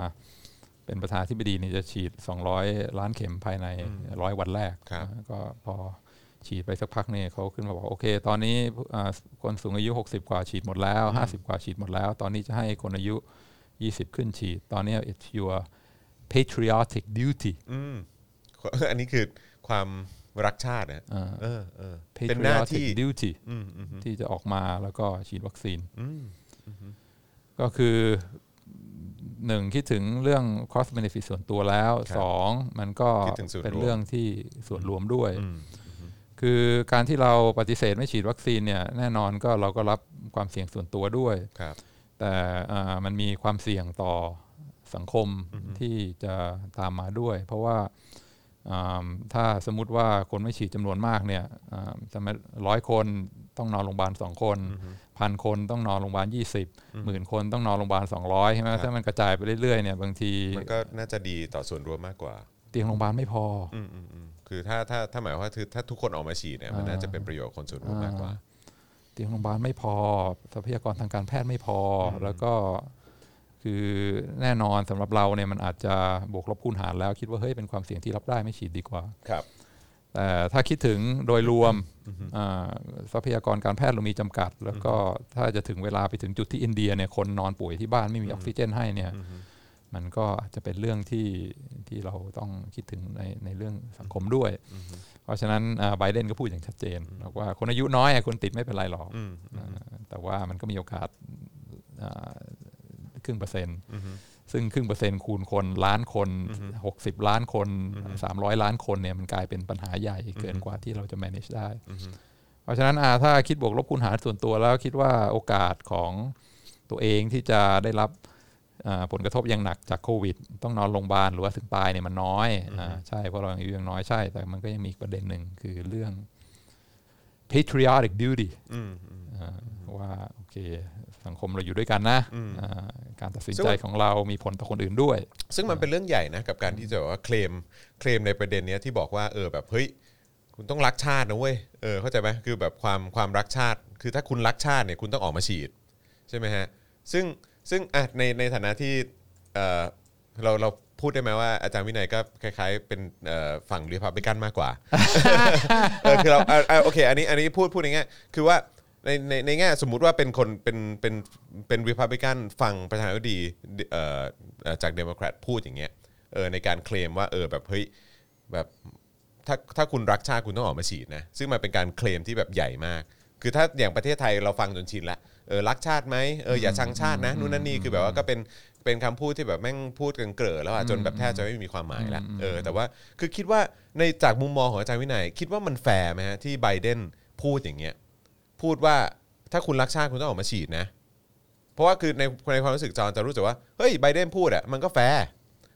Speaker 3: เป็นประธานาธิบดีนี่จะฉีด 200 ล้านเข็มภายในร้อยวันแรก
Speaker 2: ครับ
Speaker 3: นะก็พอฉีดไปสักพักเนี่ยเขาขึ้นมาบอกโอเค ตอนนี้อ่าคนสูงอายุ 60 กว่าฉีดหมดแล้ว 50 กว่าฉีดหมดแล้ว ตอนนี้จะให้คนอายุ 20 ขึ้นฉีด ตอนเนี้ย it's your patriotic duty
Speaker 2: อืมอันนี้คือความรักชาตินะฮะ
Speaker 3: อ่า
Speaker 2: เออเออเป็นหน้า
Speaker 3: patriotic
Speaker 2: ที่
Speaker 3: duty
Speaker 2: อืมอืม
Speaker 3: ที่จะออกมาแล้วก็ฉีดวัคซีน
Speaker 2: อืม
Speaker 3: ก็คือหนึ่งคิดถึงเรื่อง cost benefit ส่วนตัวแล้ว
Speaker 2: ครับ
Speaker 3: สองมันก็
Speaker 2: คิดถึงส่วนรวม
Speaker 3: เป็นเรื่องที่ส่วนรวมด้วย
Speaker 2: อืม
Speaker 3: คือการที่เราปฏิเสธไม่ฉีดวัคซีนเนี่ยแน่นอนก็เราก็รับความเสี่ยงส่วนตัวด้วย
Speaker 2: ครับ
Speaker 3: แต่อ่ามันมีความเสี่ยงต่อสังคมที่จะตามมาด้วย เพราะว่าอ่าถ้าสมมติว่าคนไม่ฉีดจำนวนมากเนี่ยอ่าสมมติร้อยคนต้องนอนโรงพยาบาลสองคนพันคนต้องนอนโรงพยาบาลยี่สิบหมื่นคนต้องนอนโรงพยาบาลสองร้อยใช่ไหมถ้ามันกระจายไปเรื่อยๆเนี่ยบางที
Speaker 2: มันก็น่าจะดีต่อส่วนรวมมากกว่า
Speaker 3: เตียงโรงพยาบาลไม่พออ
Speaker 2: อืมอืมอืมคือถ้าถ้าถ้าหมายว่าคือถ้าทุกคนออกมาฉีดเนี่ยมันน่าจะเป็นประโยชน์กับคนส่วนรวมมากกว่า
Speaker 3: เตียงโรงพยาบาลไม่พอ ทรัพยากรทางการแพทย์ไม่พออแล้วก็คือแน่นอนสำหรับเราเนี่ยมันอาจจะบวกลบคูณหารแล้ว คิดว่าเฮ้ยเป็นความเสี่ยงที่รับได้ไม่ฉีดดีกว่า
Speaker 2: ครับ
Speaker 3: แต่ถ้าคิดถึงโดยรวมอ่าทรัพยากรการแพทย์เรามีจำกัด แล้วก็ถ้าจะถึงเวลาไปถึงจุดที่อินเดียเนี่ยคนนอนป่วยที่บ้านไม่มีออกซิเจนให้เนี่ย มันก็อาจจะเป็นเรื่องที่ที่เราต้องคิดถึงในในเรื่องสังคมด้วย เพราะฉะนั้นอ่าไบเดนก็พูดอย่างชัดเจนบอกว่าคนอายุน้อยอะคนติดไม่เป็นไรหรอกอ่าแต่ว่ามันก็มีโอกาสอ่าครึ่งเปอร์เซ็นต์ ซึ่งครึ่งเปอร์เซ็นต์คูณคนล้านคน 60 ล้านคน 300 ล้านคนเนี่ยมันกลายเป็นปัญหาใหญ่เกินกว่าที่เราจะ manage ได้ เพราะฉะนั้นอ่าถ้าคิดบวกลบคูณหารส่วนตัวแล้วคิดว่าโอกาสของตัวเองที่จะได้รับ อ่าผลกระทบยังหนักจากโควิด ต้องนอนโรงพยาบาลหรือว่าถึงตายเนี่ยมันน้อยอ่าใช่เพราะเรายังอายุยังน้อยใช่ แต่มันก็ยังมีอีกประเด็นหนึ่งคือเรื่อง patriotic duty
Speaker 2: อืมอืม
Speaker 3: อ่าว่าโอเค สังคมเราอยู่ด้วยกันนะอ่าการตัดสิน
Speaker 2: ซึ่ง
Speaker 3: ใจของเรามีผลต่อคนอื่นด้วย
Speaker 2: ซึ่งมันเป็นเรื่องใหญ่นะกับการที่จะแบบว่าเคลมเคลมในประเด็นเนี้ยที่บอกว่าเออแบบเฮ้ยคุณต้องรักชาตินะเว้ยเออเข้าใจไหมคือแบบความความรักชาติ คือถ้าคุณรักชาติเนี่ยคุณต้องออกมาฉีด ใช่ไหมฮะซึ่งซึ่งอ่ะในในฐานะที่เออเราเราพูดได้ไหมว่าอาจารย์วินัยก็คล้ายๆ เป็นเอ่อฝั่งรีพับลิกันมากกว่า เออคือเราอ่ะอ่ะโอเคอันนี้อันนี้พูดพูดในแง่คือว่าในในในแง่สมมุติว่าเป็นคนเป็นเป็นเป็นริพับลิกันฝั่งประธานาธิบดีเอ่อเอ่อจากเดโมแครตพูดอย่างเงี้ยเออในการเคลมว่าเออแบบเฮ้ยแบบถ้าถ้าคุณรักชาติคุณต้องออกมาฉีดนะซึ่งมันเป็นการเคลมที่แบบใหญ่มาก คือถ้าอย่างประเทศไทยเราฟังจนชินละเออรักชาติไหมเอออย่าชังชาตินะนู่นนั่นนี่คือแบบว่าก็เป็นเป็นคำพูดที่แบบแม่งพูดกันเกลือแล้วอะจนแบบแทบจะไม่มีความหมายละเออแต่ว่าคือคิดว่าในจากมุมมองของอาจารย์วินัย คิดว่ามันแฟร์ไหมฮะที่ไบเดนพูดอย่างเงี้ยพูดว่าถ้าคุณรักชาติคุณต้องออกมาฉีดนะ เพราะว่าคือในในความรู้สึกจอนจะรู้สึกว่าเฮ้ยไบเดนพูดอะมันก็แฟร์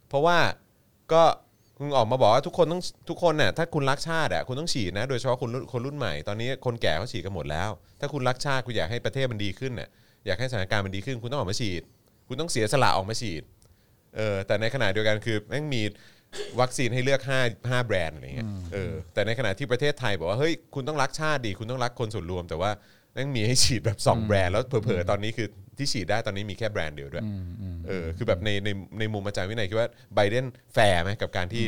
Speaker 2: เพราะว่าก็มึงออกมาบอกว่าทุกคนต้องทุกคนน่ะถ้าคุณรักชาติอะคุณต้องฉีดนะ โดยเฉพาะคนรุ่นคนรุ่นใหม่ตอนนี้คนแก่เขาฉีดกันหมดแล้ว ถ้าคุณรักชาติคุณอยากให้ประเทศมันดีขึ้นน่ะอยากให้สถานการณ์มันดีขึ้น คุณต้องออกมาฉีด คุณต้องเสียสละออกมาฉีดเออแต่ในขณะเดียวกันคือแม่งมีวัคซีนให้เลือก5 5แบรนด์อะไรเงี้ยเออแต่ในขณะที่ประเทศไทยบอกว่าเฮ้ยคุณต้องรักชาติดี คุณต้องรักคนส่วนรวม แต่ว่าแม่งมีให้ฉีดแบบสองแบรนด์แล้วเผลอๆตอนนี้คือที่ฉีดได้ตอนนี้มีแค่แบรนด์เดียวด้วย เออคือแบบในในในมุมอาจารย์วินัยคิดว่าไบเดนแฟร์ไหมกับการที่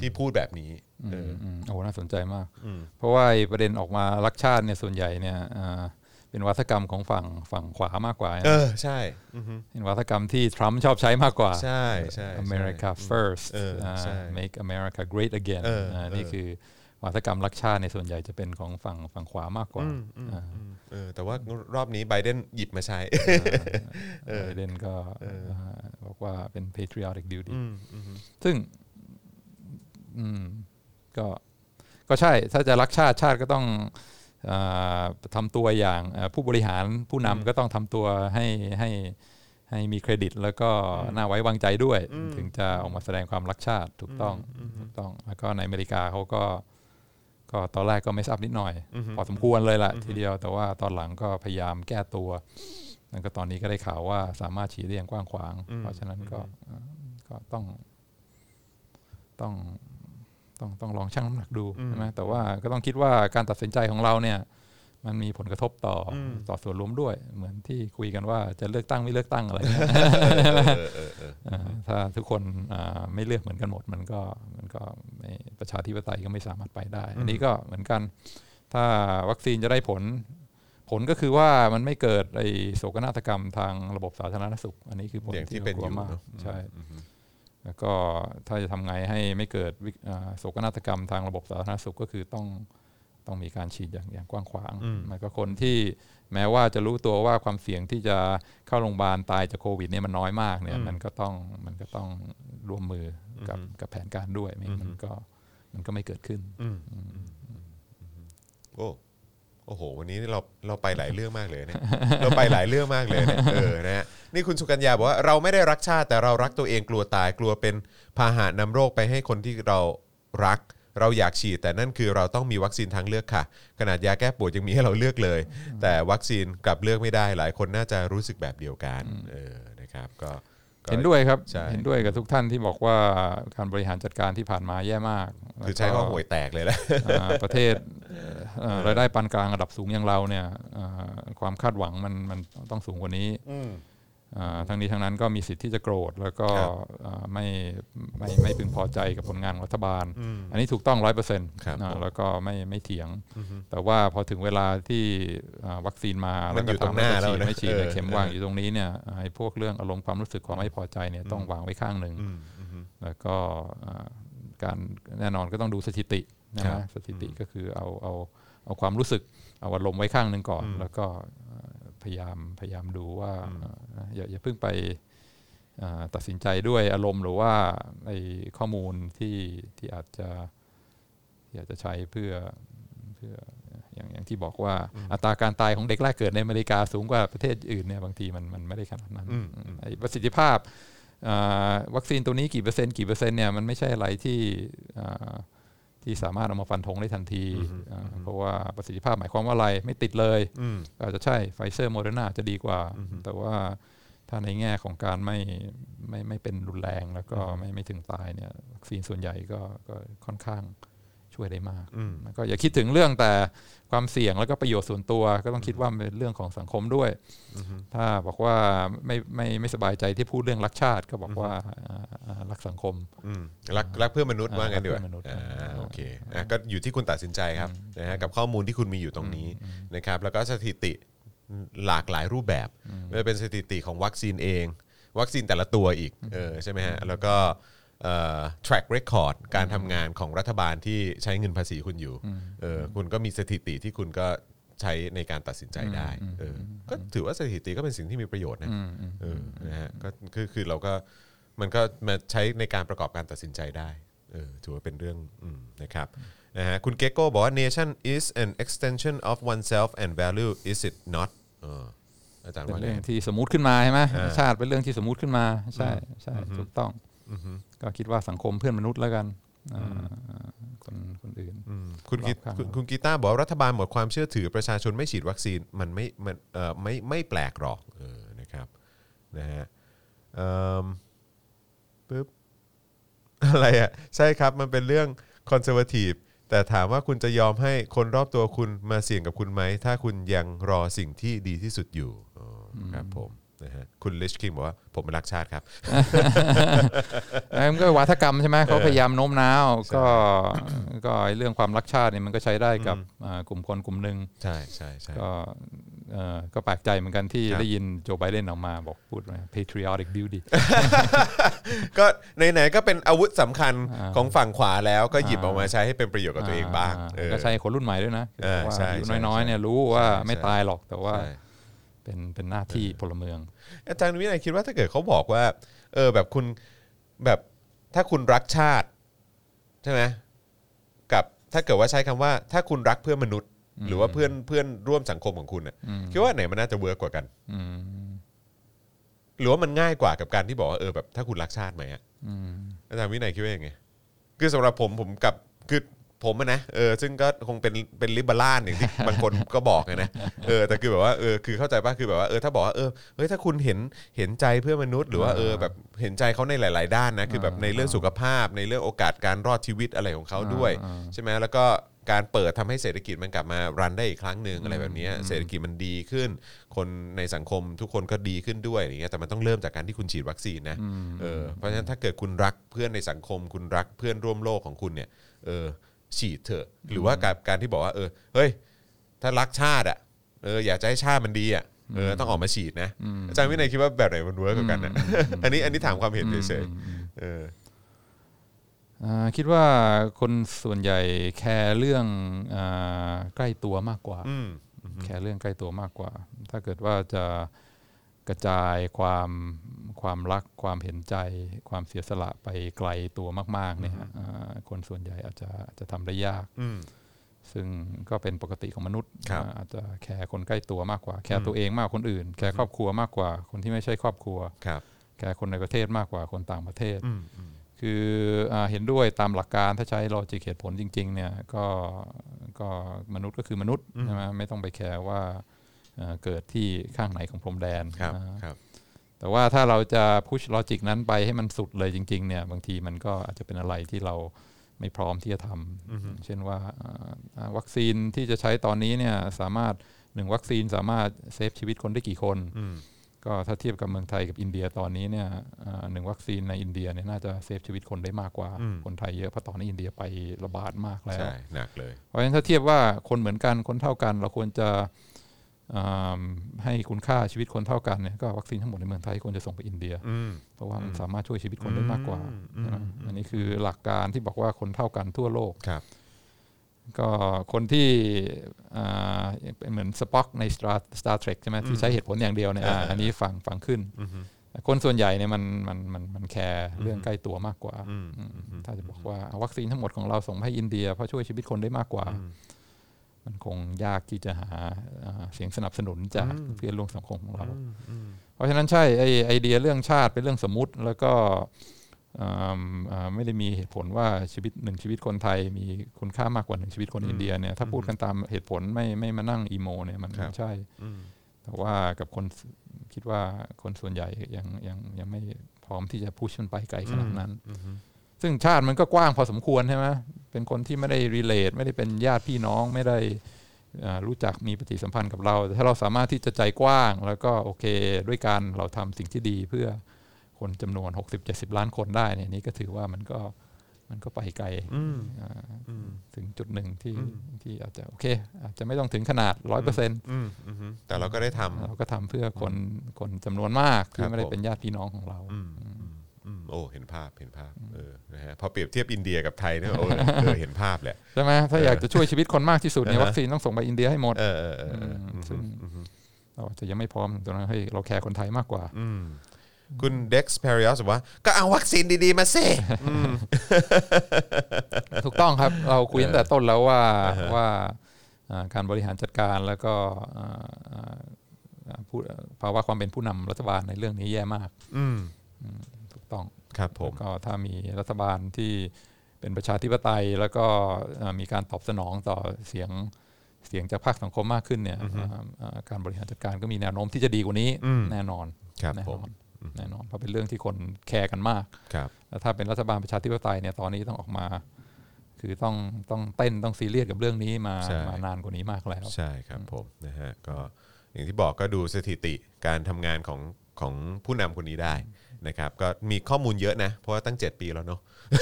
Speaker 2: ที่พูดแบบนี้เออ
Speaker 3: อืมโอ้โหน่าสนใจมาก
Speaker 2: อืม
Speaker 3: เพราะว่าไอ้ประเด็นออกมารักชาติเนี่ยส่วนใหญ่เนี่ยอ่าเป็นวัฒกรรมของฝั่งฝั่งขวามากกว่านะ
Speaker 2: เออใช่อือฮึ
Speaker 3: เป็นวัฒกรรมที่ทรัมป์ชอบใช้มากกว่า
Speaker 2: ใช่ใช่ใช่
Speaker 3: America first
Speaker 2: เอออ่
Speaker 3: า
Speaker 2: ใช่
Speaker 3: make America great again
Speaker 2: เอออ่
Speaker 3: า
Speaker 2: เออ
Speaker 3: นี่คือวัฒกรรมรักชาติในส่วนใหญ่จะเป็นของฝั่งฝั่งขวามากกว่า
Speaker 2: อืมอืม
Speaker 3: อ่า
Speaker 2: อืมเออแต่ว่ารอบนี้ไบเดนหยิบมาใช้
Speaker 3: เออเดนก็าบอกว่าเป็น patriotic duty
Speaker 2: อืมอืม
Speaker 3: ซึ่ง อืม ก็ก็ใช่ ถ้าจะรักชาติชาติก็ต้องอาทำตัวอย่างเอ่อผู้บริหารผู้นำก็ต้องทำตัวให้ให้ให้มีเครดิต แล้วก็น่าไว้วางใจด้วย ถึงจะออกมาแสดงความรักชาติถูกต้องถูกต้อง แล้วก็ในอเมริกาเขาก็ ก็ตอนแรกก็ไม่ทราบนิดหน่อย พอสมควรเลยล่ะทีเดียวแต่ว่าตอนหลังก็พยายามแก้ตัวแล้วก็ตอนนี้ก็ได้ข่าวว่าสามารถฉีดได้อย่างกว้างขวาง เพราะฉะนั้นก็อ่าก็ต้อง ต้องต้องต้องลองชั่งน้ำหนักดูใช่ไหมแต่ว่าก็ต้องคิดว่าการตัดสินใจของเราเนี่ย มันมีผลกระทบต่ออต่อส่วนรวมด้วย เหมือนที่คุยกันว่าจะเลือกตั้งไม่เลือกตั้งอะไรเนี่ย
Speaker 2: เออเออเออ
Speaker 3: อ่าถ้าทุกคนอ่าไม่เลือกเหมือนกันหมด มันก็มันก็ไม่ประชาธิปไตยก็ไม่สามารถไปได้ อันนี้ก็เหมือนกัน ถ้าวัคซีนจะได้ผล ผลก็คือว่ามันไม่เกิดไอโศกนาฏกรรมทางระบบสาธารณสุข อันนี้คือผล
Speaker 2: อย่างที่
Speaker 3: ที่
Speaker 2: เป็น
Speaker 3: เราก
Speaker 2: อ
Speaker 3: ลัว
Speaker 2: ยู่
Speaker 3: มาก
Speaker 2: เนอะ
Speaker 3: ใช่
Speaker 2: อืมอืม
Speaker 3: แล้วก็ถ้าจะทำไงให้ไม่เกิดวิกอ่าโศกนาฏกรรมทางระบบสาธารณสุขก็คือต้องต้องมีการฉีดอย่างอย่างกว้างขวางแล้วก็คนที่แม้ว่าจะรู้ตัวว่าความเสี่ยงที่จะเข้าโรงพยาบาลตายจากโควิดเนี่ยมันน้อยมากเนี่ยมันก็ต้องมันก็ต้องร่วมมือกับกับแผนการด้วยไม่งั้นมันก็มันก็ไม่เกิดขึ้น
Speaker 2: โอ้โอ้โห วันนี้เราเราไปหลายเรื่องมากเลยเนี่ย เราไปหลายเรื่องมากเลยเนี่ยเออนะฮะนี่คุณสุกัญญาบอกว่าเราไม่ได้รักชาติแต่เรารักตัวเองกลัวตายกลัวเป็นพาหะนำโรคไปให้คนที่เรารัก เราอยากฉีด แต่นั่นคือเราต้องมีวัคซีนทางเลือกค่ะ ขนาดยาแก้ปวดยังมีให้เราเลือกเลย แต่วัคซีนกลับเลือกไม่ได้หลายคนน่าจะรู้สึกแบบเดียวกันเออนะครับก็ก็
Speaker 3: เห็นด้วยครับ
Speaker 2: ใช่
Speaker 3: เห็นด้วยกับทุกท่านที่บอกว่าการบริหารจัดการที่ผ่านมาแย่มาก
Speaker 2: คือใช้
Speaker 3: แล้ว
Speaker 2: ข้
Speaker 3: ก็
Speaker 2: อห่วยแตกเลยแหละ
Speaker 3: อ่าประเทศเอ่อรายได้ปานกลางระดับสูงอย่างเราเนี่ยอ่าความคาดหวังมันมันต้องสูงกว่านี้อ่าทั้งนี้ทั้งนั้นก็มีสิทธิ์ที่จะโกรธ แล้วก็
Speaker 2: ครับ
Speaker 3: อ่าไม่ไม่ไม่พึงพอใจกับผลงานของรัฐบาล อันนี้ถูกต้องร้อยเปอร์เซ็นต์
Speaker 2: ครับผม
Speaker 3: แล้วก็ไม่ไม่เถียง แต่ว่าพอถึงเวลาที่อ่าวัคซีนมา
Speaker 2: มันอยู่ตรงหน้า
Speaker 3: ถม
Speaker 2: แล้วนะ
Speaker 3: จะฉีดไม่ฉีดเนี่ย
Speaker 2: เออ
Speaker 3: เข็มวา
Speaker 2: เอ
Speaker 3: ง
Speaker 2: อ
Speaker 3: อ
Speaker 2: อ
Speaker 3: ยู่ตรงนี้เนี่ยอ่าไอ้พวกเรื่องอารมณ์ความรู้สึกความไม่พอใจเนี่ยต้องวางไว้ข้างหนึ่ง
Speaker 2: อืมอืมอืม
Speaker 3: แล้วก็อ่าการแน่นอนก็ต้องดูสถิตินะ
Speaker 2: ครั
Speaker 3: ฮะ
Speaker 2: บ
Speaker 3: สถิติก็คือเอาเอาเอาความรู้สึกเอาอารมณ์ไว้ข้างหนึ่งก่อน แล้วก็อ่าพยายามพยายามดูว่าอ่าอย่าอย่าเพิ่งไปอ่าตัดสินใจด้วยอารมณ์หรือว่าไอข้อมูลที่ที่อาจจะที่อาจจะใช้เพื่อเพื่อ อย่างอย่างที่บอกว่าอัตราการตายของเด็กแรกเกิดในอเมริกาสูงกว่าประเทศอื่นเนี่ยบางทีมันมันไม่ได้ขนาดนั้นอืมไอ้ประสิทธิภาพอ่าวัคซีนตัวนี้กี่เปอร์เซ็นต์กี่เปอร์เซ็นต์เนี่ยมันไม่ใช่อะไรที่อ่าที่สามารถเอามาฟันธงได้ทันทีอ่าเพราะว่าประสิทธิภาพหมายความว่าอะไรไม่ติดเลย
Speaker 2: อืม
Speaker 3: อาจจะใช่ไฟเซอร์โมเดอร์นาจะดีกว่า แต่ว่าถ้าในแง่ของการไม่ไม่ไม่เป็นรุนแรงแล้วก็ไม่ไม่ถึงตายเนี่ยวัคซีนส่วนใหญ่ก็ก็ค่อนข้างช่วยได้มาก
Speaker 2: อืม
Speaker 3: แล้วก็อย่าคิดถึงเรื่องแต่ความเสี่ยงแล้วก็ประโยชน์ส่วนตัว ก็ต้องคิดว่ามันเป็นเรื่องของสังคมด้วย ถ้าบอกว่าไม่ไม่ไม่สบายใจที่พูดเรื่องรักชาติ ก็บอกว่าอ่าอ่ารักสังคม
Speaker 2: อืมรักรักเพื่อนมนุษย์
Speaker 3: อ่า
Speaker 2: ว่างั้นดีก
Speaker 3: รัก
Speaker 2: ว่า
Speaker 3: เพื่อนมนุษย์
Speaker 2: อ่
Speaker 3: อ่า
Speaker 2: าโอเคอ่ะก็อยู่ที่คุณตัดสินใจครับนะฮะกับข้อมูลที่คุณมีอยู่ตรงนี้นะครับ แล้วก็สถิติหลากหลายรูปแบบไม่ว่าเป็นสถิติของวัคซีนเอง วัคซีนแต่ละตัวอีกเออใช่ไหมฮะแล้วก็เอ่อ track record การทำงานของรัฐบาลที่ใช้เงินภาษีคุณอยู่เออคุณก็มีสถิติที่คุณก็ใช้ในการตัดสินใจได้เออก็ถือว่าสถิติก็เป็นสิ่งที่มีประโยชน์นะ เอออนะฮะก็คือคือเราก็มันก็มาใช้ในการประกอบการตัดสินใจได้เออถือว่าเป็นเรื่องอืมนะครับนะฮะคุณเกโก้บอกว่า nation is an extension of oneself and value is it not เอออาจารย์
Speaker 3: เป็
Speaker 2: ว่าน ไง
Speaker 3: เรื่องที่สมมติขึ้นมาใช่ไหมชาติเป็นเรื่องที่สมมติขึ้นมาใช่ใช่ถูกต้องก็คิดว่าสังคมเพื่อนมนุษย์แล้วกันอ่าคนคนอื่น
Speaker 2: อืมคุณ
Speaker 3: รอบ
Speaker 2: กี
Speaker 3: ข้าง
Speaker 2: คุณคุณกีตาร์บอกว่ารัฐบาลหมดความเชื่อถือประชาชนไม่ฉีดวัคซีนมันไม่มันเอ่อไม่ไม่แปลกหรอกเออนะครับนะฮะเอิ่มปึ๊บ อะไรอ่ะ ใช่ครับมันเป็นเรื่องคอนเซอร์วทีฟแต่ถามว่าคุณจะยอมให้คนรอบตัวคุณมาเสี่ยงกับคุณไหม ถ้าคุณยังรอสิ่งที่ดีที่สุดอยู่อ๋ออครับผมนะฮะคุณลิชคิงบอกว่าผมรักชาติครับ
Speaker 3: เอ้ยมันก็วาทกรรมใช่ไหมเขาพยายามโน้มน้าวก็ก็ไอ้เรื่องความรักชาติเนี่ยมันก็ใช้ได้กับอ่ากลุ่มคนกลุ่มหนึ่ง
Speaker 2: ใช่ใช่ใช่
Speaker 3: ก็เอ่อก็แปลกใจเหมือนกันที่
Speaker 2: ครับ
Speaker 3: ได้ยินโจไบเดนออกมาบอกพูดว่า patriotic duty
Speaker 2: ก็ไหนๆก็เป็นอาวุธสำคัญของฝั่งขวาแล้วก็หยิบออกมาใช้ให้เป็นประโยชน์กับตัวเองบ้างเออ
Speaker 3: ก็ใช้คนรุ่นใหม่ด้วยนะ
Speaker 2: เออ
Speaker 3: ว่า
Speaker 2: ใช่
Speaker 3: อายุ
Speaker 2: ใช่
Speaker 3: น้อยๆเนี่ยรู้ว่าไม่ตายหรอกแต่ว่า
Speaker 2: ใช่
Speaker 3: เป็นเป็นหน้าที่พลเมือง
Speaker 2: อาจารย์วินัยคิดว่าถ้าเกิดเขาบอกว่า เออแบบคุณแบบถ้าคุณรักชาติใช่ไหมกับถ้าเกิดว่าใช้คำว่า ถ้าคุณรักเพื่อนมนุษย์ หรือว่าเพื่อนเพื่อนร่วมสังคมของคุณน่ะคิดว่าไหนมันน่าจะเวิร์กกว่ากัน
Speaker 3: อืม
Speaker 2: หรือว่ามันง่ายกว่ากับการที่บอกว่าเออแบบถ้าคุณรักชาติไหมอะ
Speaker 3: อืม
Speaker 2: อาจารย์วินัยคิดว่ายังไง คือสำหรับผมผมกับคือผมอะนะเออซึ่งก็คงเป็นเป็นลิเบอรานอย่างที่ บางคนก็บอกอะนะเออแต่คือแบบว่าเออคือเข้าใจป่ะคือแบบว่าเออถ้าบอกว่าเออเฮ้ยถ้าคุณเห็นเห็นใจเพื่อนมนุษย์ หรือว่าเออแบบเห็นใจเขาในหลาย ๆ ด้านนะคือแบบในเรื่องสุขภาพในเรื่องโอกาสการรอดชีวิตอะไรของเขาด้วย
Speaker 3: อ่า
Speaker 2: ใช่ไหมแล้วก็การเปิดทำให้เศรษฐกิจมันกลับมารันได้อีกครั้งหนึ่งอะไรแบบเนี้ยเศรษฐกิจมันดีขึ้น คนในสังคมทุกคนก็ดีขึ้นด้วยอย่างเงี้ยแต่มันต้องเริ่มจากการที่คุณฉีดวัคซีนนะเออเพราะฉะนั้นถ้าเกิดคุณรักเพื่อนในสังคม คุณรักเพื่อนร่วมโลกของคุณเนี่ยเออฉีดเถอะ หรือว่าการการที่บอกว่าเออเฮ้ยถ้ารักชาติอ่ะเอออยากจะให้ชาติมันดีอ่ะเออต้องออกมาฉีดนะอาจารย์วินัยคิดว่าแบบไหนมันเวิร์กกว่ากันนะ อันนี้อันนี้ถามความเห็นเฉยๆเออ
Speaker 3: อ่าคิดว่าคนส่วนใหญ่แคร์เรื่องอาใกล้ตัวมากกว่า
Speaker 2: อืม
Speaker 3: แคร์เรื่องใกล้ตัวมากกว่า ถ้าเกิดว่าจะกระจายความความรัก ความเห็นใจ ความเสียสละไปไกลตัวมาก ๆ เนี่ยอ่าคนส่วนใหญ่อาจจะอาจจะทำได้ยาก
Speaker 2: อืม
Speaker 3: ซึ่งก็เป็นปกติของมนุษย์
Speaker 2: ครับ
Speaker 3: อ่าอาจจะแคร์คนใกล้ตัวมากกว่า แคร์ตัวเองมากกว่าคนอื่น แคร์ครอบครัวมากกว่า คนที่ไม่ใช่ครอบครัว
Speaker 2: ครับ
Speaker 3: แคร์คนในประเทศมากกว่าคนต่างประเทศ
Speaker 2: อืมอืม
Speaker 3: คืออาเห็นด้วยตามหลักการถ้าใช้ลอจิกเหตุผลจริงๆเนี่ยก็ก็มนุษย์ก็คือมนุษย์ใช่ไหมไม่ต้องไปแคร์ว่าเอ่อเกิดที่ข้างไหนของพรมแดน
Speaker 2: ครับ
Speaker 3: นะฮะ
Speaker 2: ครับ
Speaker 3: แต่ว่าถ้าเราจะพุชลอจิกนั้นไปให้มันสุดเลยจริงๆเนี่ยบางทีมันก็อาจจะเป็นอะไรที่เราไม่พร้อมที่จะทำเช่นว่าอ่าอ่าวัคซีนที่จะใช้ตอนนี้เนี่ยสามารถหนึ่งวัคซีนสามารถเซฟชีวิตคนได้กี่คน
Speaker 2: อืม
Speaker 3: ก็ถ้าเทียบกับเมืองไทยกับอินเดียตอนนี้เนี่ยอ่าหนึ่งวัคซีนในอินเดียเนี่ยน่าจะเซฟชีวิตคนได้มากกว่า
Speaker 2: อืม
Speaker 3: คนไทยเยอะเพราะตอนนี้อินเดียไประบาดมากแล้ว
Speaker 2: ใช่หนักเลย
Speaker 3: เพราะฉะนั้นถ้าเทียบว่าคนเหมือนกันคนเท่ากัน เราควรจะอ่าให้คุณค่าชีวิตคนเท่ากันเนี่ยก็วัคซีนทั้งหมดในเมืองไทยควรจะส่งไปอินเดีย
Speaker 2: อืม
Speaker 3: เพราะว่ามันสามารถช่วยชีวิตคนได้มากกว่า
Speaker 2: อืม
Speaker 3: ใช่ไหมอันนี้คือหลักการที่บอกว่าคนเท่ากันทั่วโลก
Speaker 2: ครับ
Speaker 3: ก็คนที่อ่าเหมือนสป็อกใน Star Star Trek ใช่ไหมที่ใช้เหตุผลอย่างเดียวเนี่ยอ่าอันนี้ฟังฟังขึ้น คนส่วนใหญ่เนี่ยมันมันมันมันแคร์เรื่องใกล้ตัวมากกว่า
Speaker 2: อืม
Speaker 3: อืมถ้าจะบอกว่าเอาวัคซีนทั้งหมดของเราส่งให้อินเดียเพราะช่วยชีวิตคนได้มากกว่า มันคงยากที่จะหาเอ่อเสียงสนับสนุนจากเพื่อนร่วมสังคมของเรา เพราะฉะนั้นใช่ไอไอเดียเรื่องชาติเป็นเรื่องสมมติแล้วก็อืมอ่าไม่ได้มีเหตุผลว่าชีวิตหนึ่งชีวิตคนไทยมีคุณค่ามากกว่าหนึ่งชีวิตคนอินเดียเนี่ยถ้าพูดกันตามเหตุผลไม่ไม่มานั่งอีโมเนี่ยมัน
Speaker 2: ครับ
Speaker 3: ไม่ใช่
Speaker 2: อืม
Speaker 3: แต่ว่ากับคนสคิดว่าคนส่วนใหญ่ยังยังยังไม่พร้อมที่จะพูดชนไปไกลขนาดนั้น ซึ่งชาติมันก็กว้างพอสมควรใช่ไหมเป็นคนที่ไม่ได้รีเลทไม่ได้เป็นญาติพี่น้องไม่ได้อ่ารู้จักมีปฏิสัมพันธ์กับเราแต่ถ้าเราสามารถที่จะใจกว้าง แล้วก็โอเค ด้วยกันเราทำสิ่งที่ดีเพื่อคนจำนวน 60-70 ล้านคนได้เนี่ยนี่ก็ถือว่ามันก็มันก็ไปไกลอ่าถึงจุดหนึ่งที่ที่อาจจะโอเค อาจจะไม่ต้องถึงขนาดร้อยเปอร์เซ็นต
Speaker 2: อืมอืมแต่เราก็ได้ทำ
Speaker 3: เราก็ทำเพื่อคนคนจำนวนมาก
Speaker 2: ครั
Speaker 3: ที่
Speaker 2: บ
Speaker 3: ไม่ได้
Speaker 2: ผม
Speaker 3: เป็นญาติพี่น้องของเรา
Speaker 2: อืมอืมอืมโอ้เห็นภาพเห็นภาพเออนะฮะพอเปรียบเทียบอินเดียกับไทยเนี่ย โอ้เออเห็นภาพแหละ
Speaker 3: ใช่ไหมถ้าอยากจะช่วยชีวิตคนมากที่สุดเนี่ย
Speaker 2: อ่าฮะ
Speaker 3: วัคซีนต้องส่งไปอินเดียให้หมด
Speaker 2: เออเออเออเออ
Speaker 3: อื
Speaker 2: อืม
Speaker 3: ม
Speaker 2: อืม
Speaker 3: เราอาจจะยังไม่พร้อมตรงนั้นให้ยเราแคร์คนไทยมากกว่า
Speaker 2: อืมคุณเด็กซ์เพริอสบอกว่า ก็เอาวัคซีนดีๆมาสิ
Speaker 3: ถูกต้องครับ เราคุยตั้งแต่ต้นแล้วว่าว่าอ่าการบริหารจัดการแล้วก็อ่าอ่าอ่าผู้ภาวะความเป็นผู้นำรัฐบาลในเรื่องนี้แย่มาก
Speaker 2: อืม
Speaker 3: ถูกต้อง
Speaker 2: ครับผม
Speaker 3: แล้วก็ถ้ามีรัฐบาลที่เป็นประชาธิปไตย แล้วก็เอ่อมีการตอบสนองต่อเสียงเสียงจากภาคสังคมมากขึ้นเนี่ยเอ่อเอ่อการบริหารจัดการก็มีแนวโน้มที่จะดีกว่านี้
Speaker 2: อืม
Speaker 3: แน่นอน
Speaker 2: ครับ
Speaker 3: แน่น
Speaker 2: ผ
Speaker 3: อ
Speaker 2: ม
Speaker 3: นแน่นอนเพราะเป็นเรื่องที่คนแคร์กันมาก
Speaker 2: ครับ
Speaker 3: แล้วถ้าเป็นรัฐบาลประชาธิปไตยเนี่ยตอนนี้ต้องออกมา คือต้องต้องเต้นต้องซีเรียสกับเรื่องนี้มา
Speaker 2: ใช่
Speaker 3: มานานกว่านี้มากแล้ว
Speaker 2: ใช่ครับผมนะฮะก็อย่างที่บอกก็ดูสถิติการทำงานของของผู้นำคนนี้ได้นะครับ ก็มีข้อมูลเยอะนะ เพราะว่าตั้ง 7 ปีแล้วเนาะ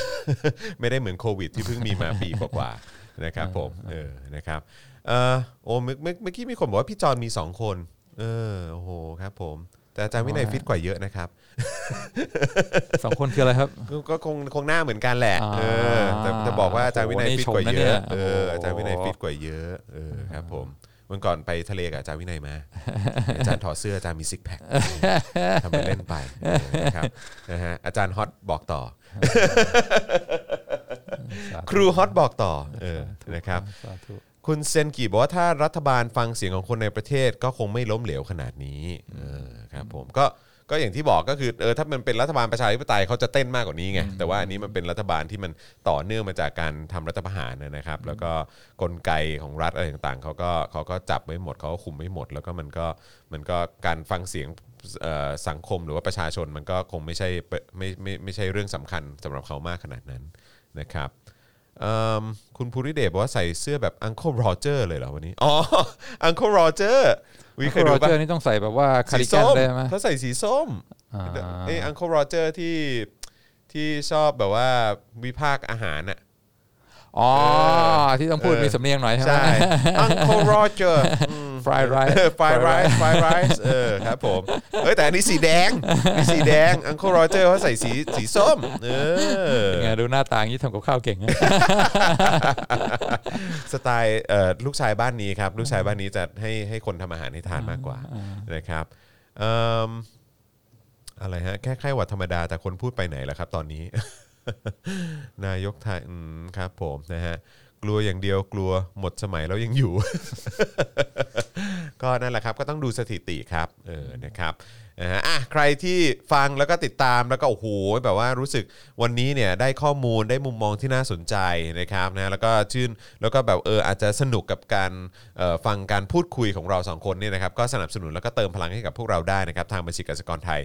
Speaker 2: ไม่ได้เหมือนโควิดที่เพิ่งมีมาปีกว่าๆนะครับผมเออนะครับเออโอ้เมื่อเมื่อเมื่อกี้มีคนบอกว่าพี่จอนมี 2 คน เออโอ้โหครับผม แต่อาจารย์วินัยฟิตกว่าเยอะนะครับ
Speaker 3: สองคนคืออะไรครับ
Speaker 2: ก็ก็คงคงหน้าเหมือนกันแหละ
Speaker 3: อ่า
Speaker 2: เออ แต่แต่บอกว่าอาจารย์วินัย
Speaker 3: โอ้โห
Speaker 2: ฟิตกว่า
Speaker 3: นี่
Speaker 2: เย
Speaker 3: ชมนะเนี่
Speaker 2: อะ
Speaker 3: ย
Speaker 2: เอ
Speaker 3: โอ้
Speaker 2: อ
Speaker 3: โห
Speaker 2: อาจารย์วินัยฟิตกว่าเยอะ เออ ครับผม วันก่อนไปทะเลกับอาจารย์วินัยมา อาจารย์ถอดเสื้ออาจารย์มีซิกแพคทำไปนเล่นไปเออนะครับ นะฮะ อาจารย์ฮอตบอกต่อ ครูฮอตบอกต่อ เออ นะครับ
Speaker 3: สาธุ
Speaker 2: คุณเซนกีบอกว่าถ้ารัฐบาลฟังเสียงของคนในประเทศก็คงไม่ล้มเหลวขนาดนี้เออครับผมก็ก็อย่างที่บอกก็คือเออถ้ามันเป็นรัฐบาลประชาธิปไตยเขาจะเต้นมากกว่านี้ไงแต่ว่าอันนี้มันเป็นรัฐบาลที่มันต่อเนื่องมาจากการทำรัฐประหารนะครับ แล้วก็กลไกของรัฐอะไรต่างๆเขาก็เขาก็จับไว้หมดเขาก็คุมไว้หมด แล้วก็มันก็มันก็การฟังเสียงเอ่อสังคมหรือว่าประชาชนมันก็คงไม่ใช่เป็นไม่ไม่ไม่ใช่เรื่องสำคัญสำหรับเขามากขนาดนั้นนะครับ เอิ่มคุณภูริเดชบอกว่าใส่เสื้อแบบอัง l ค r ลโรเจอร์เลยเหรอวันนี้ อ๋อ อัง l ค r ลโรเจอร์วิเคยดู
Speaker 3: โร
Speaker 2: ปะ
Speaker 3: เจอร์นี่ต้องใส่แบบว่าคา
Speaker 2: สี
Speaker 3: ริแกน
Speaker 2: ส้ม
Speaker 3: ได้ไหม
Speaker 2: เขาใส่สีส้ม
Speaker 3: อ่า
Speaker 2: ไอ้อัง l ค r ลโรเจอร์ที่ที่ชอบแบบว่าวิพากษ์อาหารอ่ะ
Speaker 3: อ๋อ ที่ต้องพูด
Speaker 2: เออ
Speaker 3: มีสำเนียงหน่อยใช่ไหม
Speaker 2: ใช่อัง l ค r ลโรเจอร์
Speaker 3: Fried rice
Speaker 2: ไฟไรส์ไฟไรส์เออครับผมเอ้ยแต่อันนี้สีแดงนี่สีแดงอัง l ค r ลโรเจอร์เขาใส่สีสีส้มเออ
Speaker 3: ไงดูหน้าตาอย่างนี้ทำกับข้าวเก่งนะ
Speaker 2: สไตล์เอ่อลูกชายบ้านนี้ครับลูกชายบ้านนี้จะให้ให้คนทำอาหารให้ทานมากกว่านะครับเอิ่มอะไรฮะแค่ไข้หวัดธรรมดาแต่คนพูดไปไหนแล้วครับ ตอนนี้ นายกไทยอืมครับผมนะฮะกลัวอย่างเดียวกลัวหมดสมัยแล้วยังอยู่ ก็นั่นแหละครับก็ต้องดูสถิติครับเออนะครับนะฮะอ่ะใครที่ฟังแล้วก็ติดตามแล้วก็โอ้โหแบบว่ารู้สึกวันนี้เนี่ยได้ข้อมูลได้มุมมองที่น่าสนใจนะครับนะแล้วก็ชื่นแล้วก็แบบเอออาจจะสนุกกับการเอ่อฟังการพูดคุยของเราสองคนเนี่ยนะครับก็สนับสนุนแล้วก็เติมพลังให้กับพวกเราได้นะครับทางบัญชีกสิกรไทย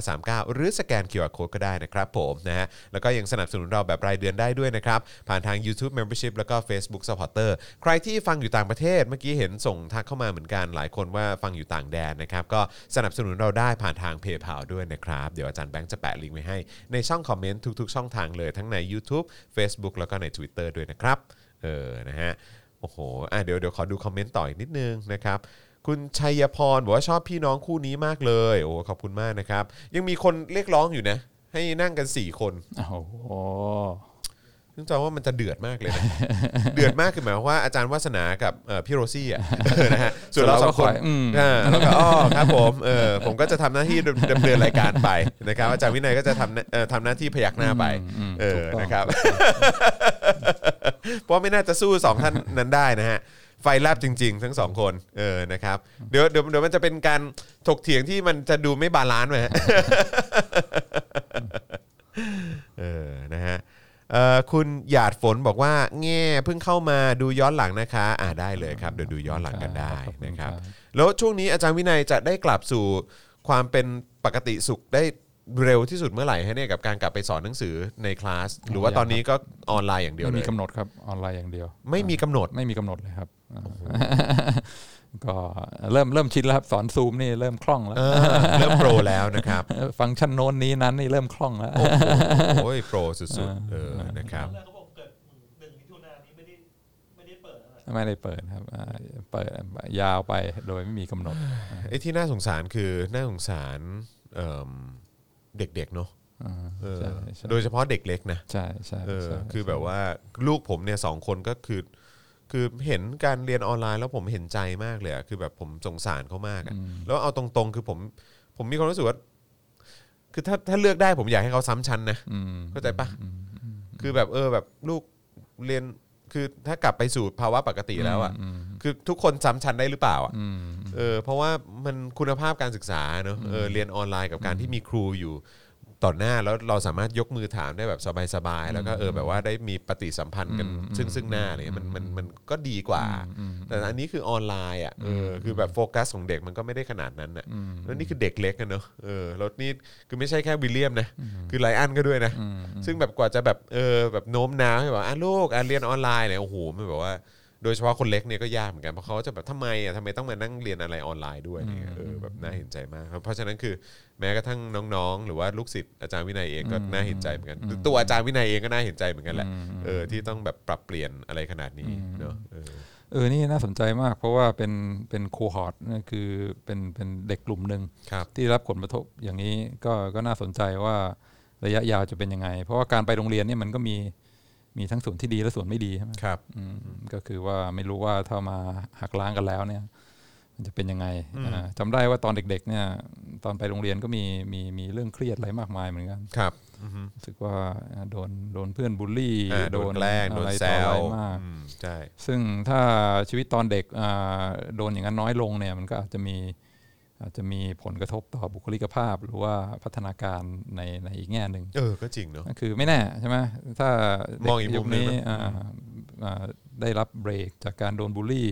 Speaker 2: 0698975539 หรือสแกน QR Code ก็ได้นะครับผมนะฮะแล้วก็ยังสนับสนุนเราแบบรายเดือนได้ด้วยนะครับ ผ่านทาง YouTube Membership แล้วก็ Facebook Supporter ใครที่ฟังอยู่ต่างประเทศเมื่อกี้เห็นส่งทักเข้ามาเหมือนกันหลายคนว่าฟังอยู่ต่างแดนนะครับ ก็สนับสนุนเราได้ผ่านทาง PayPal ด้วยนะครับ เดี๋ยวอาจารย์แบงค์จะแปะลิงก์ไว้ให้ ในช่องคอมเมนต์ทุกๆ ช่องทางเลยทั้งใน YouTube Facebook แล้วก็ใน Twitter ด้วยนะครับเออนะฮะโอ้โหอ่ะเดี๋ยวเดี๋ยวขอดูคอมเมนต์ต่ออีกนิดนึงนะครับ คุณชัยพรบอกว่าชอบพี่น้องคู่นี้มากเลย โอ้ขอบคุณมากนะครับ ยังมีคนเรียกร้องอยู่นะ ให้นั่งกัน 4 คน
Speaker 3: โอ้โห
Speaker 2: ซึ่งจอว่ามันจะเดือดมากเลยนะ เดือดมากคือหมายความว่าอาจารย์วาสนากับเอ่อพี่โรซี่อ่ะ เออนะฮะส่วนเราสองคน
Speaker 3: ส่วนเราก็คอยอืม
Speaker 2: อ่าแล้วก็อ้อครับผมเออผมก็จะทำหน้าที่ดำดำเนินรายการไปนะครับ อาจารย์วินัยก็จะทำหน้าเอ่อทำหน้าที่พยักหน้าไป
Speaker 3: อืม
Speaker 2: เออ
Speaker 3: ถูกต้อง
Speaker 2: นะครับ เพราะไม่น่าจะสู้สองท่านนั้นได้นะฮะ ไฟแลบจริง ๆ ทั้งสองคนเออนะครับเดี๋ยวเดี๋ยวเดี๋ยวมันจะเป็นการถกเถียงที่มันจะดูไม่บาลานซ์ไหมฮะ เออ นะฮะเอ่อคุณหยาดฝนบอกว่า แง่เพิ่งเข้ามาดูย้อนหลังนะคะ อ่าได้เลยครับ เดี๋ยวดูย้อนหลังกันได้
Speaker 3: ครับขอบคุณ
Speaker 2: นะครับ
Speaker 3: ครับ
Speaker 2: แล้วช่วงนี้อาจารย์วินัยจะได้กลับสู่ความเป็นปกติสุขได้เร็วที่สุดเมื่อไหร่ฮะเนี่ยกับการกลับไปสอนหนังสือในคลาส หรือว่าตอนนี้ก็ออนไลน์อย่างเดียว
Speaker 3: ไม่
Speaker 2: เล
Speaker 3: มี
Speaker 2: ย
Speaker 3: กำหนดครับออนไลน์อย่างเดียว
Speaker 2: ไม่มีกำหนด
Speaker 3: ไม่มีกำหนดเลยครับก็เริ่มเริ่มชินแล้วครับ สอนซูมนี่เริ่มคล่องแล้ว
Speaker 2: เออเริ่มโปรแล้วนะครับ
Speaker 3: ฟังก์ชันโน้นนี้นั้นนี่เริ่มคล่องแล้ว
Speaker 2: โอ้โหโอ้ยโปรสุดๆเออนะครับ
Speaker 4: แรกเขาบอกเกิดหนึ่งมิถุนายนนี้ไม่ได้ไม่ได้เปิดอะไร
Speaker 3: ไม่ได้เปิดครับอ่าเปิดยาวไปโดยไม่มีกำหนด
Speaker 2: ไอ้ที่น่าสงสารคือน่าสงสารเอิ่มเด็กๆเนาะ
Speaker 3: อ่า
Speaker 2: เออ
Speaker 3: ใช่ใช่
Speaker 2: โดยเฉพาะเด็กเล็กนะ
Speaker 3: ใช่ใช่
Speaker 2: เออ
Speaker 3: ใช่
Speaker 2: คือแบบว่าลูกผมเนี่ยสองคนก็คือ คือเห็นการเรียนออนไลน์แล้วผมเห็นใจมากเลยอะคือแบบผมสงสารเขามากอะแล้วเอาตรงๆ คือผมผมมีความรู้สึกว่า คือถ้าถ้าเลือกได้ผมอยากให้เขาซ้ำชั้นนะ
Speaker 3: อืม
Speaker 2: เข้าใจปะคือแบบเออแบบลูกเรียนคือถ้ากลับไปสู่ภาวะปกติแล้วอ่ะคือทุกคนซ้ำชั้นได้หรือเปล่าอ่ะ
Speaker 3: อืม
Speaker 2: เออเพราะว่ามันคุณภาพการศึกษาเนอะเออเรียนออนไลน์กับการที่มีครูอยู่ต่อหน้าแล้วเราสามารถยกมือถามได้แบบสบายๆแล้วก็เออแบบว่าได้มีปฏิสัมพันธ์กันซึ่งซึ่งหน้าอะไรเนี่ยมันมันมันก็ดีกว่า แต่อันนี้คือออนไลน์อ่ะเออคือแบบโฟกัสของเด็กมันก็ไม่ได้ขนาดนั้นอ่ะแล้วนี่คือเด็กเล็กกันเนอะเออแล้วนี่คือไม่ใช่แค่วิลเลียมนะคือไลอันก็ด้วยนะ
Speaker 3: อืม
Speaker 2: ซึ่งแบบกว่าจะแบบเออแบบโน้มน้าวให้แบบอ่ะลูกอ่ะเรียนออนไลน์เนี่ยโอ้โหมันแบบว่า โดยเฉพาะคนเล็กเนี่ยก็ยากเหมือนกันเพราะเขาจะแบบทำไมอ่ะทำไมต้องมานั่งเรียนอะไรออนไลน์ด้วยอะไรเนี่ยเออแบบน่าเห็นใจมากครับเพราะฉะนั้นคือแม้กระทั่งน้องๆ หรือว่าลูกศิษย์อาจารย์วินัยเองก็น่าเห็นใจเหมือนกันตัวอาจารย์วินัยเองก็น่าเห็นใจเหมือนกันแหละเออที่ต้องแบบปรับเปลี่ยนอะไรขนาดนี้เนาะเออ
Speaker 3: เออนี่น่าสนใจมาก เพราะว่าเป็นเป็นโคฮอร์ตนี่ยคือเป็นเป็นเด็กกลุ่มหนึ่ง
Speaker 2: ครับ
Speaker 3: ที่รับผลกระทบอย่างนี้ก็ก็น่าสนใจว่าระยะยาวจะเป็นยังไง เพราะว่าการไปโรงเรียนเนี่ยมันก็มีมีทั้งส่วนที่ดีและส่วนไม่ดีใช่ไหม
Speaker 2: ครับ
Speaker 3: อืมก็คือว่าไม่รู้ว่าถ้ามาหักล้างกันแล้วเนี่ย มันจะเป็นยังไงอ่าจำได้ว่าตอนเด็ก ๆ เนี่ย ตอนไปโรงเรียนก็มีมีมีเรื่องเครียดอะไรมากมายเหมือนกัน
Speaker 2: ครับอือฮึ
Speaker 3: รู้สึกว่าอ่าโดนโดนเพื่อนบูลลี่
Speaker 2: อ่าโดนแกล้งโดน
Speaker 3: อะไร
Speaker 2: แซว
Speaker 3: ต่ออะไรมาก
Speaker 2: อืมใช่
Speaker 3: ซึ่งถ้าชีวิตตอนเด็กอ่าโดนอย่างนั้นน้อยลงเนี่ยมันก็อาจจะมีอาจจะมีผลกระทบต่อบุคลิกภาพ หรือว่าพัฒนาการในในอีกแง่หนึ่ง
Speaker 2: เออก็จริงเนาะ
Speaker 3: ก็คือไม่แน่ใช่ไหมถ้าเด็
Speaker 2: มองอีกมุมหนึ่ง
Speaker 3: นี้
Speaker 2: นะ
Speaker 3: อ่าอ่าได้รับเบรกจากการโดนบูลลี่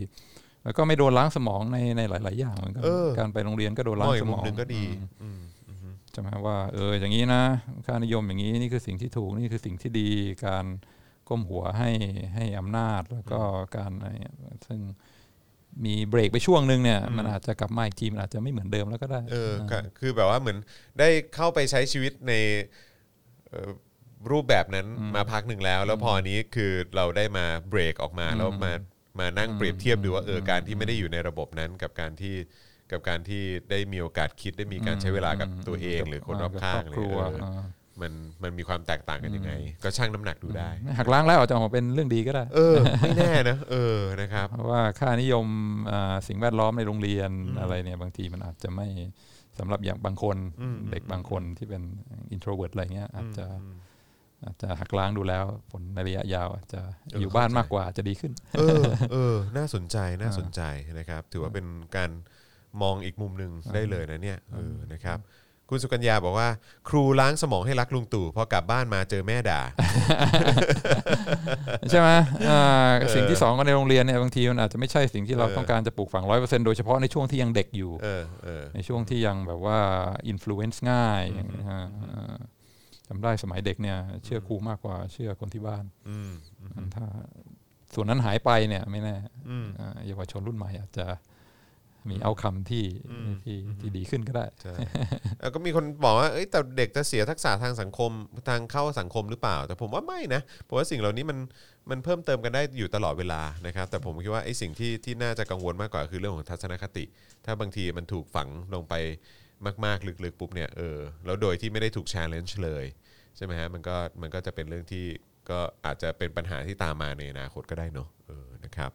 Speaker 3: แล้วก็ไม่โดนล้างสมองในในหลาย ๆ อย่างเหมือนกันการไปโรงเรียนก็โด
Speaker 2: ม
Speaker 3: นล้า
Speaker 2: อง
Speaker 3: ง
Speaker 2: อี
Speaker 3: ส
Speaker 2: ก
Speaker 3: ม
Speaker 2: มุม
Speaker 3: อง
Speaker 2: หนึ่งก็ดีอืม
Speaker 3: ใช่ไหมว่าเอออย่างนี้นะค่านิยมอย่างนี้นี่คือสิ่งที่ถูกนี่คือสิ่งที่ดีการก้มหัวให้ให้อำนาจแล้วก็การอะไรเนี่ยซึ่ง มีเบรกไปช่วงหนึ่งเนี่ยมันอาจจะกลับมาอีกทีมันอาจจะไม่เหมือนเดิมแล้วก็ได้
Speaker 2: เออก็คือแบบว่าเหมือนได้เข้าไปใช้ชีวิตในเอ่อรูปแบบนั้นมาพักหนึ่งแล้ว แล้วพออันนี้คือเราได้มาเบรกออกมาแล้วมามานั่งเปรียบเทียบดูว่าเออการที่ไม่ได้อยู่ในระบบนั้นกับการที่กับการที่ได้มีโอกาสคิดได้มีการใช้เวลากับตัวเองหรือคนรอบข้าง
Speaker 3: กับ
Speaker 2: เล
Speaker 3: ครอบค
Speaker 2: ย
Speaker 3: รัว
Speaker 2: เออ
Speaker 3: เออ
Speaker 2: มันมันมีความแตกต่างกันยังไง ก็ชั่งน้ำหนักดูได้
Speaker 3: หักล้างแล้วอาจจะออกมาเป็นเรื่องดีก็ได้
Speaker 2: เออ ไม่แน่นะเออนะครับ
Speaker 3: เพราะว่าค่านิยมอ่าสิ่งแวดล้อมในโรงเรียนอะไรเนี่ยบางทีมันอาจจะไม่สำหรับอย่างบางคน
Speaker 2: อืม
Speaker 3: เด็กบางคนที่เป็น introvert อะไรเงี้ยอาจจะอาจจะหักล้างดูแล้วผลในระยะยาวอาจจะอยู่บ้านมากกว่าจะดี ขึ้น
Speaker 2: เออ เออ น่าสนใจ น่าสนใจนะครับ ถือว่าเป็นการมองอีกมุมหนึ่งได้เลยนะเนี่ย เออ นะครับ คุณสุกัญญาบอกว่า ครูล้างสมองให้รักลุงตู่พอกลับบ้านมาเจอแม่ ด่า
Speaker 3: ใช่ไหมอ่าสิ่งที่สองก็ในโรงเรียนเนี่ยบางทีมันอาจจะไม่ใช่สิ่งที่เรา
Speaker 2: เออ
Speaker 3: ต้องการจะปลูกฝังร้อยเปอร์เซ็นต์โดยเฉพาะในช่วงที่ยังเด็กอยู่
Speaker 2: เออ เออ
Speaker 3: ในช่วงที่ยังแบบว่าอินฟลูเอนซ์ง่ายอ่าจำได้สมัยเด็กเนี่ยเชื่อครูมากกว่าเชื่อคนที่บ้าน
Speaker 2: อืม
Speaker 3: ถ้าส่วนนั้นหายไปเนี่ยไม่แน่
Speaker 2: อืม
Speaker 3: อ่าเยาวชนรุ่นใหม่อาจจะมีเอาคำที่ที่ที่ดีขึ้นก็ได้
Speaker 2: ใช่ แล้วก็มีคนบอกว่า เอ้ย แต่เด็กจะเสียทักษะทางสังคม ทางเข้าสังคมหรือเปล่า แต่ผมว่าไม่นะ เพราะว่าสิ่งเหล่านี้มัน มันเพิ่มเติมกันได้อยู่ตลอดเวลา นะครับ แต่ผมคิดว่าไอ้สิ่งที่ ที่น่าจะกังวลมากกว่าคือเรื่องของทัศนคติ ถ้าบางทีมันถูกฝังลงไปมาก ๆ ลึก ๆ ปุ๊บเนี่ย เออ แล้วโดยที่ไม่ได้ถูก challenge เลย ใช่ไหมฮะ มันก็ มันก็จะเป็นเรื่องที่ ก็อาจจะเป็นปัญหาที่ตามมาในอนาคตก็ได้เนอะเออ นะครับ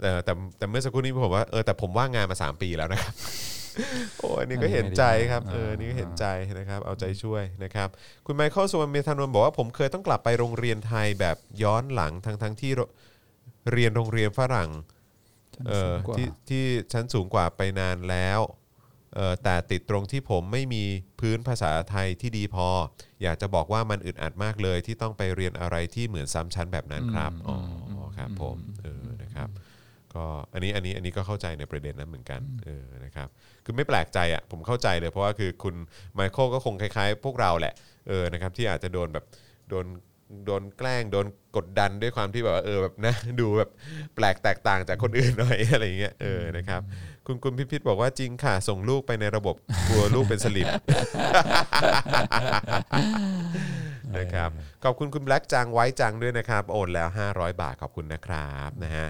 Speaker 2: เออแต่แต่เมื่อสักครู่นี้ผมว่าเออแต่ผมว่างงานมา 3 ปีแล้วนะครับ โอ้ยนี่ก็เห็นใจครับเออนี่ก็เห็นใจนะครับ เอาใจช่วยนะครับ คุณไมเคิลสุวรรณเมธานนท์บอกว่าผมเคยต้องกลับไปโรงเรียนไทยแบบย้อนหลังทั้งทั้งที่โรเรียนโรงเรียนฝรั่ง เออ
Speaker 3: สูงกว่า
Speaker 2: ที่ที่ชั้นสูงกว่าไปนานแล้วเออแต่ติดตรงที่ผมไม่มีพื้นภาษาไทยที่ดีพอ อยากจะบอกว่ามันอึดอัดมากเลยที่ต้องไปเรียนอะไรที่เหมือนซ้ำชั้นแบบนั้นครับอ๋อครับผมเออนะครับก็อันนี้อันนี้อันนี้ก็เข้าใจในประเด็นนั้นเหมือนกันเออนะครับคือไม่แปลกใจอ่ะผมเข้าใจเลยเพราะว่าคือคุณไมเคิลก็คงคล้ายๆ พวกเราแหละเออนะครับที่อาจจะโดนแบบโดน โดนแกล้งโดนกดดันด้วยความที่แบบว่าเออแบบนะ ดูแบบแปลกแตกต่างจากคนอื่นหน่อย อะไรอย่างเงี้ยเออนะครับคุณคุณพิพิธบอกว่าจริงค่ะ ส่งลูกไปในระบบกลัวลูกเป็นสลิม นะครับขอบคุณคุณแบล็กจังไว้จังด้วยนะครับ โอนแล้ว 500 บาทขอบคุณนะครับนะฮะ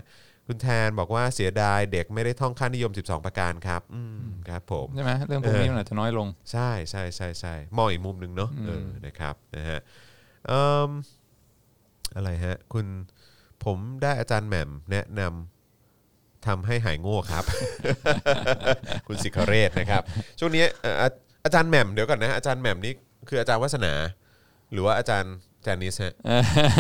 Speaker 2: คุณแทนบอกว่าเสียดายเด็กไม่ได้ท่องค่านิยม 12 ประการครับอืมครับผม
Speaker 3: ใช่ไหมเรื่องพวกนี้มันอาจจะน้อยลง
Speaker 2: ใช่ใช่ใช่ใช่มองอีกมุมหนึ่งเนาะเออนะครับนะฮะเอิ่มอะไรฮะ คุณผมได้อาจารย์แหม่มแนะนำทำให้หายโง่ครับ คุณสิคเรศนะครับ ช่วงนี้เอ่ออาอาจารย์แหม่มเดี๋ยวก่อนนะอาจารย์แหม่มนี่คืออาจารย์วัฒนา หรือว่าอาจารย์แจนิส ฮะ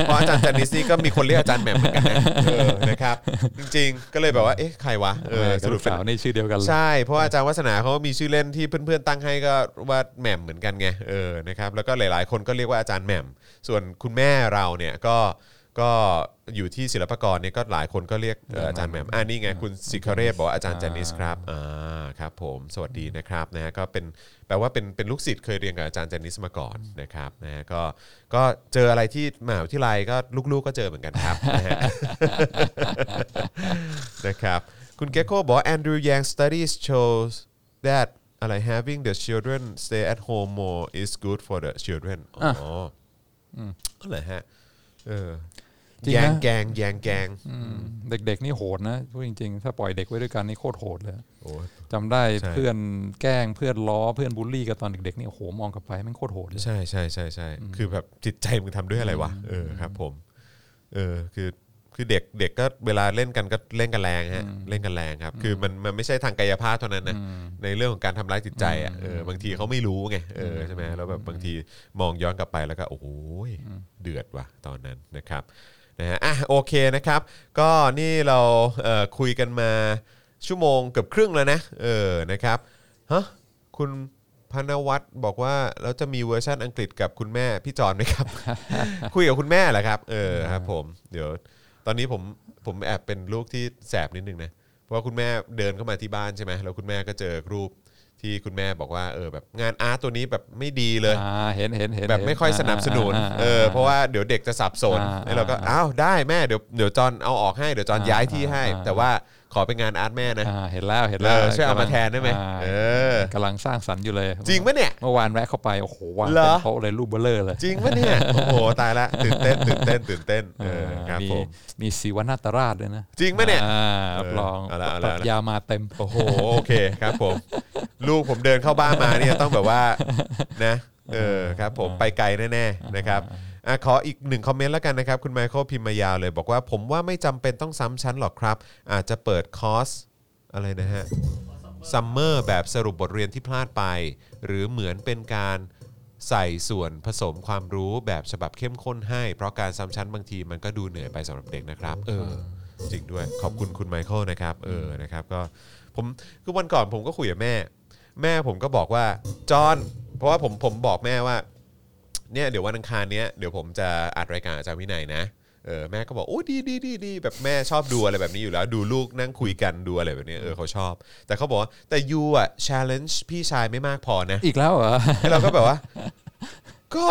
Speaker 2: เพราะอาจารย์แจนิสนี่ก็มีคนเรียกอาจารย์แหม่มเหมือนกันนะเออนะครับ จริงๆ ก็เลยแบบว่าเอ๊ะใครวะเออส
Speaker 3: ส
Speaker 2: รุ
Speaker 3: รุ
Speaker 2: ป
Speaker 3: ป
Speaker 2: เป็น
Speaker 3: สาวนี่ชื่อเดียวกันเลย
Speaker 2: ใช่ เพราะว่าอาจารย์วัฒนาเขามีชื่อเล่นที่เพื่อนๆตั้งให้ก็ว่าแหม่มเหมือนกันไงเออนะครับแล้วก็หลายๆ คนก็เรียกว่าอาจารย์แหม่ม ส่วนคุณแม่เราเนี่ยก็ก็อยู่ที่ศิลปากรเนี่ยก็หลายคนก็เรียกเอ่ออาจารย์แหม่มอ่านี่ไงคุณสิคเรศบอกว่าอาจารย์แจนิสครับอ่าครับผมสวัสดีนะครับนะฮะก็เป็นแปลว่าเป็นเป็นลูกศิษย์เคยเรียนกับอาจารย์แจนิสมาก่อนนะครับนะฮะก็ก็เจออะไรที่มหาวิทยาลัยก็ลูกๆก็เจอเหมือนกันครับนะฮะ นะครับคุณเกโก้บอก Andrew Yang studies shows that อะไร having the children stay at home more is good for the children อ๋ออก็เลยฮะเออ
Speaker 3: จริง
Speaker 2: แย
Speaker 3: นะ
Speaker 2: งแกงแยงแกง
Speaker 3: เด็กๆนี่โหดนะพูดจริงๆ ถ้าปล่อยเด็กไว้ด้วยกันนี่โคตรโหดเลย
Speaker 2: โอ้ย
Speaker 3: จำได้
Speaker 2: ใช่
Speaker 3: เพื่อนแกล้งเพื่อนล้อเพื่อนบูลลี่กันตอนเด็กๆนี่โอ้โหมองกลับไปแม่งโคตรโหดเลย
Speaker 2: ใช่ใช่ใช่ใช่คือแบบจิตใจมึงทำด้วยอะไรวะเออครับ ผมเออคือคือเด็กเด็กก็เวลาเล่นกันก็เล่นกันแรงฮะเล่นกันแรงครับ คือมันมันไม่ใช่ทางกายภาพเท่านั้นนะในเรื่องของการทำร้ายจิตใจอ่ะเออบางทีเขาไม่รู้ไงเออใช่ไหมแล้วแบบบางทีมองย้อนกลับไปแล้วก็โอ้โหยเดือดว่ะตอนนั้นนะครับนะฮะอ่ะโอเคนะครับ ก็นี่เราเอ่อคุยกันมาชั่วโมงเกือบครึ่งแล้วนะเออนะครับฮะคุณ พนวัตรบอกว่าแล้วจะมีเวอร์ชันอังกฤษกับคุณแม่พี่จอนไหมครับ คุยกับคุณแม่เหรอครับ เออครับผมเดี๋ยว ตอนนี้ผมผมแอบเป็นลูกที่แสบนิดนึงนะเพราะว่าคุณแม่เดินเข้ามาที่บ้านใช่ไหมแล้วคุณแม่ก็เจอรูปที่คุณแม่บอกว่าเออแบบงานอาร์ตตัวนี้แบบไม่ดีเลย
Speaker 3: อ่าเห็นเห็นเห็น
Speaker 2: แบบไม่ค่อย
Speaker 3: เห็
Speaker 2: สนับสนุน
Speaker 3: าา
Speaker 2: เออ เพราะว่าเดี๋ยวเด็กจะสับสน
Speaker 3: อ่า
Speaker 2: แล้วเราก็ อ้าว ได้แม่ เดี๋ยว เดี๋ยวจอนเอาออกให้ เดี๋ยวจอน
Speaker 3: อ่า
Speaker 2: ย้ายที่ให้
Speaker 3: อ่า
Speaker 2: แต่ว่าขอเป็นงานอาร์ตแม่นะ
Speaker 3: อ่าเห็นแล้วเห็น
Speaker 2: เอ
Speaker 3: แล้ว
Speaker 2: อช่วยเอามาแทนได้ไหม
Speaker 3: อ่า
Speaker 2: เออ
Speaker 3: กำลังสร้างสรรค์อยู่เลย
Speaker 2: จริงปะเนี่ย
Speaker 3: เมื่อวานแวะเข้าไปโอ้โหวาง
Speaker 2: เหรอ
Speaker 3: เต็มโต๊ะเลยรูปเบลเลอร์เลย
Speaker 2: จริงปะเนี่ย โอ้โห ตายละ ตื่นเต้น ตื่นเต้น ตื่นเต้น เออ ครับ
Speaker 3: มี
Speaker 2: ผม
Speaker 3: มีศิวนาตราชด้วยนะ
Speaker 2: จริงปะเนี่ย
Speaker 3: อ่ารับรอง
Speaker 2: เอาละเอาละ
Speaker 3: ปรัชญามาเต็ม
Speaker 2: โอ้โห โอเค ครับผม ลูกผมเดินเข้าบ้านมาเนี่ยต้องแบบว่า นะ เออ ครับผม ไปไกลแน่ๆ นะครับอ่ะขออีกหนึ่งคอมเมนต์แล้วกันนะครับ คุณไมเคิลพิมพ์มายาวเลย บอกว่าผมว่าไม่จำเป็นต้องซ้ำชั้นหรอกครับ อาจจะเปิดคอร์สอะไรนะฮะ ซัมเมอร์แบบสรุปบทเรียนที่พลาดไป หรือเหมือนเป็นการใส่ส่วนผสมความรู้แบบฉบับเข้มข้นให้ เพราะการซ้ำชั้นบางทีมันก็ดูเหนื่อยไปสำหรับเด็กนะครับ เออ จริงด้วยขอบคุณคุณไมเคิลนะครับ เออนะครับก็ผมคือวันก่อนผมก็คุยกับแม่ แม่ผมก็บอกว่าจอห์นเพราะว่าผมผมบอกแม่ว่า เนี่ยเดี๋ยววันอังคารเนี้ยเดี๋ยวผมจะอัดรายการอาจารย์วินัยนะเออแม่ก็บอกโอ้ดีดีดีดีแบบแม่ชอบดูอะไรแบบนี้อยู่แล้ว ดูลูกนั่งคุยกันดูอะไรแบบนี้เออเขาชอบ แต่เขาบอกว่าแต่ยูอ่ะ challenge พี่ชายไม่มากพอนะ
Speaker 3: อีกแล้วเหรอ
Speaker 2: เราก็ แบบว่า ก็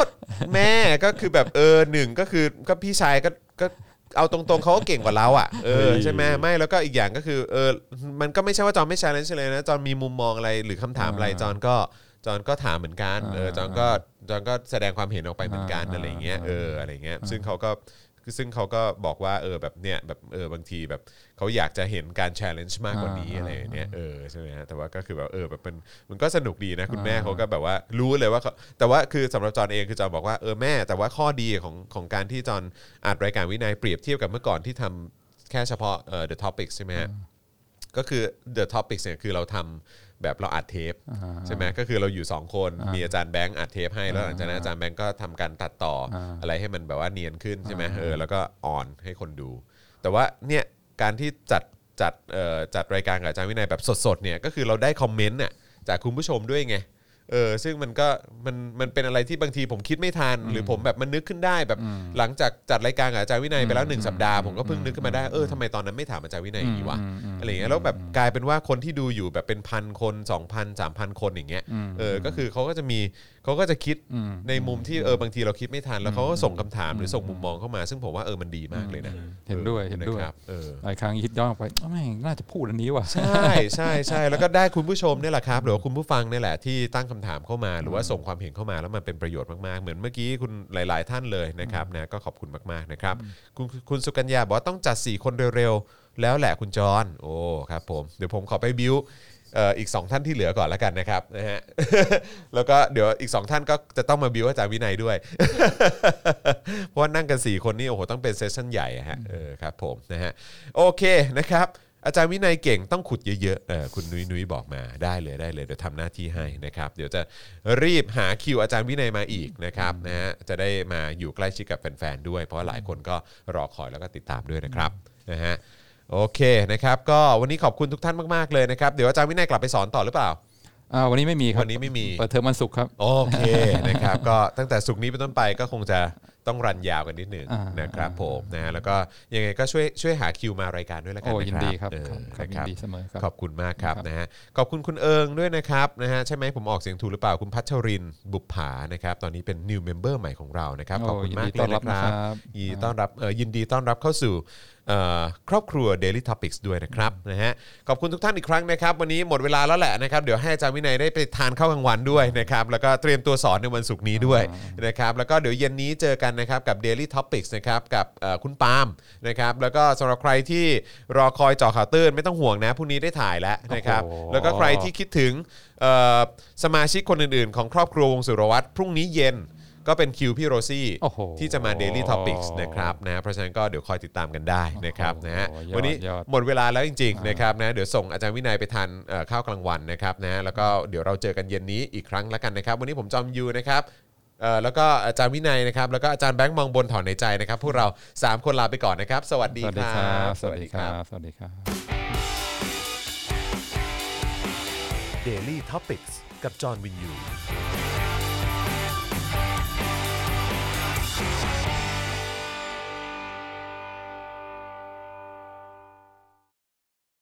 Speaker 2: แม่ก็คือแบบเออหนึ่งก็คือก็พี่ชายก็ก็เอาตรงๆเขาก็เก่งกว่าเราอ่ะเออใช่ไหมไม่แล้วก็อีกอย่างก็คือเออมันก็ไม่ใช่ว่าจอนไม่ชาเลนจ์เลยนะจอนมีมุมมองอะไรหรือคำถามอะไรจอนก็จอนก็ถามเหมือนกันเออจอนก็จอนก็แสดงความเห็นออกไปเหมือนกัน
Speaker 3: อ่า
Speaker 2: อะไรอย่างเงี้ยเอออะไรอย่างเงี้ยซึ่งเขาก็คือซึ่งเขาก็บอกว่าเออแบบเนี้ยแบบเออบางทีแบบเขาอยากจะเห็นการชาเลนจ์มากกว่านี้อะไรอย่างเงี้ยเออใช่ไหมฮะแต่ว่าก็คือแบบเออแบบเป็นมันก็สนุกดีนะคุณแม่เขา ก็แบบว่ารู้เลยว่าเขาแต่ว่าคือสำหรับจอนเองคือจอนบอกว่าเออแม่แต่ว่าข้อดีของของการที่จอนอัดรายการวินัยเปรียบเทียบกับเมื่อก่อนที่ทำ แค่เฉพาะเอ่อ the topics ใช่ไหมฮะก็คือ the topics เนี่ยคือเราทำแบบเราอัดเทปใช่ไหมก็คือเราอยู่ 2 คน มีอาจารย์แบงค์อัดเทปให้แล้วหลังจากนั้นอาจารย์แบงค์ก็ทำการตัดต่อออะไรให้มันแบบว่าเนียนขึ้นใช่ไหมเออแล้วก็ออนให้คนดู แต่ว่าเนี่ยการที่จัดจัดเอ่อจัดรายการกับอาจารย์วินัยแบบสดๆเนี่ยก็คือเราได้คอมเมนต์น่ะจากคุณผู้ชมด้วยไงเออซึ่งมันก็มันมันเป็นอะไรที่บางทีผมคิดไม่ทัน หรือผมแบบมันนึกขึ้นได้แบบหลังจากจัดรายการกับอาจารย์วินัยไปแล้วหนึ่งสัปดาห์ผมก็เพิ่งนึกขึ้นมาได้เออทำไมตอนนั้นไม่ถามอาจารย์วินัยอย่างนี้วะอะไรอย่างเงี้ยแล้วแบบกลายเป็นว่าคนที่ดูอยู่แบบเป็นพันคน2,000 3,000 คนอย่างเงี้ยเออก็คือเขาก็จะมีเขาก็จะคิดในมุมที่เออบางทีเราคิดไม่ทันแล้วเขาก็ส่งคำถามหรือส่งมุมมองเข้ามา ซึ่งผมว่าเออมันดีมากเลยนะ
Speaker 3: เห็นด้วยเห็นด้ว
Speaker 2: ะ
Speaker 3: ย
Speaker 2: ครับเออ
Speaker 3: หลายครั้งคิดย้อนกลับไปอ้าวแม่งน่าจะพูดอันนี้ว่ะ
Speaker 2: ใช่ใช่ใช่แล้ว ก็ได้คุณผู้ชมเนี่ยแหละครับ หรือว่าคุณผู้ฟังเนี่ยแหละที่ตั้งคำถามเข้ามาหรือว่าส่งความเห็นเข้ามาแล้วมันเป็นประโยชน์มากๆ เหมือนเมื่อกี้คุณหลาย ๆ ท่านเลยนะครับนะก็ขอบคุณมากๆนะครับคุณคุณสุกัญญาบอกว่าต้องจัด 4 คนเร็วๆ แล้วแหละคุณจรโอ้ครับผมเดี๋ยวผมขอไปบิวเอ่ออีก 2 ท่านที่เหลือก่อนแล้วกันนะครับนะ ฮะ แล้วก็เดี๋ยวอีก 2 ท่านก็จะต้องมาบิวอาจารย์วินัยด้วย เพราะว่านั่งกัน 4 คนนี่โอ้โหต้องเป็นเซสชั่นใหญ่อะฮะเออครับผมนะฮะโอเคนะครับ อาจารย์วินัยเก่งต้องขุดเยอะๆเออคุณนุ้ยนุ้ยบอกมาได้เลยได้เลยเดี๋ยวทำหน้าที่ให้นะครับ เดี๋ยวจะรีบหาคิวอาจารย์วินัยมาอีกนะครับนะฮะจะได้มาอยู่ใกล้ชิดกับแฟนๆด้วย เพราะว่าหลายคนก็รอคอยแล้วก็ติดตามด้วยนะครับนะฮะโอเคนะครับ ก็วันนี้ขอบคุณทุกท่านมากๆเลยนะครับเดี๋ยวอาจารย์วินัยกลับไปสอนต่อหรือเปล่า
Speaker 3: อ่าวันนี้ไม่มีครับ
Speaker 2: วันนี้ไม่มี
Speaker 3: เปิดเทอมวันศุกร์ครับ
Speaker 2: โอเคนะครับ ก็ตั้งแต่สุกร์นี้เป็นต้นไปก็คงจะต้องรันยาวกันนิดหนึ่ง
Speaker 3: อ่า
Speaker 2: นะครับผมนะฮะแล้วก็ยังไงก็ช่วยช่วยหาคิวมารายการด้วยแล้วกัน
Speaker 3: โอ้
Speaker 2: นะ
Speaker 3: ยินดีครับ
Speaker 2: เออ
Speaker 3: ครับ
Speaker 2: นะครับ
Speaker 3: ยินดีเสมอครับ
Speaker 2: ขอบคุณมากครับ
Speaker 3: ครับ
Speaker 2: นะฮะขอบคุณคุณเอิงด้วยนะครับนะฮะใช่ไหมผมออกเสียงถูกหรือเปล่าคุณพัชรินบุปผานะครับตอนนี้เป็น new member ใหม่ของเรานะครับขอบคุณ
Speaker 3: โยิน
Speaker 2: มาก
Speaker 3: ดี
Speaker 2: เล
Speaker 3: ต้อย นรั
Speaker 2: นะ
Speaker 3: บ
Speaker 2: ค
Speaker 3: นะ
Speaker 2: รั
Speaker 3: ค
Speaker 2: บ
Speaker 3: รับ
Speaker 2: ยินดีต้อนรับเอ่อยินดีต้อนรับเข้าสู่เอ่อครอบครัว Daily Topics ด้วยนะครับนะฮะขอบคุณทุกท่านอีกครั้งนะครับวันนี้หมดเวลาแล้วแหละนะครับเดี๋ยวให้อาจารย์วินัยได้ไปทานข้าวกลางวันด้วยนะครับแล้วก็เตรียมตัวสอนในวันศุกร์นี้ด้วยนะครับแล้วก็เดี๋ยวเย็นนี้เจอกันนะครับกับ Daily Topics นะครับกับเอ่อคุณปาล์มนะครับแล้วก็สำหรับใครที่รอคอยเจอข่าวตื้นไม่ต้องห่วงนะพรุ่งนี้ได้ถ่ายแล้วนะครับ
Speaker 3: โอ้โห
Speaker 2: แล้วก็ใครที่คิดถึงเอ่อสมาชิกคนอื่นๆ ของครอบครัววงสุรวัตรพรุ่งนี้เย็นก็เป็นคิวพี่โรซี่
Speaker 3: โอ้โห
Speaker 2: ที่จะมา Daily Topics นะครับนะเพราะฉะนั้นก็เดี๋ยวคอยติดตามกันได้นะครับนะฮะ
Speaker 3: โอ้โหยอด
Speaker 2: วันนี้
Speaker 3: ยอด
Speaker 2: หมดเวลาแล้วจริงๆนะครับนะเดี๋ยวส่งอาจารย์วินัยไปทานเอ่อข้าวกลางวันนะครับนะแล้วก็เดี๋ยวเราเจอกันเย็นนี้อีกครั้งแล้วกันนะครับ วันนี้ผมจอมยูนะครับเอ่อแล้วก็อาจารย์วินัยนะครับแล้วก็อาจารย์แบงค์มองบนถอนในใจนะครับพวกเราสามคนลาไปก่อนนะครับ สวัสดี
Speaker 3: สวัส
Speaker 2: ค
Speaker 3: ดี
Speaker 2: รั
Speaker 3: ครับ บ สวัสดีครับ สวัสดีครับ
Speaker 1: Daily t o p i c กกับจอห์นวินยู